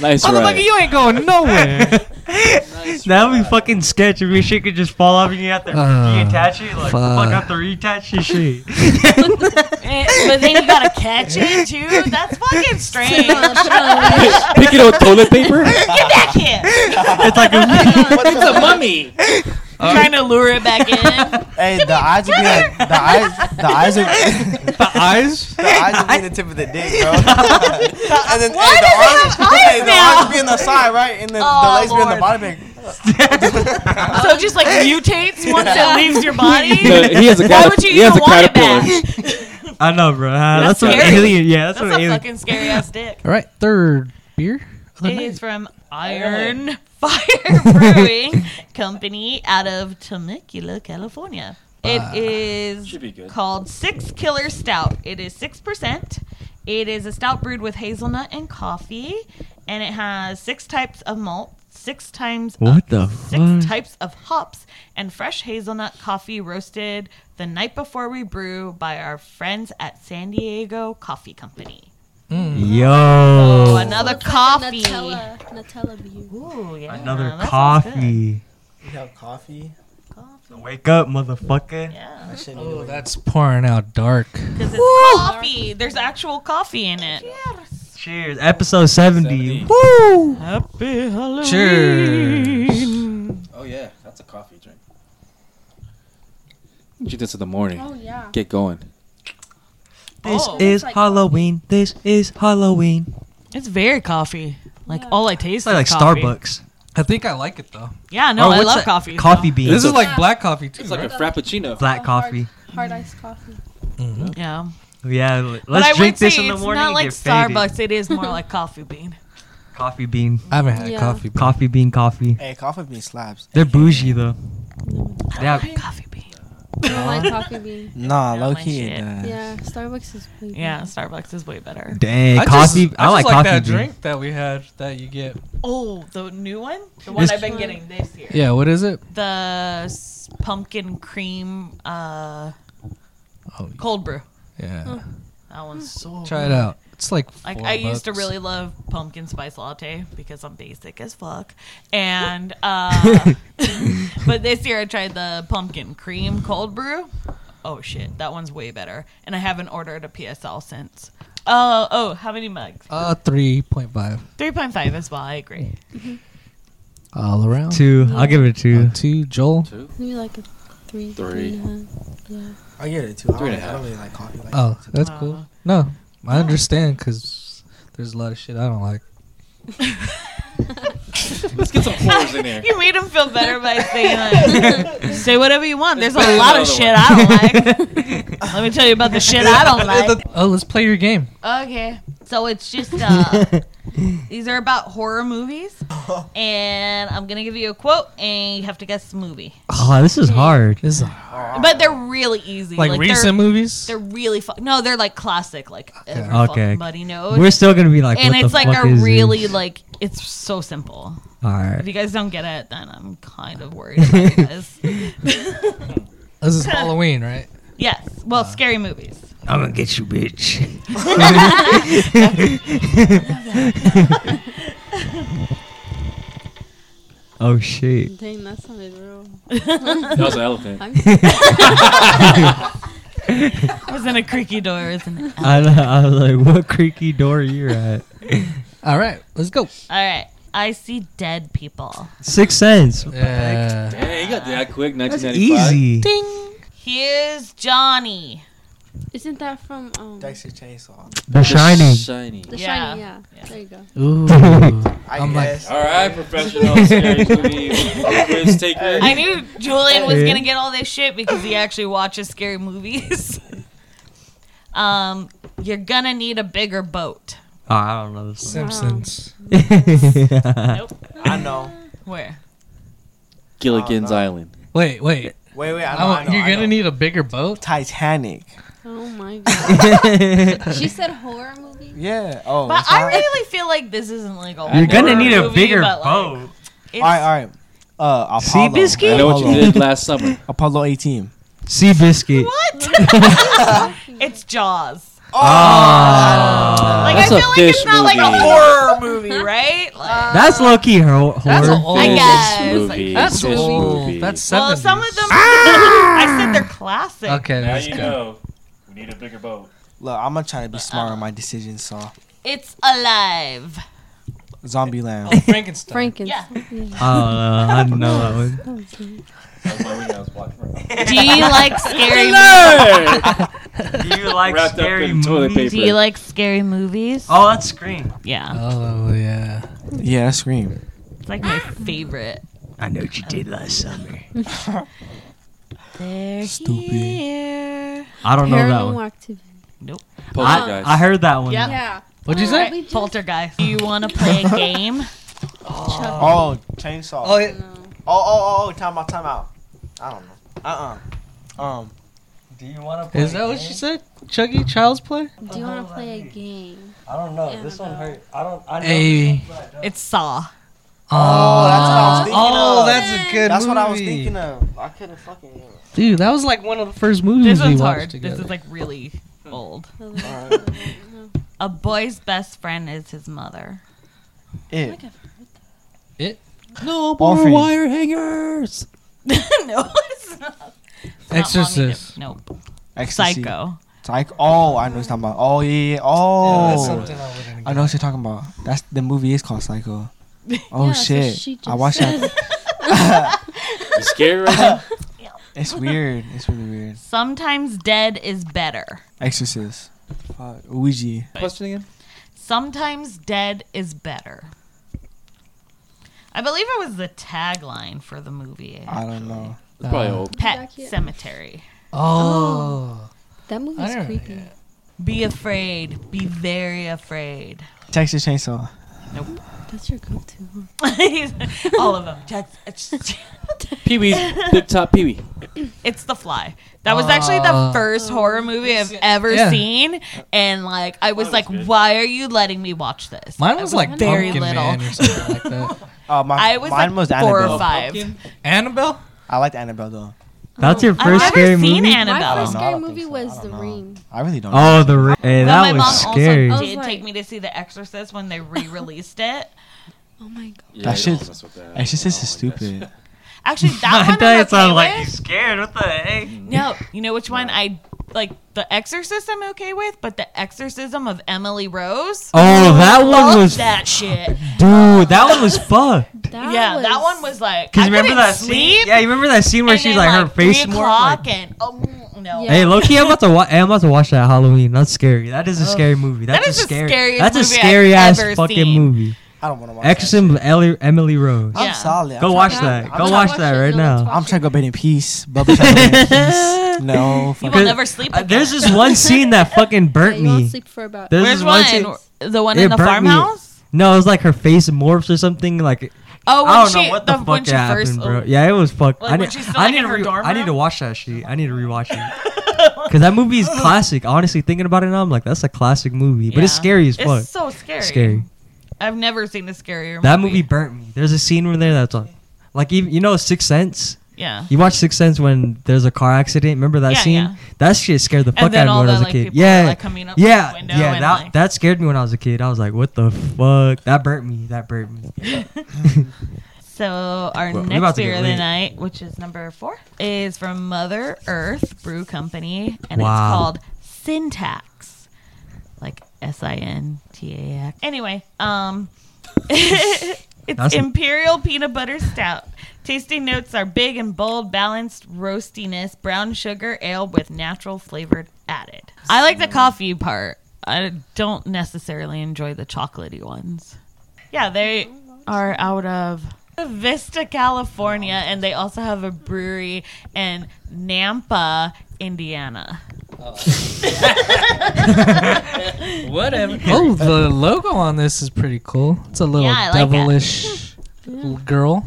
[SPEAKER 3] Nice
[SPEAKER 2] Motherfucker,
[SPEAKER 3] ride.
[SPEAKER 2] you ain't going nowhere.
[SPEAKER 4] That would be fucking sketchy. Your shit could just fall off and you have to
[SPEAKER 2] Uh,
[SPEAKER 4] reattach it. Like, fuck,
[SPEAKER 2] fuck.
[SPEAKER 4] I have to reattach your shit.
[SPEAKER 1] eh, but then you gotta catch it too. That's fucking strange. Get
[SPEAKER 3] Pick it up toilet paper.
[SPEAKER 1] back here.
[SPEAKER 4] It's like a.
[SPEAKER 3] It's a mummy. Oh.
[SPEAKER 1] Trying to lure it back in.
[SPEAKER 5] Hey, the eyes would be like the eyes. The eyes would.
[SPEAKER 2] the eyes?
[SPEAKER 5] The eyes would be the tip of the dick, bro. and then hey, the arms. hey, the
[SPEAKER 1] now?
[SPEAKER 5] arms would be on the side, right? And then
[SPEAKER 1] Oh,
[SPEAKER 5] the legs would be on
[SPEAKER 1] Lord.
[SPEAKER 5] the bottom. Like,
[SPEAKER 1] So it just like mutates once it leaves your body.
[SPEAKER 3] No, he has a
[SPEAKER 1] Why
[SPEAKER 3] catap-
[SPEAKER 1] would you
[SPEAKER 3] he has
[SPEAKER 1] even
[SPEAKER 3] a
[SPEAKER 1] want it
[SPEAKER 3] caterpillar.
[SPEAKER 1] back?
[SPEAKER 4] I know, bro. Uh,
[SPEAKER 1] That's
[SPEAKER 4] that's what
[SPEAKER 1] scary.
[SPEAKER 4] alien. Yeah, that's,
[SPEAKER 1] That's
[SPEAKER 4] what
[SPEAKER 1] a
[SPEAKER 4] alien.
[SPEAKER 1] fucking scary ass dick.
[SPEAKER 2] All right, third beer. of the
[SPEAKER 1] It
[SPEAKER 2] night.
[SPEAKER 1] is from Iron Fire Brewing Company out of Temecula, California. It is
[SPEAKER 3] Should be good.
[SPEAKER 1] called Six Killer Stout. It is 6%. It is a stout brewed with hazelnut and coffee, and it has six types of malt, six times
[SPEAKER 3] What the
[SPEAKER 1] six
[SPEAKER 3] fuck?
[SPEAKER 1] types of hops, and fresh hazelnut coffee roasted the night before we brew by our friends at San Diego Coffee Company.
[SPEAKER 7] Yo.
[SPEAKER 1] Oh, another coffee.
[SPEAKER 6] Nutella, Nutella beer.
[SPEAKER 1] Ooh, yeah,
[SPEAKER 4] Another
[SPEAKER 1] that sounds good.
[SPEAKER 4] coffee.
[SPEAKER 5] You have coffee.
[SPEAKER 1] Coffee.
[SPEAKER 4] Wake up, motherfucker.
[SPEAKER 1] Yeah,
[SPEAKER 5] That shit need to
[SPEAKER 2] Oh,
[SPEAKER 5] wake-
[SPEAKER 2] that's pouring out dark.
[SPEAKER 1] because it's coffee. There's actual coffee in it.
[SPEAKER 4] Cheers. Episode 70.
[SPEAKER 3] 70.
[SPEAKER 4] Woo!
[SPEAKER 1] Happy Halloween.
[SPEAKER 2] Cheers.
[SPEAKER 3] Oh yeah, that's a coffee drink. Do this in the morning.
[SPEAKER 6] Oh yeah.
[SPEAKER 3] Get going.
[SPEAKER 4] This
[SPEAKER 1] Oh.
[SPEAKER 4] is
[SPEAKER 6] Like-
[SPEAKER 4] Halloween. This is Halloween.
[SPEAKER 1] It's very coffee. Like
[SPEAKER 6] Yeah.
[SPEAKER 1] all I taste
[SPEAKER 4] It's like, like
[SPEAKER 1] is coffee.
[SPEAKER 4] Starbucks.
[SPEAKER 2] I think I like it though.
[SPEAKER 1] Yeah, no,
[SPEAKER 4] Or
[SPEAKER 1] I
[SPEAKER 4] what's
[SPEAKER 1] love
[SPEAKER 4] that?
[SPEAKER 1] coffee. so-
[SPEAKER 4] Coffee beans.
[SPEAKER 2] This is
[SPEAKER 6] Yeah.
[SPEAKER 2] like black coffee too.
[SPEAKER 3] It's like a
[SPEAKER 2] right?
[SPEAKER 3] frappuccino.
[SPEAKER 4] Black
[SPEAKER 6] Oh,
[SPEAKER 4] coffee.
[SPEAKER 6] Hard, hard iced coffee.
[SPEAKER 1] Yeah,
[SPEAKER 4] Yeah, l-
[SPEAKER 1] but I
[SPEAKER 4] let's
[SPEAKER 1] would
[SPEAKER 4] drink this
[SPEAKER 1] say
[SPEAKER 4] in the
[SPEAKER 1] it's
[SPEAKER 4] morning.
[SPEAKER 1] not
[SPEAKER 4] and
[SPEAKER 1] like
[SPEAKER 4] get faded.
[SPEAKER 1] Starbucks. It is more like coffee bean.
[SPEAKER 4] Coffee bean.
[SPEAKER 2] I haven't had
[SPEAKER 6] Yeah.
[SPEAKER 2] coffee. Coffee.
[SPEAKER 4] Coffee bean coffee.
[SPEAKER 5] Hey, coffee bean slaps.
[SPEAKER 4] They're bougie though. They have,
[SPEAKER 1] Coffee bean.
[SPEAKER 6] I don't like coffee bean.
[SPEAKER 5] Nah,
[SPEAKER 1] Yeah,
[SPEAKER 5] low
[SPEAKER 1] my
[SPEAKER 5] key.
[SPEAKER 1] shit.
[SPEAKER 5] It does.
[SPEAKER 6] Yeah, Starbucks is way better.
[SPEAKER 1] Yeah, Starbucks is way better.
[SPEAKER 4] dang,
[SPEAKER 2] I just-
[SPEAKER 4] coffee.
[SPEAKER 2] I,
[SPEAKER 4] I,
[SPEAKER 2] just
[SPEAKER 4] like,
[SPEAKER 2] like,
[SPEAKER 4] coffee
[SPEAKER 2] that
[SPEAKER 4] bean.
[SPEAKER 2] drink that we had that you get.
[SPEAKER 1] Oh, the new one, the one
[SPEAKER 4] This-
[SPEAKER 1] I've been getting this year.
[SPEAKER 2] Yeah, what is it?
[SPEAKER 1] The s- pumpkin cream uh,
[SPEAKER 2] Oh,
[SPEAKER 1] cold brew.
[SPEAKER 2] yeah.
[SPEAKER 1] That one's so
[SPEAKER 2] Try it out. It's like
[SPEAKER 1] Oh. Like
[SPEAKER 2] four
[SPEAKER 1] I used to
[SPEAKER 2] bucks.
[SPEAKER 1] really love pumpkin spice latte because I'm basic as fuck. And uh, but this year I tried the pumpkin cream cold brew. Oh shit, that one's way better. And I haven't ordered a PSL since. Oh, oh, how many mugs?
[SPEAKER 2] uh three point five
[SPEAKER 1] 3.5 as well, I agree.
[SPEAKER 2] all around.
[SPEAKER 4] Two. I'll give it a two.
[SPEAKER 2] Uh, two Joel.
[SPEAKER 3] Two.
[SPEAKER 6] Maybe like a three.
[SPEAKER 3] Three.
[SPEAKER 6] three huh? Yeah.
[SPEAKER 5] I get it too. I
[SPEAKER 3] Three
[SPEAKER 5] don't,
[SPEAKER 3] and a
[SPEAKER 5] I
[SPEAKER 3] half.
[SPEAKER 5] don't really like coffee. Like
[SPEAKER 2] Oh, that's
[SPEAKER 1] Uh,
[SPEAKER 2] cool. No, I understand because there's a lot of shit I don't like.
[SPEAKER 3] Let's get some fours in there.
[SPEAKER 1] You made him feel better by saying that. Say whatever you want. There's
[SPEAKER 3] It's better
[SPEAKER 1] a lot
[SPEAKER 3] than
[SPEAKER 1] of
[SPEAKER 3] the
[SPEAKER 1] shit
[SPEAKER 3] other
[SPEAKER 1] I don't like. Let me tell you about the shit I don't like.
[SPEAKER 2] Oh, let's play your game.
[SPEAKER 1] Okay. So it's just uh these are about horror movies. And I'm gonna give you a quote and you have to guess the movie.
[SPEAKER 4] Oh, this is hard.
[SPEAKER 2] This is
[SPEAKER 1] But they're really easy.
[SPEAKER 2] like,
[SPEAKER 1] they're-
[SPEAKER 2] recent movies.
[SPEAKER 1] They're, really fun. No, they're like classic, like every
[SPEAKER 4] Okay.
[SPEAKER 1] fucking buddy knows.
[SPEAKER 4] We're still gonna be like,
[SPEAKER 1] and
[SPEAKER 4] what
[SPEAKER 1] it's
[SPEAKER 4] the
[SPEAKER 1] like
[SPEAKER 4] fuck
[SPEAKER 1] a
[SPEAKER 4] is
[SPEAKER 1] really
[SPEAKER 4] this?
[SPEAKER 1] like it's so simple.
[SPEAKER 4] All
[SPEAKER 1] If
[SPEAKER 4] right.
[SPEAKER 1] you guys don't get it, then I'm kind of worried about you guys.
[SPEAKER 2] This is Halloween, right?
[SPEAKER 1] Yes. Well, scary movies.
[SPEAKER 4] I'm gonna get you, bitch. oh shit.
[SPEAKER 6] Dang, that sounded real.
[SPEAKER 3] That was an elephant.
[SPEAKER 6] I'm
[SPEAKER 1] I was in a creaky door, isn't it?
[SPEAKER 4] I, I was like, what creaky door you at?
[SPEAKER 2] All right, let's go.
[SPEAKER 1] All right. I see dead people.
[SPEAKER 4] Six cents.
[SPEAKER 2] Yeah.
[SPEAKER 3] Dang, you got that quick.
[SPEAKER 4] That's
[SPEAKER 3] 1995.
[SPEAKER 4] easy.
[SPEAKER 1] Here's Johnny.
[SPEAKER 6] Isn't that from um, The
[SPEAKER 5] Dexter Chainsaw.
[SPEAKER 4] The Shining.
[SPEAKER 3] Shiny.
[SPEAKER 1] Yeah.
[SPEAKER 6] Shining? Yeah. There you go.
[SPEAKER 2] Ooh.
[SPEAKER 5] I
[SPEAKER 2] I'm like-
[SPEAKER 5] guess.
[SPEAKER 3] All right, professional scary movie quiz taker.
[SPEAKER 1] I knew Julian was
[SPEAKER 4] Yeah.
[SPEAKER 1] gonna get all this shit because he actually watches scary movies. um, you're gonna need a bigger boat.
[SPEAKER 4] Oh, I don't know this.
[SPEAKER 2] Simpsons.
[SPEAKER 4] one.
[SPEAKER 5] I know.
[SPEAKER 1] Where?
[SPEAKER 3] Gilligan's
[SPEAKER 5] Oh, no.
[SPEAKER 3] Island.
[SPEAKER 2] Wait, wait.
[SPEAKER 5] Wait, wait. I know.
[SPEAKER 2] I
[SPEAKER 5] I
[SPEAKER 2] want-
[SPEAKER 5] know
[SPEAKER 2] you're
[SPEAKER 5] I
[SPEAKER 2] gonna
[SPEAKER 5] know.
[SPEAKER 2] need a bigger boat.
[SPEAKER 5] Titanic.
[SPEAKER 6] Oh my god. she said horror movie.
[SPEAKER 5] Yeah. Oh.
[SPEAKER 1] But
[SPEAKER 5] that's
[SPEAKER 1] I
[SPEAKER 5] right.
[SPEAKER 1] really feel like this isn't like a.
[SPEAKER 3] You're
[SPEAKER 4] You're gonna
[SPEAKER 1] horror
[SPEAKER 4] need a
[SPEAKER 1] movie,
[SPEAKER 4] bigger
[SPEAKER 1] but, like,
[SPEAKER 4] boat.
[SPEAKER 1] it's-
[SPEAKER 5] All right. All right. Uh, Apollo.
[SPEAKER 4] Seabiscuit?
[SPEAKER 3] I know what you
[SPEAKER 5] Apollo.
[SPEAKER 3] did last summer.
[SPEAKER 5] Apollo 18.
[SPEAKER 4] Sea biscuit.
[SPEAKER 1] What? it's Jaws.
[SPEAKER 4] Ah.
[SPEAKER 1] Like
[SPEAKER 3] That's
[SPEAKER 1] I
[SPEAKER 3] a
[SPEAKER 1] feel like
[SPEAKER 3] fish
[SPEAKER 1] it's not like a
[SPEAKER 3] movie.
[SPEAKER 1] horror movie, right? Like,
[SPEAKER 4] That's low key hor- horror.
[SPEAKER 2] That's an old.
[SPEAKER 1] I guess.
[SPEAKER 3] Fish movie.
[SPEAKER 2] That's
[SPEAKER 3] fish
[SPEAKER 2] old.
[SPEAKER 3] movie.
[SPEAKER 2] That's seven.
[SPEAKER 1] well, some of them. I said they're classic.
[SPEAKER 2] Okay,
[SPEAKER 3] now
[SPEAKER 2] let's
[SPEAKER 3] you
[SPEAKER 2] go.
[SPEAKER 3] know. We need a bigger boat.
[SPEAKER 5] Look, I'm gonna try to be smart on my decisions. So,
[SPEAKER 1] It's alive.
[SPEAKER 5] Zombieland.
[SPEAKER 2] Frankenstein.
[SPEAKER 6] Franken.
[SPEAKER 1] Yeah.
[SPEAKER 4] I don't know. I know that one.
[SPEAKER 3] That's why we was watching.
[SPEAKER 1] Do you like scary?
[SPEAKER 4] Do you like
[SPEAKER 3] Wrapped up
[SPEAKER 4] scary
[SPEAKER 3] in toilet
[SPEAKER 4] movies?
[SPEAKER 3] paper.
[SPEAKER 1] Do you like scary movies?
[SPEAKER 4] Oh, that's Scream.
[SPEAKER 1] Yeah,
[SPEAKER 2] Oh yeah.
[SPEAKER 5] yeah, that's Scream.
[SPEAKER 1] it's like my favorite.
[SPEAKER 4] I know what you did last summer.
[SPEAKER 1] They're
[SPEAKER 5] Stupid.
[SPEAKER 1] here.
[SPEAKER 4] I don't know that
[SPEAKER 6] Paranormal
[SPEAKER 4] one.
[SPEAKER 6] activity.
[SPEAKER 3] Poltergeist.
[SPEAKER 4] I heard that one.
[SPEAKER 1] Yeah.
[SPEAKER 6] Yeah.
[SPEAKER 2] What'd you
[SPEAKER 6] Alright.
[SPEAKER 2] say?
[SPEAKER 6] We just-
[SPEAKER 1] Poltergeist. Do you want to play a game?
[SPEAKER 5] Oh, Chainsaw. Oh,
[SPEAKER 2] yeah.
[SPEAKER 5] oh, oh, oh, time out, time out. I don't know. Uh, uh Um,
[SPEAKER 9] Do you want to play?
[SPEAKER 2] Is that
[SPEAKER 9] a
[SPEAKER 2] what she
[SPEAKER 9] game?
[SPEAKER 2] said? Chuggy Child's Play?
[SPEAKER 6] Do you want to play a game?
[SPEAKER 9] I don't know.
[SPEAKER 6] Yeah,
[SPEAKER 9] this
[SPEAKER 6] I
[SPEAKER 9] one
[SPEAKER 6] know.
[SPEAKER 9] hurt. I don't. I know
[SPEAKER 2] Hey.
[SPEAKER 9] this one, but I don't.
[SPEAKER 1] It's Saw.
[SPEAKER 5] oh, that's what I was thinking
[SPEAKER 2] Oh,
[SPEAKER 5] of.
[SPEAKER 2] that's a good
[SPEAKER 5] That's
[SPEAKER 2] movie.
[SPEAKER 5] what I was thinking of. I couldn't fucking.
[SPEAKER 2] Dude, that was like one of the first movies
[SPEAKER 1] This
[SPEAKER 2] we
[SPEAKER 1] one's
[SPEAKER 2] watched
[SPEAKER 1] hard.
[SPEAKER 2] together.
[SPEAKER 1] This is like really old.
[SPEAKER 6] No,
[SPEAKER 5] All
[SPEAKER 6] no,
[SPEAKER 5] right.
[SPEAKER 6] no.
[SPEAKER 1] A boy's best friend is his mother.
[SPEAKER 6] I
[SPEAKER 5] It.
[SPEAKER 6] think I've
[SPEAKER 2] no
[SPEAKER 5] Orphan.
[SPEAKER 2] wire hangers.
[SPEAKER 1] no, it's not. It's not
[SPEAKER 2] Exorcist.
[SPEAKER 1] Mommy Dip- Nope.
[SPEAKER 5] Ecstasy.
[SPEAKER 1] Psycho.
[SPEAKER 5] Psycho. Oh, I know what you're talking about. Oh yeah. yeah. Oh.
[SPEAKER 9] Something I wouldn't
[SPEAKER 5] I know what you're talking about. That's the movie is called Psycho. Oh
[SPEAKER 6] Yeah, so
[SPEAKER 5] shit!
[SPEAKER 6] she
[SPEAKER 5] I
[SPEAKER 6] just
[SPEAKER 5] watched that.
[SPEAKER 6] said-
[SPEAKER 3] You scared right now?
[SPEAKER 5] It's weird. It's really weird.
[SPEAKER 1] Sometimes dead is better.
[SPEAKER 5] Exorcist. Fuck. Ouija.
[SPEAKER 3] Question again?
[SPEAKER 1] Sometimes dead is better. I believe it was the tagline for the movie.
[SPEAKER 5] I don't know.
[SPEAKER 3] It's probably old.
[SPEAKER 1] Pet
[SPEAKER 6] Back here.
[SPEAKER 1] Cemetery.
[SPEAKER 2] Oh.
[SPEAKER 6] That movie's
[SPEAKER 2] don't-
[SPEAKER 6] creepy.
[SPEAKER 1] Be afraid. Be very afraid.
[SPEAKER 5] Texas Chainsaw.
[SPEAKER 6] That's your go-to. huh?
[SPEAKER 1] All of them. Tex-
[SPEAKER 3] Pee Wee's Big Top Pee Wee.
[SPEAKER 1] It's The Fly. That was actually the
[SPEAKER 4] Uh.
[SPEAKER 2] Ah.
[SPEAKER 1] first horror movie I've ever
[SPEAKER 2] Yeah.
[SPEAKER 1] seen, and like I was,
[SPEAKER 3] was
[SPEAKER 1] like,
[SPEAKER 3] good.
[SPEAKER 1] "Why are you letting me watch this?"
[SPEAKER 2] Mine
[SPEAKER 1] I
[SPEAKER 2] was, like
[SPEAKER 1] very
[SPEAKER 2] Pumpkin
[SPEAKER 1] little.
[SPEAKER 2] Man or something like that.
[SPEAKER 5] Uh, my,
[SPEAKER 1] I was
[SPEAKER 5] mine
[SPEAKER 1] like
[SPEAKER 5] was
[SPEAKER 1] four
[SPEAKER 5] Annabelle.
[SPEAKER 1] or five.
[SPEAKER 2] Annabelle?
[SPEAKER 5] I liked Annabelle though.
[SPEAKER 4] That's your
[SPEAKER 1] I've
[SPEAKER 4] first
[SPEAKER 1] never
[SPEAKER 4] scary
[SPEAKER 1] seen
[SPEAKER 4] movie.
[SPEAKER 1] Annabelle.
[SPEAKER 6] My first
[SPEAKER 5] No, I
[SPEAKER 6] scary
[SPEAKER 5] don't think
[SPEAKER 6] movie
[SPEAKER 5] so. I
[SPEAKER 6] was
[SPEAKER 5] don't
[SPEAKER 6] The
[SPEAKER 5] know.
[SPEAKER 6] Ring.
[SPEAKER 5] I really don't. know.
[SPEAKER 4] Oh, the ring. Hey,
[SPEAKER 1] But
[SPEAKER 4] that
[SPEAKER 1] my mom
[SPEAKER 4] was scary.
[SPEAKER 1] also
[SPEAKER 6] was
[SPEAKER 1] did
[SPEAKER 6] like-
[SPEAKER 1] take me to see The Exorcist when they re-released it.
[SPEAKER 6] Oh my god.
[SPEAKER 3] Yeah,
[SPEAKER 5] That
[SPEAKER 3] you don't
[SPEAKER 5] shit's-
[SPEAKER 3] mess with that.
[SPEAKER 5] Exorcist is
[SPEAKER 3] I don't like that shit.
[SPEAKER 5] stupid.
[SPEAKER 1] Actually, that
[SPEAKER 4] I
[SPEAKER 1] one
[SPEAKER 4] thought
[SPEAKER 1] I'm
[SPEAKER 4] it sounded
[SPEAKER 1] okay
[SPEAKER 4] like you
[SPEAKER 1] with.
[SPEAKER 4] scared. What the heck?
[SPEAKER 1] No, you know which one I like. The Exorcist I'm okay with, but The Exorcism of Emily Rose.
[SPEAKER 4] Oh, that
[SPEAKER 1] Love
[SPEAKER 4] one was,
[SPEAKER 1] that shit.
[SPEAKER 4] dude. That one was fun.
[SPEAKER 6] That
[SPEAKER 1] yeah, that one was like. I remember that sleep.
[SPEAKER 4] Yeah, you remember that scene where
[SPEAKER 1] And
[SPEAKER 4] she's
[SPEAKER 1] then,
[SPEAKER 4] like, her
[SPEAKER 1] three
[SPEAKER 4] face more.
[SPEAKER 1] o'clock
[SPEAKER 4] Like,
[SPEAKER 1] and oh no.
[SPEAKER 6] Yeah.
[SPEAKER 4] hey, Loki, I'm about to watch. I'm about to watch that Halloween. That's scary. That is a scary movie.
[SPEAKER 1] That
[SPEAKER 4] That's
[SPEAKER 1] is
[SPEAKER 4] a
[SPEAKER 1] the
[SPEAKER 4] scary.
[SPEAKER 1] scariest
[SPEAKER 4] that's a
[SPEAKER 1] movie I've
[SPEAKER 4] scary ass
[SPEAKER 1] ever
[SPEAKER 4] fucking
[SPEAKER 1] seen.
[SPEAKER 4] movie.
[SPEAKER 5] I don't want to watch. that
[SPEAKER 4] Exorcism
[SPEAKER 5] shit.
[SPEAKER 4] of Ellie, Emily Rose.
[SPEAKER 5] I'm
[SPEAKER 1] Yeah.
[SPEAKER 5] solid.
[SPEAKER 4] Go
[SPEAKER 5] I'm
[SPEAKER 4] watch
[SPEAKER 5] trying-
[SPEAKER 4] that.
[SPEAKER 5] I'm
[SPEAKER 4] Go
[SPEAKER 5] trying-
[SPEAKER 4] watch that right now.
[SPEAKER 5] I'm trying to go bed in peace. Bubba's trying to go bed in peace. No.
[SPEAKER 1] You
[SPEAKER 5] fuck
[SPEAKER 1] will
[SPEAKER 4] Because-
[SPEAKER 1] never sleep
[SPEAKER 4] Uh,
[SPEAKER 1] again.
[SPEAKER 4] There's this one scene that fucking
[SPEAKER 6] Yeah,
[SPEAKER 4] burnt
[SPEAKER 6] you won't
[SPEAKER 4] me.
[SPEAKER 6] sleep for about.
[SPEAKER 4] There's
[SPEAKER 1] Where's
[SPEAKER 4] this one.
[SPEAKER 1] one?
[SPEAKER 4] scene-
[SPEAKER 1] the one
[SPEAKER 4] It
[SPEAKER 1] in the
[SPEAKER 4] burnt me.
[SPEAKER 1] farmhouse.
[SPEAKER 4] No, it was like her face morphs or something. Like
[SPEAKER 1] Oh, when
[SPEAKER 4] I don't
[SPEAKER 1] she,
[SPEAKER 4] know what the,
[SPEAKER 1] when
[SPEAKER 4] fuck
[SPEAKER 1] she
[SPEAKER 4] happened,
[SPEAKER 1] first,
[SPEAKER 4] bro. Yeah, it was fucked.
[SPEAKER 1] Like,
[SPEAKER 4] I
[SPEAKER 1] when
[SPEAKER 4] need,
[SPEAKER 1] she's still,
[SPEAKER 4] I
[SPEAKER 1] like,
[SPEAKER 4] need
[SPEAKER 1] in
[SPEAKER 4] to
[SPEAKER 1] her
[SPEAKER 4] re-
[SPEAKER 1] dorm
[SPEAKER 4] I need to
[SPEAKER 1] room?
[SPEAKER 4] watch that shit. I need to rewatch it because that movie is classic. Honestly, thinking about it now, I'm like, that's a classic movie, but it's
[SPEAKER 1] Yeah.
[SPEAKER 4] scary as
[SPEAKER 1] It's
[SPEAKER 4] fuck.
[SPEAKER 1] so scary.
[SPEAKER 4] Scary.
[SPEAKER 1] I've never seen a scarier.
[SPEAKER 4] That movie burnt me. There's a scene in there that's on, like even you know Sixth Sense.
[SPEAKER 1] Yeah.
[SPEAKER 4] You watch Sixth Sense when there's a car accident. Remember that
[SPEAKER 1] Yeah,
[SPEAKER 4] scene?
[SPEAKER 1] yeah.
[SPEAKER 4] That shit scared the
[SPEAKER 1] And
[SPEAKER 4] fuck out
[SPEAKER 1] then
[SPEAKER 4] of me
[SPEAKER 1] all
[SPEAKER 4] when I
[SPEAKER 1] the
[SPEAKER 4] was a
[SPEAKER 1] like
[SPEAKER 4] kid.
[SPEAKER 1] people
[SPEAKER 4] Yeah,
[SPEAKER 1] were, like coming up
[SPEAKER 4] yeah,
[SPEAKER 1] the window
[SPEAKER 4] yeah.
[SPEAKER 1] and
[SPEAKER 4] That
[SPEAKER 1] like,
[SPEAKER 4] that scared me when I was a kid. I was like, what the fuck? That burnt me. That burnt me.
[SPEAKER 1] So our
[SPEAKER 4] Well, we're about
[SPEAKER 1] next
[SPEAKER 4] to get
[SPEAKER 1] beer of the
[SPEAKER 4] late.
[SPEAKER 1] night, which is number four, is from Mother Earth Brew Company, and
[SPEAKER 4] Wow.
[SPEAKER 1] it's called Syntax, like S I N T A X. Anyway, um, it's
[SPEAKER 4] That's a-
[SPEAKER 1] Imperial Peanut Butter Stout. Tasting notes are big and bold, balanced roastiness, brown sugar ale with natural flavored added. I like the coffee part. I don't necessarily enjoy the chocolatey ones. Yeah, they are out of Vista, California, and they also have a brewery in Nampa, Indiana.
[SPEAKER 3] Whatever.
[SPEAKER 2] Oh, the logo on this is pretty cool. It's a little
[SPEAKER 1] Yeah, I like that.
[SPEAKER 2] devilish little girl.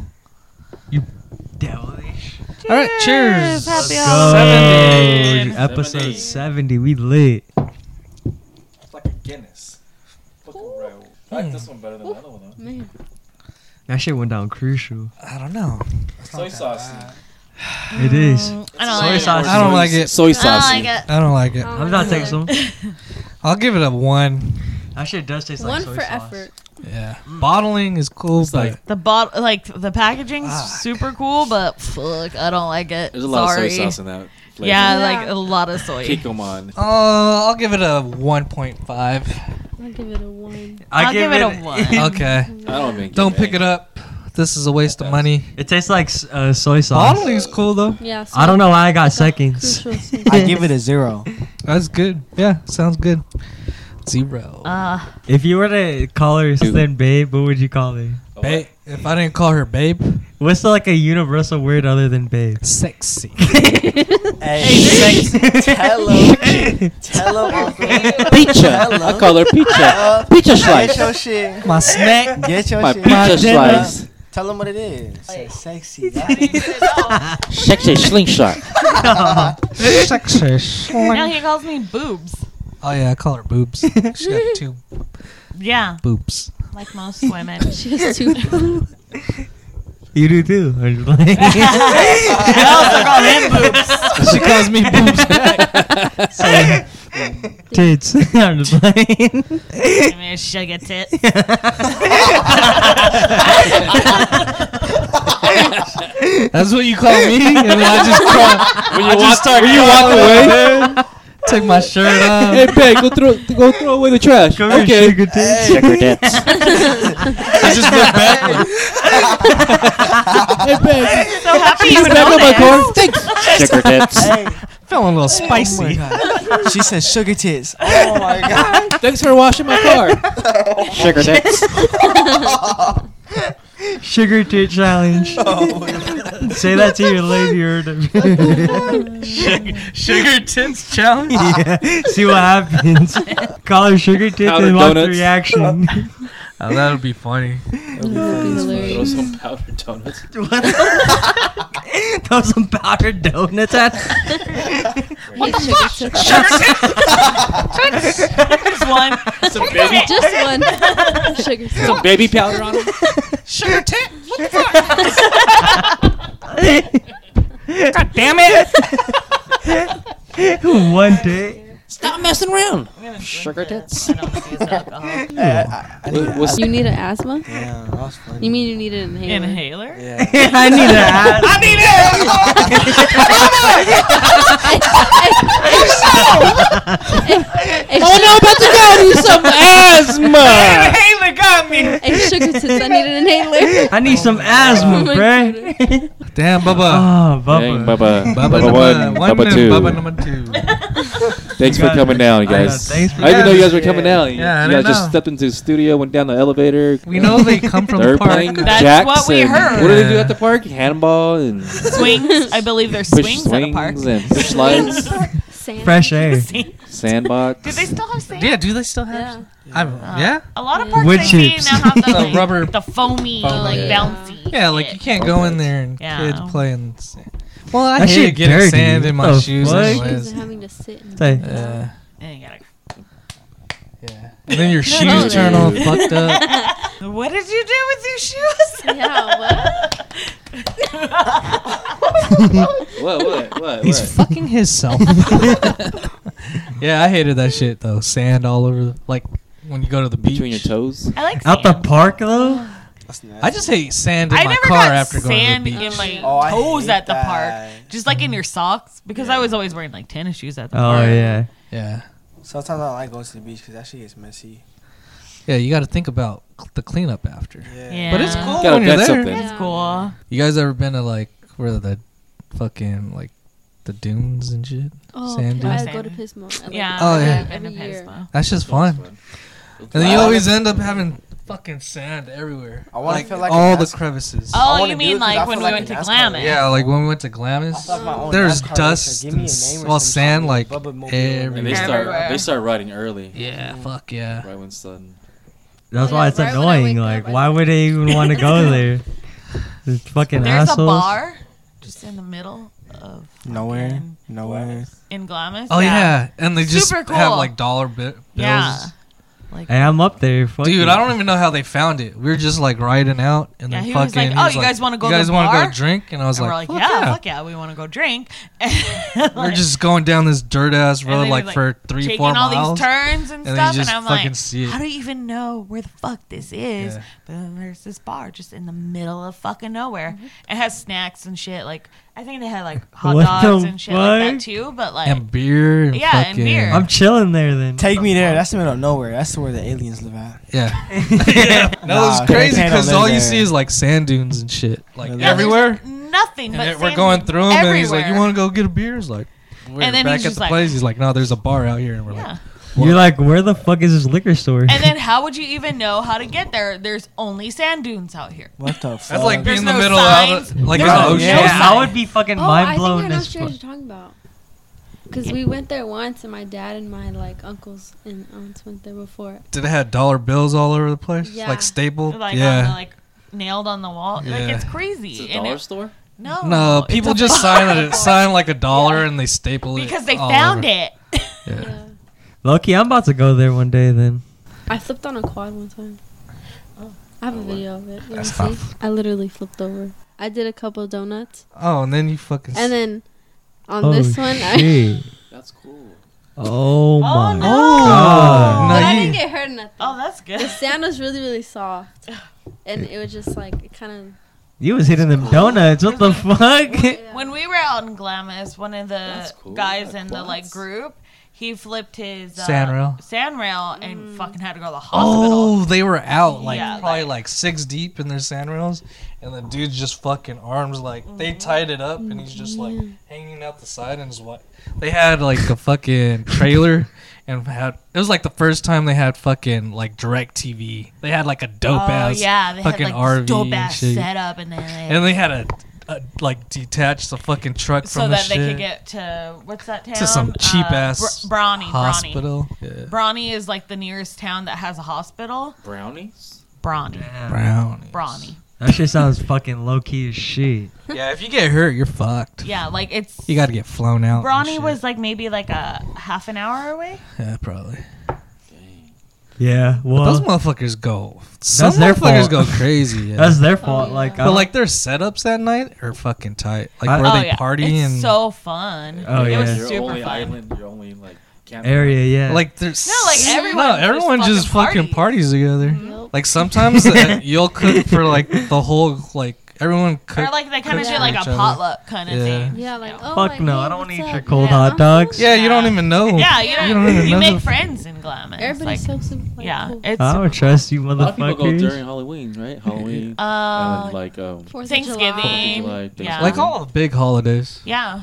[SPEAKER 4] Devilish.
[SPEAKER 2] All right, cheers.
[SPEAKER 1] Happy
[SPEAKER 4] Go.
[SPEAKER 1] holidays.
[SPEAKER 4] Episode
[SPEAKER 3] 70.
[SPEAKER 4] 70. We lit.
[SPEAKER 5] It's like a Guinness.
[SPEAKER 3] I like this one better than the other one.
[SPEAKER 6] Man,
[SPEAKER 4] That shit went down crucial.
[SPEAKER 2] I don't know.
[SPEAKER 3] Soy sauce.
[SPEAKER 4] It is.
[SPEAKER 1] I don't
[SPEAKER 4] Soy
[SPEAKER 1] like it.
[SPEAKER 4] sauce.
[SPEAKER 2] I don't like it.
[SPEAKER 3] Soy
[SPEAKER 1] I
[SPEAKER 3] sauce.
[SPEAKER 1] don't like it.
[SPEAKER 2] I don't like
[SPEAKER 1] Oh.
[SPEAKER 2] it.
[SPEAKER 6] Oh,
[SPEAKER 4] I'm not taking some.
[SPEAKER 2] I'll give it a one.
[SPEAKER 4] That shit does taste
[SPEAKER 6] one
[SPEAKER 4] like soy
[SPEAKER 6] for
[SPEAKER 4] sauce.
[SPEAKER 6] effort.
[SPEAKER 2] Yeah. Bottling is cool,
[SPEAKER 3] It's
[SPEAKER 2] but
[SPEAKER 3] like-
[SPEAKER 1] The bottle, like the packaging's super cool, but fuck, I don't like it.
[SPEAKER 3] There's a lot
[SPEAKER 1] Sorry.
[SPEAKER 3] of soy sauce in that. Flavor.
[SPEAKER 1] Yeah,
[SPEAKER 6] Yeah.
[SPEAKER 1] like a lot of soy.
[SPEAKER 3] Kikkoman.
[SPEAKER 2] uh, I'll give it a one point five.
[SPEAKER 6] I'll give it a one.
[SPEAKER 4] I
[SPEAKER 1] I'll give it a one.
[SPEAKER 2] Okay.
[SPEAKER 3] I don't think.
[SPEAKER 2] Don't pick it up. This is a waste of money.
[SPEAKER 4] It tastes like s- uh, soy sauce.
[SPEAKER 2] Bottling is cool though.
[SPEAKER 6] Yeah. So
[SPEAKER 4] I don't know why I got seconds.
[SPEAKER 6] Crucial scene.
[SPEAKER 5] I give it a zero.
[SPEAKER 2] That's good. Yeah, sounds good. Zero.
[SPEAKER 1] Uh,
[SPEAKER 4] If you were to call her then babe, what would you call her?
[SPEAKER 2] Babe, if I didn't call her babe,
[SPEAKER 4] What's like a universal word other than babe?
[SPEAKER 2] sexy.
[SPEAKER 5] Hey, tell him. Tell him.
[SPEAKER 3] Pizza. I call her pizza. Pizza
[SPEAKER 5] Get
[SPEAKER 3] slice.
[SPEAKER 5] your shit.
[SPEAKER 2] My snack.
[SPEAKER 5] Get your
[SPEAKER 3] My
[SPEAKER 5] shit.
[SPEAKER 2] My
[SPEAKER 3] pizza
[SPEAKER 2] dinner.
[SPEAKER 3] slice.
[SPEAKER 5] Tell them what it is. Say sexy. Oh
[SPEAKER 10] Sexy slingshot.
[SPEAKER 2] Sexy.
[SPEAKER 1] Now
[SPEAKER 2] slang.
[SPEAKER 1] he calls me boobs.
[SPEAKER 2] Oh yeah, I call her boobs. She got two
[SPEAKER 1] Yeah,
[SPEAKER 2] boobs.
[SPEAKER 1] like most women.
[SPEAKER 6] She has two.
[SPEAKER 4] You do too. I
[SPEAKER 7] she calls me boobs.
[SPEAKER 4] Tits. I'm just playing.
[SPEAKER 1] I mean, sugar tit.
[SPEAKER 7] That's what you call me, and then I just crawl,
[SPEAKER 3] When you walk, when you walk away,
[SPEAKER 7] away. Take my shirt off.
[SPEAKER 3] hey, babe, go throw, go throw away the trash. okay.
[SPEAKER 10] Sugar tits.
[SPEAKER 7] I just went back.
[SPEAKER 3] Hey, babe,
[SPEAKER 1] So happy you
[SPEAKER 3] you back up my car.
[SPEAKER 1] noticed.
[SPEAKER 3] Thanks.
[SPEAKER 10] Sugar tits.
[SPEAKER 7] Feeling a little
[SPEAKER 3] Oh,
[SPEAKER 7] spicy.
[SPEAKER 5] she said sugar tits. Oh my god.
[SPEAKER 3] Thanks for washing my car.
[SPEAKER 10] Sugar tits.
[SPEAKER 4] Sugar tit challenge. Say that to your lady. Or
[SPEAKER 2] Sugar tits challenge.
[SPEAKER 4] yeah. See what happens. Call her sugar tits
[SPEAKER 3] Powdered
[SPEAKER 4] and watch the
[SPEAKER 3] donuts.
[SPEAKER 4] reaction.
[SPEAKER 2] Oh, that would be funny.
[SPEAKER 3] Throw
[SPEAKER 6] hilarious.
[SPEAKER 3] some powdered donuts.
[SPEAKER 4] Throw some powdered donuts at.
[SPEAKER 1] Just one.
[SPEAKER 3] Some baby,
[SPEAKER 6] Just one. Sugar.
[SPEAKER 3] some baby powder on it.
[SPEAKER 1] Sugar tit.
[SPEAKER 4] Damn it! One day.
[SPEAKER 10] Stop messing around. Sugar tits.
[SPEAKER 3] What- what's-
[SPEAKER 6] You need an asthma?
[SPEAKER 5] Yeah, that was funny.
[SPEAKER 6] You mean you needed an inhaler?
[SPEAKER 1] Inhaler.
[SPEAKER 5] Yeah.
[SPEAKER 4] I need to add.
[SPEAKER 5] I need it.
[SPEAKER 10] Oh no, about to go need some asthma.
[SPEAKER 4] Taylor got me.
[SPEAKER 6] Hey, sugar tits, I need an inhaler.
[SPEAKER 4] I need some asthma,
[SPEAKER 6] Oh my
[SPEAKER 4] bruh.
[SPEAKER 2] Damn, Bubba.
[SPEAKER 4] Oh, Bubba.
[SPEAKER 3] Dang,
[SPEAKER 2] Bubba
[SPEAKER 3] Bubba. Bubba
[SPEAKER 2] number
[SPEAKER 3] one,
[SPEAKER 2] one
[SPEAKER 3] Bubba
[SPEAKER 2] and
[SPEAKER 3] two.
[SPEAKER 2] Bubba number two.
[SPEAKER 3] Thanks
[SPEAKER 4] You
[SPEAKER 3] for
[SPEAKER 4] guys-
[SPEAKER 3] coming down,
[SPEAKER 4] I know,
[SPEAKER 3] guys. I,
[SPEAKER 4] thanks for
[SPEAKER 3] didn't know you guys were
[SPEAKER 4] having me.
[SPEAKER 3] coming down.
[SPEAKER 2] Yeah, I
[SPEAKER 3] you guys
[SPEAKER 2] didn't
[SPEAKER 3] just
[SPEAKER 2] know.
[SPEAKER 3] stepped into the studio, went down the elevator.
[SPEAKER 2] We know they come from the
[SPEAKER 3] They're
[SPEAKER 2] park.
[SPEAKER 3] playing
[SPEAKER 1] That's
[SPEAKER 3] Jackson.
[SPEAKER 1] what we heard.
[SPEAKER 3] What do they do at the park? Handball and
[SPEAKER 1] Swings. I believe there's
[SPEAKER 3] push
[SPEAKER 1] swings,
[SPEAKER 3] swings
[SPEAKER 1] at a park.
[SPEAKER 3] and push slides,
[SPEAKER 6] Sand.
[SPEAKER 4] Fresh air.
[SPEAKER 3] sandbox.
[SPEAKER 1] Do they still have sand?
[SPEAKER 2] Yeah, do they still have?
[SPEAKER 6] Yeah.
[SPEAKER 2] I, yeah,
[SPEAKER 1] A lot of parks
[SPEAKER 4] Wood
[SPEAKER 1] I see
[SPEAKER 4] chips.
[SPEAKER 1] now have the,
[SPEAKER 2] The
[SPEAKER 1] like,
[SPEAKER 2] rubber-
[SPEAKER 1] the
[SPEAKER 2] Foamy,
[SPEAKER 1] foamy, like
[SPEAKER 3] yeah.
[SPEAKER 1] bouncy.
[SPEAKER 2] yeah. Like you can't go in there and
[SPEAKER 1] Yeah.
[SPEAKER 2] kids play in the sand. Well, I
[SPEAKER 4] That
[SPEAKER 2] hated
[SPEAKER 4] shit
[SPEAKER 2] getting
[SPEAKER 4] dirty.
[SPEAKER 2] sand in my
[SPEAKER 4] The
[SPEAKER 2] shoes.
[SPEAKER 4] fuck?
[SPEAKER 2] Anyways.
[SPEAKER 6] having to sit. And
[SPEAKER 4] Say,
[SPEAKER 2] Yeah.
[SPEAKER 1] And you gotta-
[SPEAKER 2] And then your
[SPEAKER 6] no,
[SPEAKER 2] shoes turn all fucked up.
[SPEAKER 1] What did you do with your shoes?
[SPEAKER 6] Yeah, what?
[SPEAKER 3] What? What? What?
[SPEAKER 7] He's
[SPEAKER 3] what?
[SPEAKER 7] fucking himself.
[SPEAKER 2] Yeah, I hated that shit though. Sand all over, the, like when you go to the beach.
[SPEAKER 3] between your toes.
[SPEAKER 1] I like
[SPEAKER 4] out
[SPEAKER 1] sand.
[SPEAKER 4] the park though.
[SPEAKER 5] That's nasty.
[SPEAKER 2] I just hate sand in
[SPEAKER 1] I
[SPEAKER 2] my
[SPEAKER 1] never
[SPEAKER 2] car
[SPEAKER 1] got
[SPEAKER 2] after
[SPEAKER 1] sand
[SPEAKER 2] going to the
[SPEAKER 1] in
[SPEAKER 2] beach.
[SPEAKER 1] my
[SPEAKER 5] Oh, I
[SPEAKER 1] toes
[SPEAKER 5] hate
[SPEAKER 1] at the
[SPEAKER 5] that.
[SPEAKER 1] park, just like in your socks, because I was always wearing like tennis shoes at the
[SPEAKER 4] Oh
[SPEAKER 1] park.
[SPEAKER 4] yeah.
[SPEAKER 2] yeah,
[SPEAKER 5] Sometimes I don't like going to the beach because that shit gets messy.
[SPEAKER 2] yeah. You got to think about cl- the cleanup after.
[SPEAKER 5] Yeah.
[SPEAKER 1] Yeah.
[SPEAKER 2] But it's cool
[SPEAKER 3] Gotta
[SPEAKER 2] Oh, when you're there.
[SPEAKER 3] vet something.
[SPEAKER 1] It's cool.
[SPEAKER 2] You guys ever been to like where the fucking like the dunes and shit?
[SPEAKER 6] Oh,
[SPEAKER 2] Sand
[SPEAKER 6] I
[SPEAKER 2] dunes.
[SPEAKER 6] go to Pismo. I like
[SPEAKER 1] Yeah.
[SPEAKER 6] it.
[SPEAKER 2] Oh, yeah.
[SPEAKER 1] I've been to
[SPEAKER 6] Every year.
[SPEAKER 1] Pismo.
[SPEAKER 2] That's just fun. And then you always end up having fucking sand everywhere.
[SPEAKER 5] I wanna
[SPEAKER 2] like,
[SPEAKER 5] feel like a
[SPEAKER 2] all the
[SPEAKER 5] NASCAR-
[SPEAKER 2] crevices.
[SPEAKER 5] I
[SPEAKER 1] Oh,
[SPEAKER 5] wanna
[SPEAKER 1] you
[SPEAKER 5] do
[SPEAKER 1] mean
[SPEAKER 5] it 'cause I
[SPEAKER 1] like when
[SPEAKER 5] feel
[SPEAKER 1] we
[SPEAKER 5] like
[SPEAKER 1] went
[SPEAKER 5] a
[SPEAKER 1] to
[SPEAKER 5] NASCAR
[SPEAKER 1] Glamis?
[SPEAKER 5] racer.
[SPEAKER 2] Yeah, like when we went to Glamis, there's dust and s- well, sand like
[SPEAKER 3] And
[SPEAKER 2] everywhere.
[SPEAKER 3] they
[SPEAKER 1] Everywhere.
[SPEAKER 3] start. They start riding early.
[SPEAKER 2] Yeah, fuck yeah.
[SPEAKER 3] Right when it's done.
[SPEAKER 4] That's
[SPEAKER 6] Yeah,
[SPEAKER 4] why it's
[SPEAKER 6] right when I
[SPEAKER 4] annoying.
[SPEAKER 6] wake
[SPEAKER 4] Like,
[SPEAKER 6] up, I
[SPEAKER 4] why would they even want to go there? These fucking
[SPEAKER 1] There's
[SPEAKER 4] assholes.
[SPEAKER 1] a bar just in the middle of
[SPEAKER 5] Nowhere,
[SPEAKER 1] fucking-
[SPEAKER 5] nowhere.
[SPEAKER 1] in Glamis.
[SPEAKER 2] Oh yeah, and they just
[SPEAKER 1] Super
[SPEAKER 2] have
[SPEAKER 1] cool.
[SPEAKER 2] like dollar bi- bills.
[SPEAKER 1] Yeah. Like,
[SPEAKER 4] Hey, I'm up there. Fuck
[SPEAKER 2] Dude,
[SPEAKER 4] it.
[SPEAKER 2] I don't even know how they found it. We were just like riding out, and
[SPEAKER 1] Yeah,
[SPEAKER 2] then
[SPEAKER 1] he was
[SPEAKER 2] fucking.
[SPEAKER 1] like, "Oh, you guys wanna go
[SPEAKER 2] You
[SPEAKER 1] to
[SPEAKER 2] guys
[SPEAKER 1] the
[SPEAKER 2] wanna
[SPEAKER 1] bar?"
[SPEAKER 2] go drink?" And I was
[SPEAKER 1] and
[SPEAKER 2] like,
[SPEAKER 1] we're like,
[SPEAKER 2] "Fuck
[SPEAKER 1] yeah,
[SPEAKER 2] yeah.
[SPEAKER 1] fuck yeah, we want to go drink.
[SPEAKER 2] We're just going down this dirt ass road
[SPEAKER 1] he
[SPEAKER 2] like,
[SPEAKER 1] was, like,
[SPEAKER 2] for three,
[SPEAKER 1] taking
[SPEAKER 2] four
[SPEAKER 1] all
[SPEAKER 2] miles.
[SPEAKER 1] these turns and,
[SPEAKER 2] and then you
[SPEAKER 1] stuff, and
[SPEAKER 2] just
[SPEAKER 1] I'm
[SPEAKER 2] fucking
[SPEAKER 1] like,
[SPEAKER 2] see it.
[SPEAKER 1] how do you even know where the fuck this is?
[SPEAKER 2] Yeah.
[SPEAKER 1] But then there's this bar just in the middle of fucking nowhere.
[SPEAKER 2] Mm-hmm.
[SPEAKER 1] It has snacks and shit. Like I think they had like hot
[SPEAKER 4] What
[SPEAKER 1] dogs
[SPEAKER 4] the
[SPEAKER 1] and shit like that
[SPEAKER 4] fuck?
[SPEAKER 1] too. But like,
[SPEAKER 2] and beer. And
[SPEAKER 1] Yeah, and
[SPEAKER 2] fucking,
[SPEAKER 1] beer.
[SPEAKER 4] I'm chilling there then.
[SPEAKER 5] Take me there. That's the middle of nowhere. That's where the aliens live at.
[SPEAKER 2] Yeah, yeah. that
[SPEAKER 5] Nah,
[SPEAKER 2] was crazy
[SPEAKER 5] they don't
[SPEAKER 2] because
[SPEAKER 5] live
[SPEAKER 2] all you
[SPEAKER 5] there.
[SPEAKER 2] see is like sand dunes and shit, like
[SPEAKER 5] Yeah,
[SPEAKER 1] yeah, there's
[SPEAKER 2] everywhere.
[SPEAKER 1] nothing.
[SPEAKER 2] And
[SPEAKER 1] but
[SPEAKER 2] it- we're
[SPEAKER 1] sand
[SPEAKER 2] going through him, and he's like,
[SPEAKER 1] everywhere.
[SPEAKER 2] "You want to go get a beer?" He's like, we're
[SPEAKER 1] And then
[SPEAKER 2] back
[SPEAKER 1] he's
[SPEAKER 2] at
[SPEAKER 1] just
[SPEAKER 2] the
[SPEAKER 1] like-
[SPEAKER 2] place. He's like, "No, there's a bar out here," and we're
[SPEAKER 1] Yeah.
[SPEAKER 2] like,
[SPEAKER 4] You're like, where the fuck is this liquor store?
[SPEAKER 1] And then how would you even know how to get there? There's only sand dunes out here.
[SPEAKER 5] What the fuck?
[SPEAKER 2] "That's like being
[SPEAKER 1] There's
[SPEAKER 2] in the
[SPEAKER 1] no
[SPEAKER 2] middle
[SPEAKER 1] signs.
[SPEAKER 2] of like in
[SPEAKER 1] There's
[SPEAKER 2] the
[SPEAKER 1] no-
[SPEAKER 2] ocean."
[SPEAKER 4] yeah, I would be fucking
[SPEAKER 6] Oh, I
[SPEAKER 4] mind
[SPEAKER 6] think I
[SPEAKER 4] blown.
[SPEAKER 6] know
[SPEAKER 4] as
[SPEAKER 6] what you're
[SPEAKER 4] fuck.
[SPEAKER 6] talking about. Because we went there once, and my dad and my like uncles and aunts went there before.
[SPEAKER 2] Did it have dollar bills all over the place?
[SPEAKER 6] Yeah.
[SPEAKER 2] Like staple?
[SPEAKER 1] Like on the
[SPEAKER 2] yeah.
[SPEAKER 1] like nailed on the wall. Like
[SPEAKER 2] Yeah.
[SPEAKER 1] it's crazy.
[SPEAKER 3] It's a
[SPEAKER 1] And
[SPEAKER 3] dollar
[SPEAKER 1] it-
[SPEAKER 3] store.
[SPEAKER 1] no,
[SPEAKER 2] No,
[SPEAKER 1] oh, it's
[SPEAKER 2] people
[SPEAKER 1] a
[SPEAKER 2] just
[SPEAKER 1] bar.
[SPEAKER 2] sign it. Sign like a dollar and they staple it.
[SPEAKER 1] because they
[SPEAKER 2] all
[SPEAKER 1] found
[SPEAKER 2] over.
[SPEAKER 1] it.
[SPEAKER 6] Yeah.
[SPEAKER 4] Lucky, I'm about to go there one day. Then
[SPEAKER 6] I flipped on a quad one time.
[SPEAKER 1] Oh.
[SPEAKER 6] I have a video of it. Let me
[SPEAKER 2] Oh, That's not
[SPEAKER 6] see. I literally flipped over. I did a couple donuts,
[SPEAKER 2] Oh, and then you fucking.
[SPEAKER 6] and then on
[SPEAKER 4] oh
[SPEAKER 6] this one, I
[SPEAKER 4] shit.
[SPEAKER 3] That's cool.
[SPEAKER 4] oh my.
[SPEAKER 1] Oh
[SPEAKER 2] Oh.
[SPEAKER 1] no!
[SPEAKER 4] God.
[SPEAKER 6] but I
[SPEAKER 2] you-
[SPEAKER 6] didn't get hurt nothing.
[SPEAKER 1] Oh, that's good.
[SPEAKER 6] the sand was really really soft, and it was just like it kind
[SPEAKER 4] You was hitting them donuts. What the
[SPEAKER 6] of.
[SPEAKER 4] fuck?
[SPEAKER 6] Yeah.
[SPEAKER 1] When we were out in Glamis, one of the
[SPEAKER 3] That's cool.
[SPEAKER 1] guys
[SPEAKER 3] Yeah,
[SPEAKER 1] in the like
[SPEAKER 3] quads.
[SPEAKER 1] group, he flipped his uh,
[SPEAKER 2] Sandrail.
[SPEAKER 1] sandrail and fucking had to go to the hospital.
[SPEAKER 2] Oh, they were out like
[SPEAKER 1] Yeah,
[SPEAKER 2] probably like, six deep in their sandrails, and the dude's just fucking arms like
[SPEAKER 1] Mm-hmm.
[SPEAKER 2] they tied it up, and he's just like hanging out the side, and his wife. They had like a fucking trailer, and had it was like the first time they had fucking like direct TV. They had like a dope
[SPEAKER 1] Oh,
[SPEAKER 2] ass
[SPEAKER 1] yeah, they had
[SPEAKER 2] fucking
[SPEAKER 1] like
[SPEAKER 2] RV
[SPEAKER 1] dope
[SPEAKER 2] and
[SPEAKER 1] ass
[SPEAKER 2] shit.
[SPEAKER 1] setup, and then they,
[SPEAKER 2] and they had a, a like detach the fucking truck
[SPEAKER 1] so
[SPEAKER 2] from the
[SPEAKER 1] that
[SPEAKER 2] shit
[SPEAKER 1] they could get to what's that town?
[SPEAKER 2] to some cheap
[SPEAKER 1] Uh,
[SPEAKER 2] ass
[SPEAKER 1] Br- Brawny. Brawny.
[SPEAKER 2] hospital. Yeah.
[SPEAKER 1] Brawny is like the nearest town that has a hospital.
[SPEAKER 3] Brownies.
[SPEAKER 1] Brawny.
[SPEAKER 2] Brown.
[SPEAKER 1] Brawny.
[SPEAKER 4] That shit sounds fucking low key as shit.
[SPEAKER 2] Yeah, if you get hurt, you're fucked.
[SPEAKER 1] Yeah, like it's.
[SPEAKER 2] You got to get flown out. and
[SPEAKER 1] Brawny
[SPEAKER 2] shit.
[SPEAKER 1] was like maybe like a half an hour away.
[SPEAKER 2] yeah, probably.
[SPEAKER 4] Yeah, well,
[SPEAKER 2] Those motherfuckers go. Some
[SPEAKER 4] their
[SPEAKER 2] motherfuckers go
[SPEAKER 4] fault.
[SPEAKER 2] crazy. Yeah.
[SPEAKER 4] that's
[SPEAKER 1] Oh,
[SPEAKER 4] their fault. Like, I
[SPEAKER 2] but like their setups that night are fucking tight. Like
[SPEAKER 4] I-
[SPEAKER 2] where
[SPEAKER 1] oh
[SPEAKER 2] they
[SPEAKER 1] yeah,
[SPEAKER 2] party
[SPEAKER 1] it's
[SPEAKER 2] and
[SPEAKER 1] so fun.
[SPEAKER 4] Oh,
[SPEAKER 1] it
[SPEAKER 4] yeah.
[SPEAKER 1] was
[SPEAKER 3] Your
[SPEAKER 1] super
[SPEAKER 3] only
[SPEAKER 1] fun.
[SPEAKER 3] island. Your only like camp
[SPEAKER 4] area, yeah.
[SPEAKER 2] like there's
[SPEAKER 1] No, like, everyone
[SPEAKER 2] no
[SPEAKER 1] just
[SPEAKER 2] everyone just
[SPEAKER 1] fucking Mm-hmm.
[SPEAKER 2] fucking parties together. Like sometimes uh, you'll cook for like the whole like everyone cook.
[SPEAKER 1] Or like they kind of
[SPEAKER 2] cooks
[SPEAKER 1] do
[SPEAKER 2] for
[SPEAKER 1] like a
[SPEAKER 2] each other.
[SPEAKER 1] potluck kind of
[SPEAKER 2] Yeah.
[SPEAKER 1] thing.
[SPEAKER 6] Yeah, like
[SPEAKER 4] Fuck
[SPEAKER 6] oh like,
[SPEAKER 4] no,
[SPEAKER 6] hey,
[SPEAKER 4] I don't wanna
[SPEAKER 6] what's
[SPEAKER 4] eat
[SPEAKER 6] up?
[SPEAKER 4] your cold
[SPEAKER 6] Yeah,
[SPEAKER 4] hot
[SPEAKER 6] I'm
[SPEAKER 4] dogs.
[SPEAKER 6] cool.
[SPEAKER 2] yeah, you don't even know.
[SPEAKER 1] Yeah, you,
[SPEAKER 2] you
[SPEAKER 1] don't,
[SPEAKER 2] don't even
[SPEAKER 1] you
[SPEAKER 2] know.
[SPEAKER 1] make
[SPEAKER 2] the-
[SPEAKER 1] friends in Glamis. like,
[SPEAKER 6] oh, Everybody's so simple.
[SPEAKER 1] yeah,
[SPEAKER 6] cool.
[SPEAKER 1] it's
[SPEAKER 4] I don't trust you,
[SPEAKER 3] A lot of people go
[SPEAKER 4] motherfuckers.
[SPEAKER 3] during Halloween, right? Halloween. and then,
[SPEAKER 1] uh,
[SPEAKER 3] like um.
[SPEAKER 6] Fourth of July.
[SPEAKER 1] Thanksgiving.
[SPEAKER 3] July,
[SPEAKER 1] yeah,
[SPEAKER 3] Thanksgiving.
[SPEAKER 2] like all the big holidays,
[SPEAKER 1] yeah.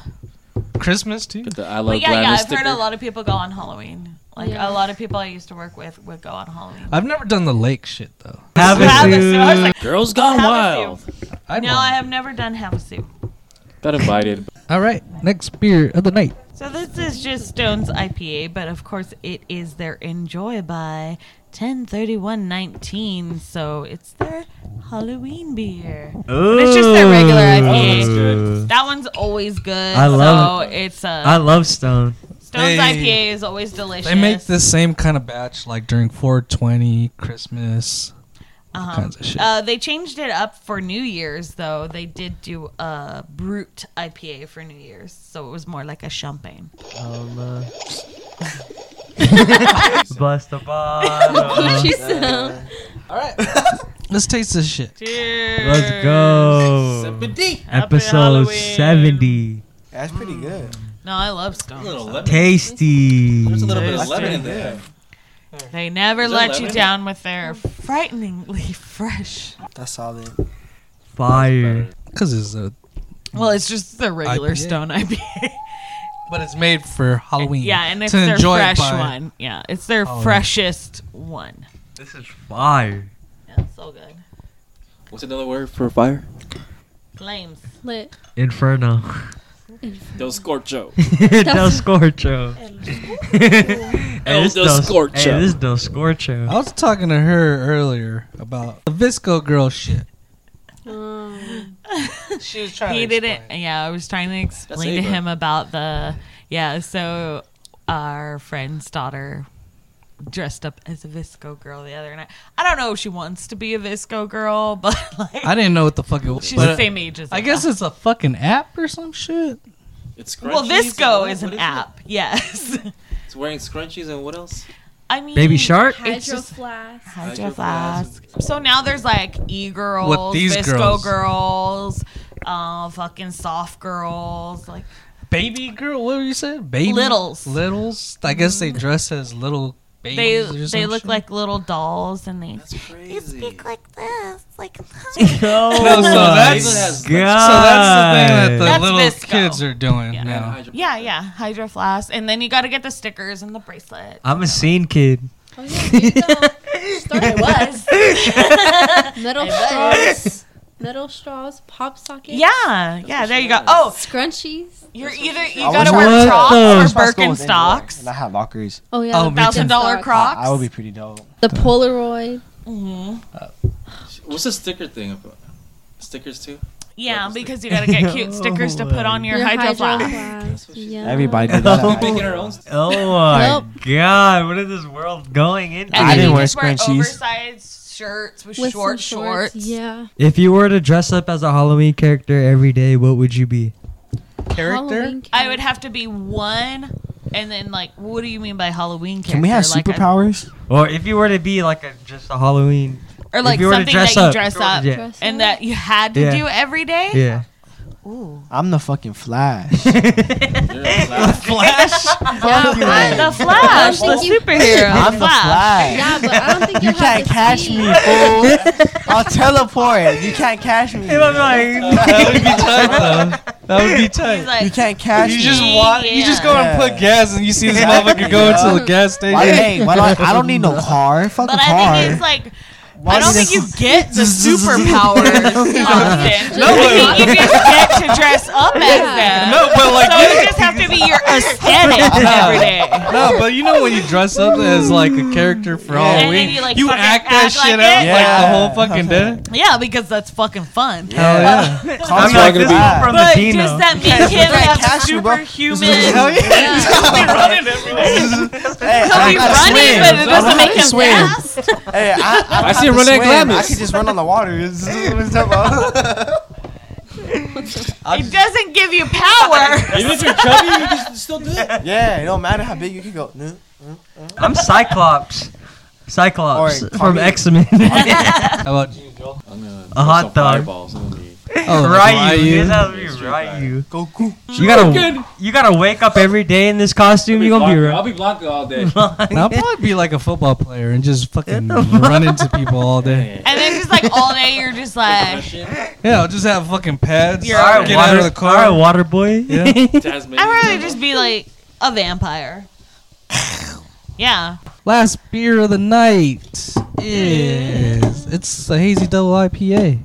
[SPEAKER 2] Christmas too.
[SPEAKER 3] Get the I love
[SPEAKER 1] But yeah, yeah.
[SPEAKER 3] Glamis
[SPEAKER 1] I've heard
[SPEAKER 3] sticker.
[SPEAKER 1] a lot of people go on Halloween. Like
[SPEAKER 6] Yeah.
[SPEAKER 1] a lot of people I used to work with would go on Halloween.
[SPEAKER 2] I've never done the lake shit though.
[SPEAKER 4] Have
[SPEAKER 1] Have a
[SPEAKER 4] a
[SPEAKER 1] suit. I was like,
[SPEAKER 3] Girls Gone
[SPEAKER 1] Have a
[SPEAKER 3] Wild.
[SPEAKER 2] I'd
[SPEAKER 1] no, I have never done have a soup.
[SPEAKER 3] Got invited.
[SPEAKER 2] All right, next beer of the night.
[SPEAKER 1] So this is just Stone's IPA, but of course it is their enjoy by 103119, so it's their Halloween beer. But it's just their regular IPA. That one's always good.
[SPEAKER 4] Uh, I love
[SPEAKER 1] so it's
[SPEAKER 4] I
[SPEAKER 1] uh,
[SPEAKER 4] love Stone.
[SPEAKER 2] They-
[SPEAKER 1] Stone's IPA is always delicious.
[SPEAKER 2] They make the same kind of batch like during 420, Christmas, all
[SPEAKER 1] Uh-huh.
[SPEAKER 2] kinds of shit.
[SPEAKER 1] Uh, they changed it up for New Year's though. They did do a brute IPA for New Year's, so it was more like a champagne.
[SPEAKER 4] Um, uh, Bust the bottle.
[SPEAKER 6] She sound-
[SPEAKER 2] Let's taste this shit.
[SPEAKER 4] Let's go. Episode
[SPEAKER 1] Halloween.
[SPEAKER 4] 70.
[SPEAKER 5] That's pretty good.
[SPEAKER 1] No, I love Stone. so-
[SPEAKER 4] Tasty.
[SPEAKER 3] bit
[SPEAKER 5] That's
[SPEAKER 3] of lemon in
[SPEAKER 5] pretty
[SPEAKER 3] there.
[SPEAKER 5] good.
[SPEAKER 1] They never
[SPEAKER 3] Is there
[SPEAKER 1] let you
[SPEAKER 3] lemon?
[SPEAKER 1] down with their frighteningly fresh.
[SPEAKER 5] That's solid.
[SPEAKER 4] Fire.
[SPEAKER 2] Cause it's a,
[SPEAKER 1] Well, it's just the regular
[SPEAKER 2] IPA.
[SPEAKER 1] Stone IPA.
[SPEAKER 2] but it's made for Halloween.
[SPEAKER 1] yeah, and it's
[SPEAKER 2] Oh, To
[SPEAKER 1] their
[SPEAKER 2] enjoy it
[SPEAKER 1] fresh
[SPEAKER 2] by-
[SPEAKER 1] one. Yeah, it's their
[SPEAKER 2] Oh, yeah.
[SPEAKER 1] freshest one.
[SPEAKER 4] This is fire.
[SPEAKER 1] Yeah, so good.
[SPEAKER 3] What's another word for fire?
[SPEAKER 1] Flames.
[SPEAKER 6] Lit.
[SPEAKER 4] Inferno.
[SPEAKER 3] Del Scorcho.
[SPEAKER 4] Del Scorcho. El
[SPEAKER 3] Del Scorcho.
[SPEAKER 4] Hey, this is Del Scorcho.
[SPEAKER 2] I was talking to her earlier about the Visco girl shit.
[SPEAKER 6] Um,
[SPEAKER 2] She was trying
[SPEAKER 1] He didn't. Yeah, I was trying to explain
[SPEAKER 3] Ava.
[SPEAKER 1] to him about the. Yeah, so our friend's daughter dressed up as a Visco girl the other night. I don't know if she wants to be a Visco girl, but like
[SPEAKER 2] I didn't know what the fuck it was.
[SPEAKER 1] she's
[SPEAKER 2] but
[SPEAKER 1] the same age as
[SPEAKER 2] I
[SPEAKER 1] us.
[SPEAKER 2] guess it's a fucking app or some shit.
[SPEAKER 3] It's scrunchies.
[SPEAKER 1] Well,
[SPEAKER 3] and
[SPEAKER 1] Visco
[SPEAKER 3] what-
[SPEAKER 1] is
[SPEAKER 3] what
[SPEAKER 1] an
[SPEAKER 3] it?
[SPEAKER 1] app. Yes.
[SPEAKER 3] It's wearing scrunchies and what else?
[SPEAKER 1] I mean,
[SPEAKER 4] Baby Shark?
[SPEAKER 1] It's
[SPEAKER 6] hydro
[SPEAKER 1] just
[SPEAKER 6] flask.
[SPEAKER 1] hydro flask. So now there's like e girls,
[SPEAKER 2] What these
[SPEAKER 1] visco
[SPEAKER 2] girls.
[SPEAKER 1] girls, uh, fucking soft girls. Like
[SPEAKER 2] Baby girl, what were you saying? Baby
[SPEAKER 1] Littles. Mm-hmm.
[SPEAKER 2] littles. I guess they dress as little
[SPEAKER 1] they
[SPEAKER 2] babies. or
[SPEAKER 1] they
[SPEAKER 2] some
[SPEAKER 1] look
[SPEAKER 2] shit.
[SPEAKER 1] like little dolls, and they
[SPEAKER 3] That's crazy.
[SPEAKER 1] like this. Like
[SPEAKER 4] Oh
[SPEAKER 2] No, so that's-
[SPEAKER 3] Ava has
[SPEAKER 4] God.
[SPEAKER 2] So that's the thing that the
[SPEAKER 1] That's
[SPEAKER 2] little
[SPEAKER 1] Visco.
[SPEAKER 2] kids are doing
[SPEAKER 1] Yeah.
[SPEAKER 3] and
[SPEAKER 2] now.
[SPEAKER 3] hydro-
[SPEAKER 1] yeah, yeah, hydro flask, and then you got to get the stickers and the bracelet.
[SPEAKER 4] I'm a scene kid.
[SPEAKER 6] Oh, yeah, dude, though. Start
[SPEAKER 1] was.
[SPEAKER 6] metal straws. Metal straws, pop sockets.
[SPEAKER 1] yeah, yeah. There you go. Oh,
[SPEAKER 6] Scrunchies.
[SPEAKER 1] you're either you
[SPEAKER 5] I
[SPEAKER 1] gotta
[SPEAKER 5] wish I
[SPEAKER 1] wear
[SPEAKER 4] was-
[SPEAKER 1] Crocs or
[SPEAKER 5] That's cool with indoor,
[SPEAKER 1] Birkenstocks.
[SPEAKER 5] And I have lockers.
[SPEAKER 6] Oh yeah.
[SPEAKER 2] Oh,
[SPEAKER 6] the
[SPEAKER 2] me too.
[SPEAKER 1] Thousand dollar
[SPEAKER 6] Birkenstocks.
[SPEAKER 1] Crocs.
[SPEAKER 5] I, I would be pretty dope.
[SPEAKER 6] The Polaroid.
[SPEAKER 1] Mhm.
[SPEAKER 3] What's the sticker thing about? Stickers too?
[SPEAKER 1] Yeah, because you gotta get cute stickers to put on your, hydro flask.
[SPEAKER 6] flask. Yeah.
[SPEAKER 5] Everybody did that.
[SPEAKER 3] Making our own. st-
[SPEAKER 4] Oh my
[SPEAKER 6] Nope.
[SPEAKER 4] god, what is this world going in?
[SPEAKER 5] I didn't wear scrunchies.
[SPEAKER 1] oversized shirts with,
[SPEAKER 6] With some
[SPEAKER 1] short shorts.
[SPEAKER 6] Yeah.
[SPEAKER 4] If you were to dress up as a Halloween character every day, what would you be?
[SPEAKER 6] Halloween
[SPEAKER 1] I would have to be one, and then like, what do you mean by Halloween character?
[SPEAKER 5] Can we have
[SPEAKER 1] like a-
[SPEAKER 5] superpowers?
[SPEAKER 4] Or if you were to be like a just a Halloween,
[SPEAKER 1] or like
[SPEAKER 4] if you were to
[SPEAKER 1] something
[SPEAKER 4] dress
[SPEAKER 1] that you
[SPEAKER 4] up.
[SPEAKER 1] dress up
[SPEAKER 4] Yeah.
[SPEAKER 6] dress
[SPEAKER 1] and
[SPEAKER 6] up.
[SPEAKER 1] that you had to
[SPEAKER 4] Yeah.
[SPEAKER 1] do every day.
[SPEAKER 4] yeah.
[SPEAKER 1] Ooh.
[SPEAKER 5] I'm the fucking Flash.
[SPEAKER 3] You're a flash.
[SPEAKER 1] Yeah, the Flash, the
[SPEAKER 6] I don't think you-
[SPEAKER 1] superhero.
[SPEAKER 5] I'm the Flash.
[SPEAKER 6] Yeah, but I don't think
[SPEAKER 5] You
[SPEAKER 6] you'll
[SPEAKER 5] can't
[SPEAKER 6] have to
[SPEAKER 5] catch
[SPEAKER 6] see.
[SPEAKER 5] me, fool. I'll teleport. You can't catch me.
[SPEAKER 7] that would be tight though. That would be tight.
[SPEAKER 1] He's like,
[SPEAKER 5] You can't catch
[SPEAKER 7] You
[SPEAKER 5] me.
[SPEAKER 7] just want. You just go and
[SPEAKER 5] Yeah.
[SPEAKER 7] put gas, and you see this motherfucker go
[SPEAKER 5] Yeah.
[SPEAKER 7] into the gas
[SPEAKER 5] Why,
[SPEAKER 7] station.
[SPEAKER 5] hey, why do I, I don't need no car. Fuck
[SPEAKER 1] but
[SPEAKER 5] a
[SPEAKER 1] I
[SPEAKER 5] car.
[SPEAKER 1] think he's like,
[SPEAKER 5] Why
[SPEAKER 1] I don't
[SPEAKER 5] does-
[SPEAKER 1] think you get the superpowers. Austin.
[SPEAKER 7] No,
[SPEAKER 1] I
[SPEAKER 7] but-
[SPEAKER 1] think you just get to dress up as
[SPEAKER 6] Yeah.
[SPEAKER 1] them.
[SPEAKER 7] No, but like,
[SPEAKER 1] so you just have to be your aesthetic every day.
[SPEAKER 7] no, but you know when you dress up as like a character for
[SPEAKER 5] Yeah. And
[SPEAKER 1] then
[SPEAKER 7] Halloween,
[SPEAKER 1] you,
[SPEAKER 7] Oh, you,
[SPEAKER 1] like, fucking
[SPEAKER 7] act that
[SPEAKER 1] act like
[SPEAKER 7] shit
[SPEAKER 1] it?
[SPEAKER 7] out
[SPEAKER 5] Yeah.
[SPEAKER 7] like the whole fucking day.
[SPEAKER 1] Yeah, because that's fucking fun.
[SPEAKER 7] Hell yeah.
[SPEAKER 3] I'm not gonna be.
[SPEAKER 4] from
[SPEAKER 1] But
[SPEAKER 4] Medina.
[SPEAKER 1] does that make him
[SPEAKER 5] Like
[SPEAKER 1] have
[SPEAKER 5] Cashew, bro.
[SPEAKER 1] superhuman?
[SPEAKER 5] Hey,
[SPEAKER 1] He'll be running, but it doesn't make him
[SPEAKER 5] swim.
[SPEAKER 1] fast.
[SPEAKER 5] Hey, I, I,
[SPEAKER 3] I see him running at
[SPEAKER 5] swim. I
[SPEAKER 3] Glamis.
[SPEAKER 5] could just run on the water. It's- it's not-
[SPEAKER 1] It doesn't give you power.
[SPEAKER 3] Even if you're chubby, you can still do it.
[SPEAKER 5] yeah, it don't matter how big you can go. No.
[SPEAKER 4] I'm Cyclops. Cyclops
[SPEAKER 5] Or
[SPEAKER 4] from
[SPEAKER 5] Tommy.
[SPEAKER 4] X Men.
[SPEAKER 7] How about you, Joel?
[SPEAKER 3] I'm gonna
[SPEAKER 4] A hot
[SPEAKER 3] some
[SPEAKER 4] dog.
[SPEAKER 3] Fireballs. I'm gonna be-
[SPEAKER 2] oh,
[SPEAKER 4] Ryu. You
[SPEAKER 7] Ryu.
[SPEAKER 4] gotta be
[SPEAKER 3] Street
[SPEAKER 4] Ryu.
[SPEAKER 5] Goku.
[SPEAKER 4] You gotta, you gotta wake up every day in this costume. You gonna be
[SPEAKER 3] Blanco. I'll be Blanco all day.
[SPEAKER 7] I'll probably be like a football player and just fucking run into people all day.
[SPEAKER 1] And then just like all day, you're just like,
[SPEAKER 3] Russian,
[SPEAKER 7] Yeah, I'll just have fucking pads.
[SPEAKER 1] You're all right,
[SPEAKER 7] get out of the car.
[SPEAKER 4] All right, water boy.
[SPEAKER 7] Yeah.
[SPEAKER 3] Tasmanian.
[SPEAKER 1] I'd rather just be like a vampire. Yeah.
[SPEAKER 7] Last beer of the night is it's a hazy double IPA.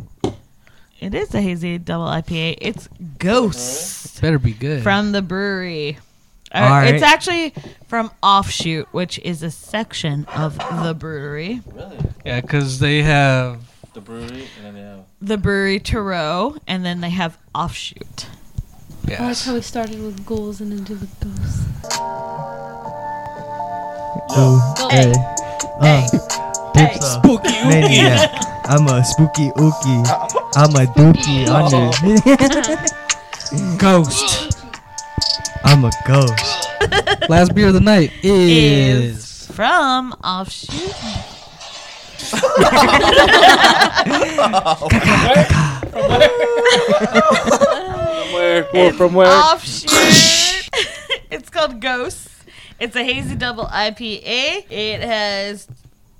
[SPEAKER 1] It is a hazy double IPA. It's Ghosts
[SPEAKER 7] Better be good.
[SPEAKER 1] from the brewery.
[SPEAKER 4] All
[SPEAKER 1] Uh, It's
[SPEAKER 4] right.
[SPEAKER 1] actually from Offshoot, which is a section of the brewery.
[SPEAKER 3] Really?
[SPEAKER 7] yeah, because they have
[SPEAKER 3] The brewery, and then they have.
[SPEAKER 1] The brewery Tarot, and then they have Offshoot.
[SPEAKER 6] I like how we started with goals and ended with ghosts.
[SPEAKER 1] Hey, hey, hey.
[SPEAKER 4] Spooky I'm a spooky ookie. I'm a dookie on you. ghost. I'm a ghost.
[SPEAKER 7] last beer of the night is.
[SPEAKER 1] Is from Offshoot.
[SPEAKER 3] Where? Or from where?
[SPEAKER 1] Offshoot. it's called Ghosts. It's a hazy double IPA. It has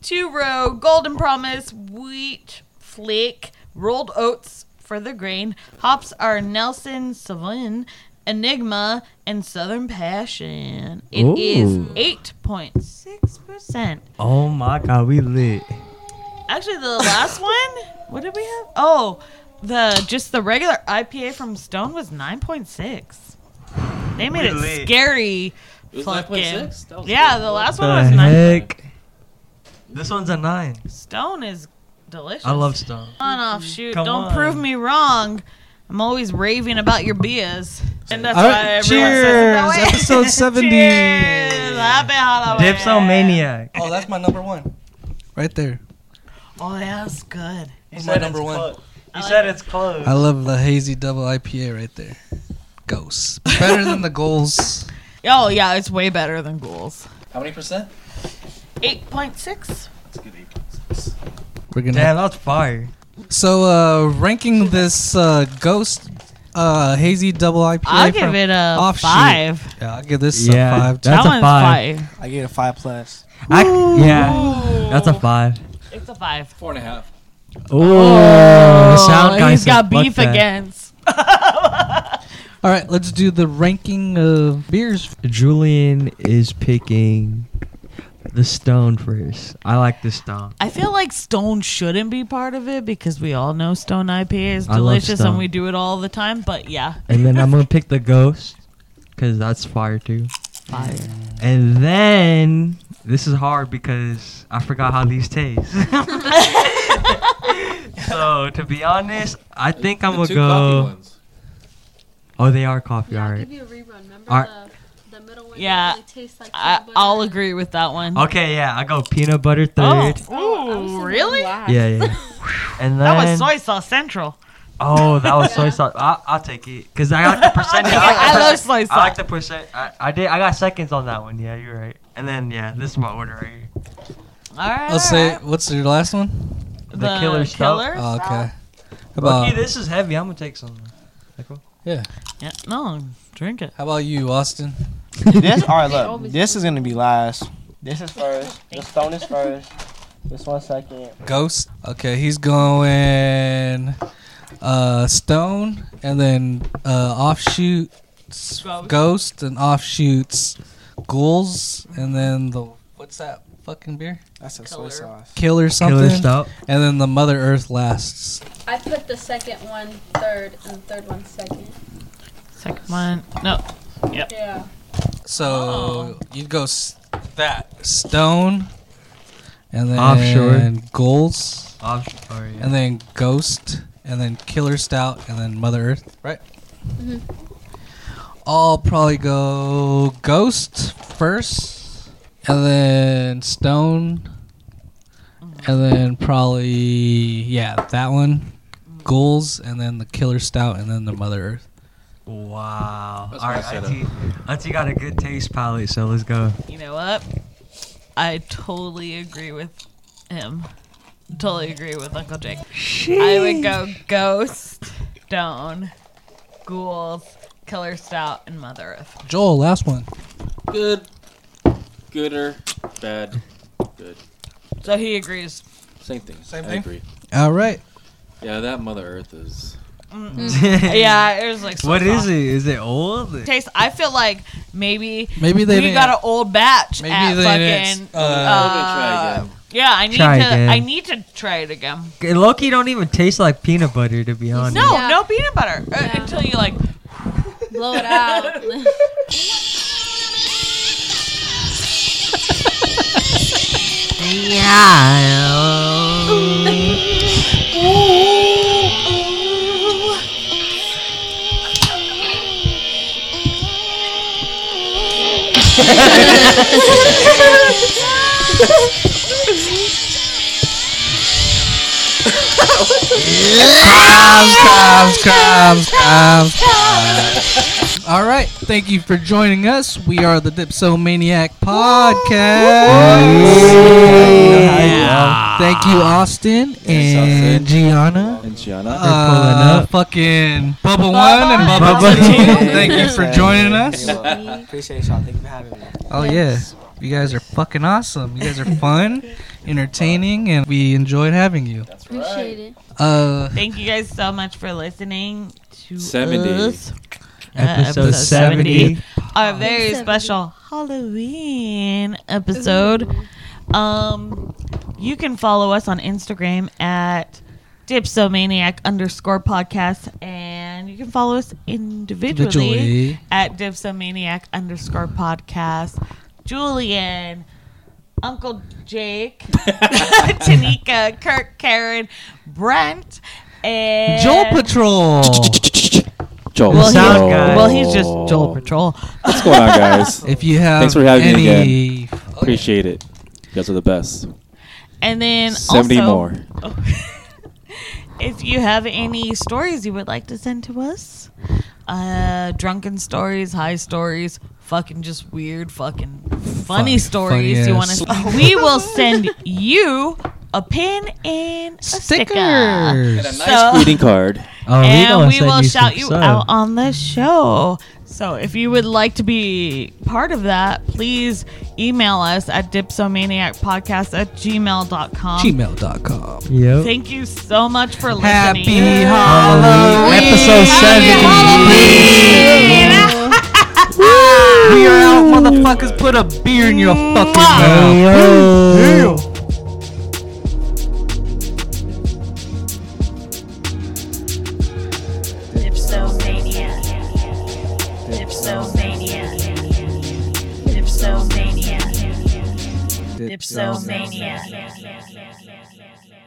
[SPEAKER 1] two row golden promise, wheat flake, rolled oats for the grain. Hops are Nelson Sauvin, Enigma, and Southern Passion. It is 8.6%.
[SPEAKER 4] Oh my god, we lit.
[SPEAKER 1] Actually, the last one, what did we have? Oh, the just the regular IPA from Stone was 9.6. They made
[SPEAKER 4] Really?
[SPEAKER 1] it scary.
[SPEAKER 3] It was
[SPEAKER 1] Fucking-
[SPEAKER 3] 9.6? That was
[SPEAKER 1] Yeah,
[SPEAKER 3] good.
[SPEAKER 1] the last
[SPEAKER 4] The
[SPEAKER 1] one was 9.
[SPEAKER 4] heck? This one's a nine.
[SPEAKER 1] Stone is delicious.
[SPEAKER 4] I love Stone.
[SPEAKER 1] Come on
[SPEAKER 3] Mm-hmm.
[SPEAKER 1] off shoot.
[SPEAKER 4] Come
[SPEAKER 1] Don't
[SPEAKER 4] on.
[SPEAKER 1] prove me wrong. I'm always raving about your beers. And that's
[SPEAKER 7] All
[SPEAKER 1] why
[SPEAKER 7] right,
[SPEAKER 1] everyone says it that way.
[SPEAKER 7] cheers! Episode seventy.
[SPEAKER 1] Cheers. Happy Halloween.
[SPEAKER 4] Dipsomaniac.
[SPEAKER 7] Oh, that's my number one, right there.
[SPEAKER 1] Oh, that was good.
[SPEAKER 4] You
[SPEAKER 7] said number it's one. close.
[SPEAKER 4] You said it's close.
[SPEAKER 7] I love the hazy double IPA right there. Ghosts better than the goals.
[SPEAKER 1] Oh, yeah, it's way better than ghouls.
[SPEAKER 3] How many percent?
[SPEAKER 1] 8.6.
[SPEAKER 3] Let's get 8.6.
[SPEAKER 7] We're gonna
[SPEAKER 4] Damn, that's fire.
[SPEAKER 7] So, uh, ranking this uh, ghost uh, hazy double IPA.
[SPEAKER 1] I'll give
[SPEAKER 7] from-
[SPEAKER 1] it a
[SPEAKER 7] Offshoot.
[SPEAKER 1] five.
[SPEAKER 7] Yeah, I'll give this
[SPEAKER 4] Yeah,
[SPEAKER 7] a five.
[SPEAKER 4] that- That's
[SPEAKER 1] that
[SPEAKER 4] a
[SPEAKER 1] one's
[SPEAKER 4] five.
[SPEAKER 5] I get a five plus.
[SPEAKER 4] I, yeah, that's a five.
[SPEAKER 1] It's a five.
[SPEAKER 3] Four and a half.
[SPEAKER 4] Ooh,
[SPEAKER 1] Oh,
[SPEAKER 4] sound guy
[SPEAKER 1] he's
[SPEAKER 4] said,
[SPEAKER 1] got
[SPEAKER 4] "Fuck
[SPEAKER 1] beef
[SPEAKER 4] that."
[SPEAKER 1] against.
[SPEAKER 7] All right, let's do the ranking of beers.
[SPEAKER 4] Julian is picking the stone first. I like the stone.
[SPEAKER 1] I feel like Stone shouldn't be part of it because we all know Stone IPA is
[SPEAKER 4] I love
[SPEAKER 1] delicious
[SPEAKER 4] Stone.
[SPEAKER 1] and we do it all the time. But yeah,
[SPEAKER 4] And then I'm gonna pick the ghost, cause that's fire too.
[SPEAKER 1] fire.
[SPEAKER 4] And then this is hard because I forgot how these taste. so to be honest, I think I'm
[SPEAKER 3] The
[SPEAKER 4] gonna
[SPEAKER 3] two coffee
[SPEAKER 4] go.
[SPEAKER 3] ones.
[SPEAKER 4] Oh, they are coffee.
[SPEAKER 6] Yeah,
[SPEAKER 4] All
[SPEAKER 6] I'll
[SPEAKER 4] right.
[SPEAKER 6] give you a rerun. Remember
[SPEAKER 4] All right.
[SPEAKER 6] the, the middle one? that
[SPEAKER 1] Yeah,
[SPEAKER 6] really tastes like
[SPEAKER 1] I,
[SPEAKER 6] peanut butter?
[SPEAKER 1] I'll agree with that one.
[SPEAKER 4] Okay, yeah, I go peanut butter
[SPEAKER 1] Oh,
[SPEAKER 4] third.
[SPEAKER 6] I was
[SPEAKER 1] ooh,
[SPEAKER 6] thinking
[SPEAKER 1] really?
[SPEAKER 6] black.
[SPEAKER 4] Yeah, yeah. And then
[SPEAKER 1] Oh. That was soy sauce central.
[SPEAKER 4] Oh, that was soy sauce. I, I'll take it because I like the percentage. I, like the
[SPEAKER 1] I love
[SPEAKER 4] percent-
[SPEAKER 1] soy
[SPEAKER 4] I like
[SPEAKER 1] sauce.
[SPEAKER 4] the percent. I, I did. I got seconds on that one. Yeah, you're right. And then yeah, this is my order right here.
[SPEAKER 1] All right,
[SPEAKER 2] Let's say, what's your last one?
[SPEAKER 4] The killer stuff. Uh,
[SPEAKER 2] Oh, okay. How
[SPEAKER 4] okay,
[SPEAKER 2] about,
[SPEAKER 4] this is heavy. I'm gonna take some.
[SPEAKER 1] Yeah, no, drink it.
[SPEAKER 2] how about you, Austin?
[SPEAKER 5] this all right,
[SPEAKER 6] always
[SPEAKER 5] look. This
[SPEAKER 6] do.
[SPEAKER 5] is gonna be last. This is first. The stone is first. This one second.
[SPEAKER 2] Ghost. Okay, he's going uh, Stone and then uh, Offshoots Ghost and Offshoots Ghouls and then the what's that fucking beer?
[SPEAKER 5] That's a soy sauce.
[SPEAKER 2] Killer something.
[SPEAKER 4] Killer stout.
[SPEAKER 2] And then the Mother Earth lasts.
[SPEAKER 6] I put the second one third and the third one second.
[SPEAKER 1] Second one. No,
[SPEAKER 6] Yeah.
[SPEAKER 2] So you'd go s- that Stone and then
[SPEAKER 4] Offshore.
[SPEAKER 2] Ghouls
[SPEAKER 4] Oh, sorry.
[SPEAKER 2] and then Ghost and then Killer Stout and then Mother Earth, right?
[SPEAKER 6] Mhm.
[SPEAKER 2] I'll probably go Ghost first, and then Stone, and then probably yeah that one, Ghouls, and then the Killer Stout, and then the Mother Earth.
[SPEAKER 4] Wow.
[SPEAKER 3] That's
[SPEAKER 4] All
[SPEAKER 3] my
[SPEAKER 4] right,
[SPEAKER 3] setup.
[SPEAKER 4] auntie, auntie got a good taste palette, so let's go.
[SPEAKER 1] you know what? I totally agree with him. Totally agree with Uncle Jake. I would go Ghost, Stone, Ghouls, Killer Stout, and Mother Earth.
[SPEAKER 2] Joel, last one.
[SPEAKER 3] Good. Gooder. Bad. Good.
[SPEAKER 1] So he agrees.
[SPEAKER 3] Same thing.
[SPEAKER 2] Same
[SPEAKER 3] I
[SPEAKER 2] thing?
[SPEAKER 3] Agree.
[SPEAKER 2] All right.
[SPEAKER 3] Yeah, that Mother Earth is.
[SPEAKER 1] Yeah, it was like. So
[SPEAKER 4] What is
[SPEAKER 1] soft.
[SPEAKER 4] it? Is it old?
[SPEAKER 1] Taste. I feel like maybe
[SPEAKER 2] Maybe they
[SPEAKER 1] we
[SPEAKER 2] didn't-
[SPEAKER 1] got an old batch
[SPEAKER 2] Maybe
[SPEAKER 1] at
[SPEAKER 2] they
[SPEAKER 1] fucking.
[SPEAKER 2] didn't, uh,
[SPEAKER 1] uh,
[SPEAKER 3] Let me try again.
[SPEAKER 1] yeah, I need
[SPEAKER 4] Try
[SPEAKER 1] to.
[SPEAKER 4] again.
[SPEAKER 1] I need to try it again.
[SPEAKER 4] Loki don't even taste like peanut butter, to be honest.
[SPEAKER 1] No,
[SPEAKER 6] Yeah.
[SPEAKER 1] no peanut butter uh,
[SPEAKER 6] Yeah.
[SPEAKER 1] until you like.
[SPEAKER 6] Blow it out.
[SPEAKER 2] All right. Thank you for joining us. We are the Dipsomaniac Podcast. Thank you, Austin and Gianna.
[SPEAKER 3] And Gianna.
[SPEAKER 2] Uh, fucking Bubba One and Bubba,
[SPEAKER 4] Bubba
[SPEAKER 2] Two.
[SPEAKER 4] Two.
[SPEAKER 2] Thank you for joining us.
[SPEAKER 5] Appreciate y'all. Thank you for having me.
[SPEAKER 2] Oh yeah, you guys are fucking awesome. You guys are fun, entertaining, and we enjoyed having you.
[SPEAKER 6] Appreciate it.
[SPEAKER 2] Uh,
[SPEAKER 1] Thank you guys so much for listening to
[SPEAKER 3] 70.
[SPEAKER 1] us. Uh,
[SPEAKER 4] Episode 70.
[SPEAKER 1] Our very
[SPEAKER 6] 70.
[SPEAKER 1] special Halloween episode. Um, you can follow us on Instagram at dipsomaniac underscore podcast, and you can follow us individually,
[SPEAKER 2] Individually.
[SPEAKER 1] at dipsomaniac underscore podcast. Julian, Uncle Jake, Tanika, Kirk, Karen, Brent, and
[SPEAKER 2] Joel Patrol.
[SPEAKER 3] Joel.
[SPEAKER 1] Well, he-
[SPEAKER 4] Sound guy.
[SPEAKER 1] Well, he's just Joel Patrol.
[SPEAKER 3] What's going on, guys?
[SPEAKER 2] If you have
[SPEAKER 3] Thanks for having me
[SPEAKER 2] any,
[SPEAKER 3] Appreciate it. You guys are the best.
[SPEAKER 1] And then
[SPEAKER 3] 70
[SPEAKER 1] also,
[SPEAKER 3] more.
[SPEAKER 1] If you have any stories you would like to send to us, uh, drunken stories, high stories, fucking just weird, fucking funny
[SPEAKER 2] Fun-
[SPEAKER 1] stories
[SPEAKER 2] funny
[SPEAKER 1] you want
[SPEAKER 2] ass.
[SPEAKER 1] to, we will send you a pin and a sticker.
[SPEAKER 2] stickers.
[SPEAKER 1] nice So-
[SPEAKER 3] greeting card.
[SPEAKER 4] Oh, we
[SPEAKER 1] and
[SPEAKER 4] gonna
[SPEAKER 1] we
[SPEAKER 4] send
[SPEAKER 1] will
[SPEAKER 4] some
[SPEAKER 1] shout you
[SPEAKER 4] stuff.
[SPEAKER 1] out on the show. So if you would like to be part of that, please email us at dipsomaniacpodcast at gmail.com.
[SPEAKER 2] Gmail.com.
[SPEAKER 4] Yep.
[SPEAKER 1] Thank you so much for listening.
[SPEAKER 2] Happy
[SPEAKER 4] Halloween.
[SPEAKER 2] Halloween.
[SPEAKER 4] Episode 70.
[SPEAKER 2] We are out, motherfuckers. Put a beer in your fucking mouth.
[SPEAKER 4] Hey, yo.
[SPEAKER 11] Dipsomania. Dipsomania. Dipsomania. Dipsomania.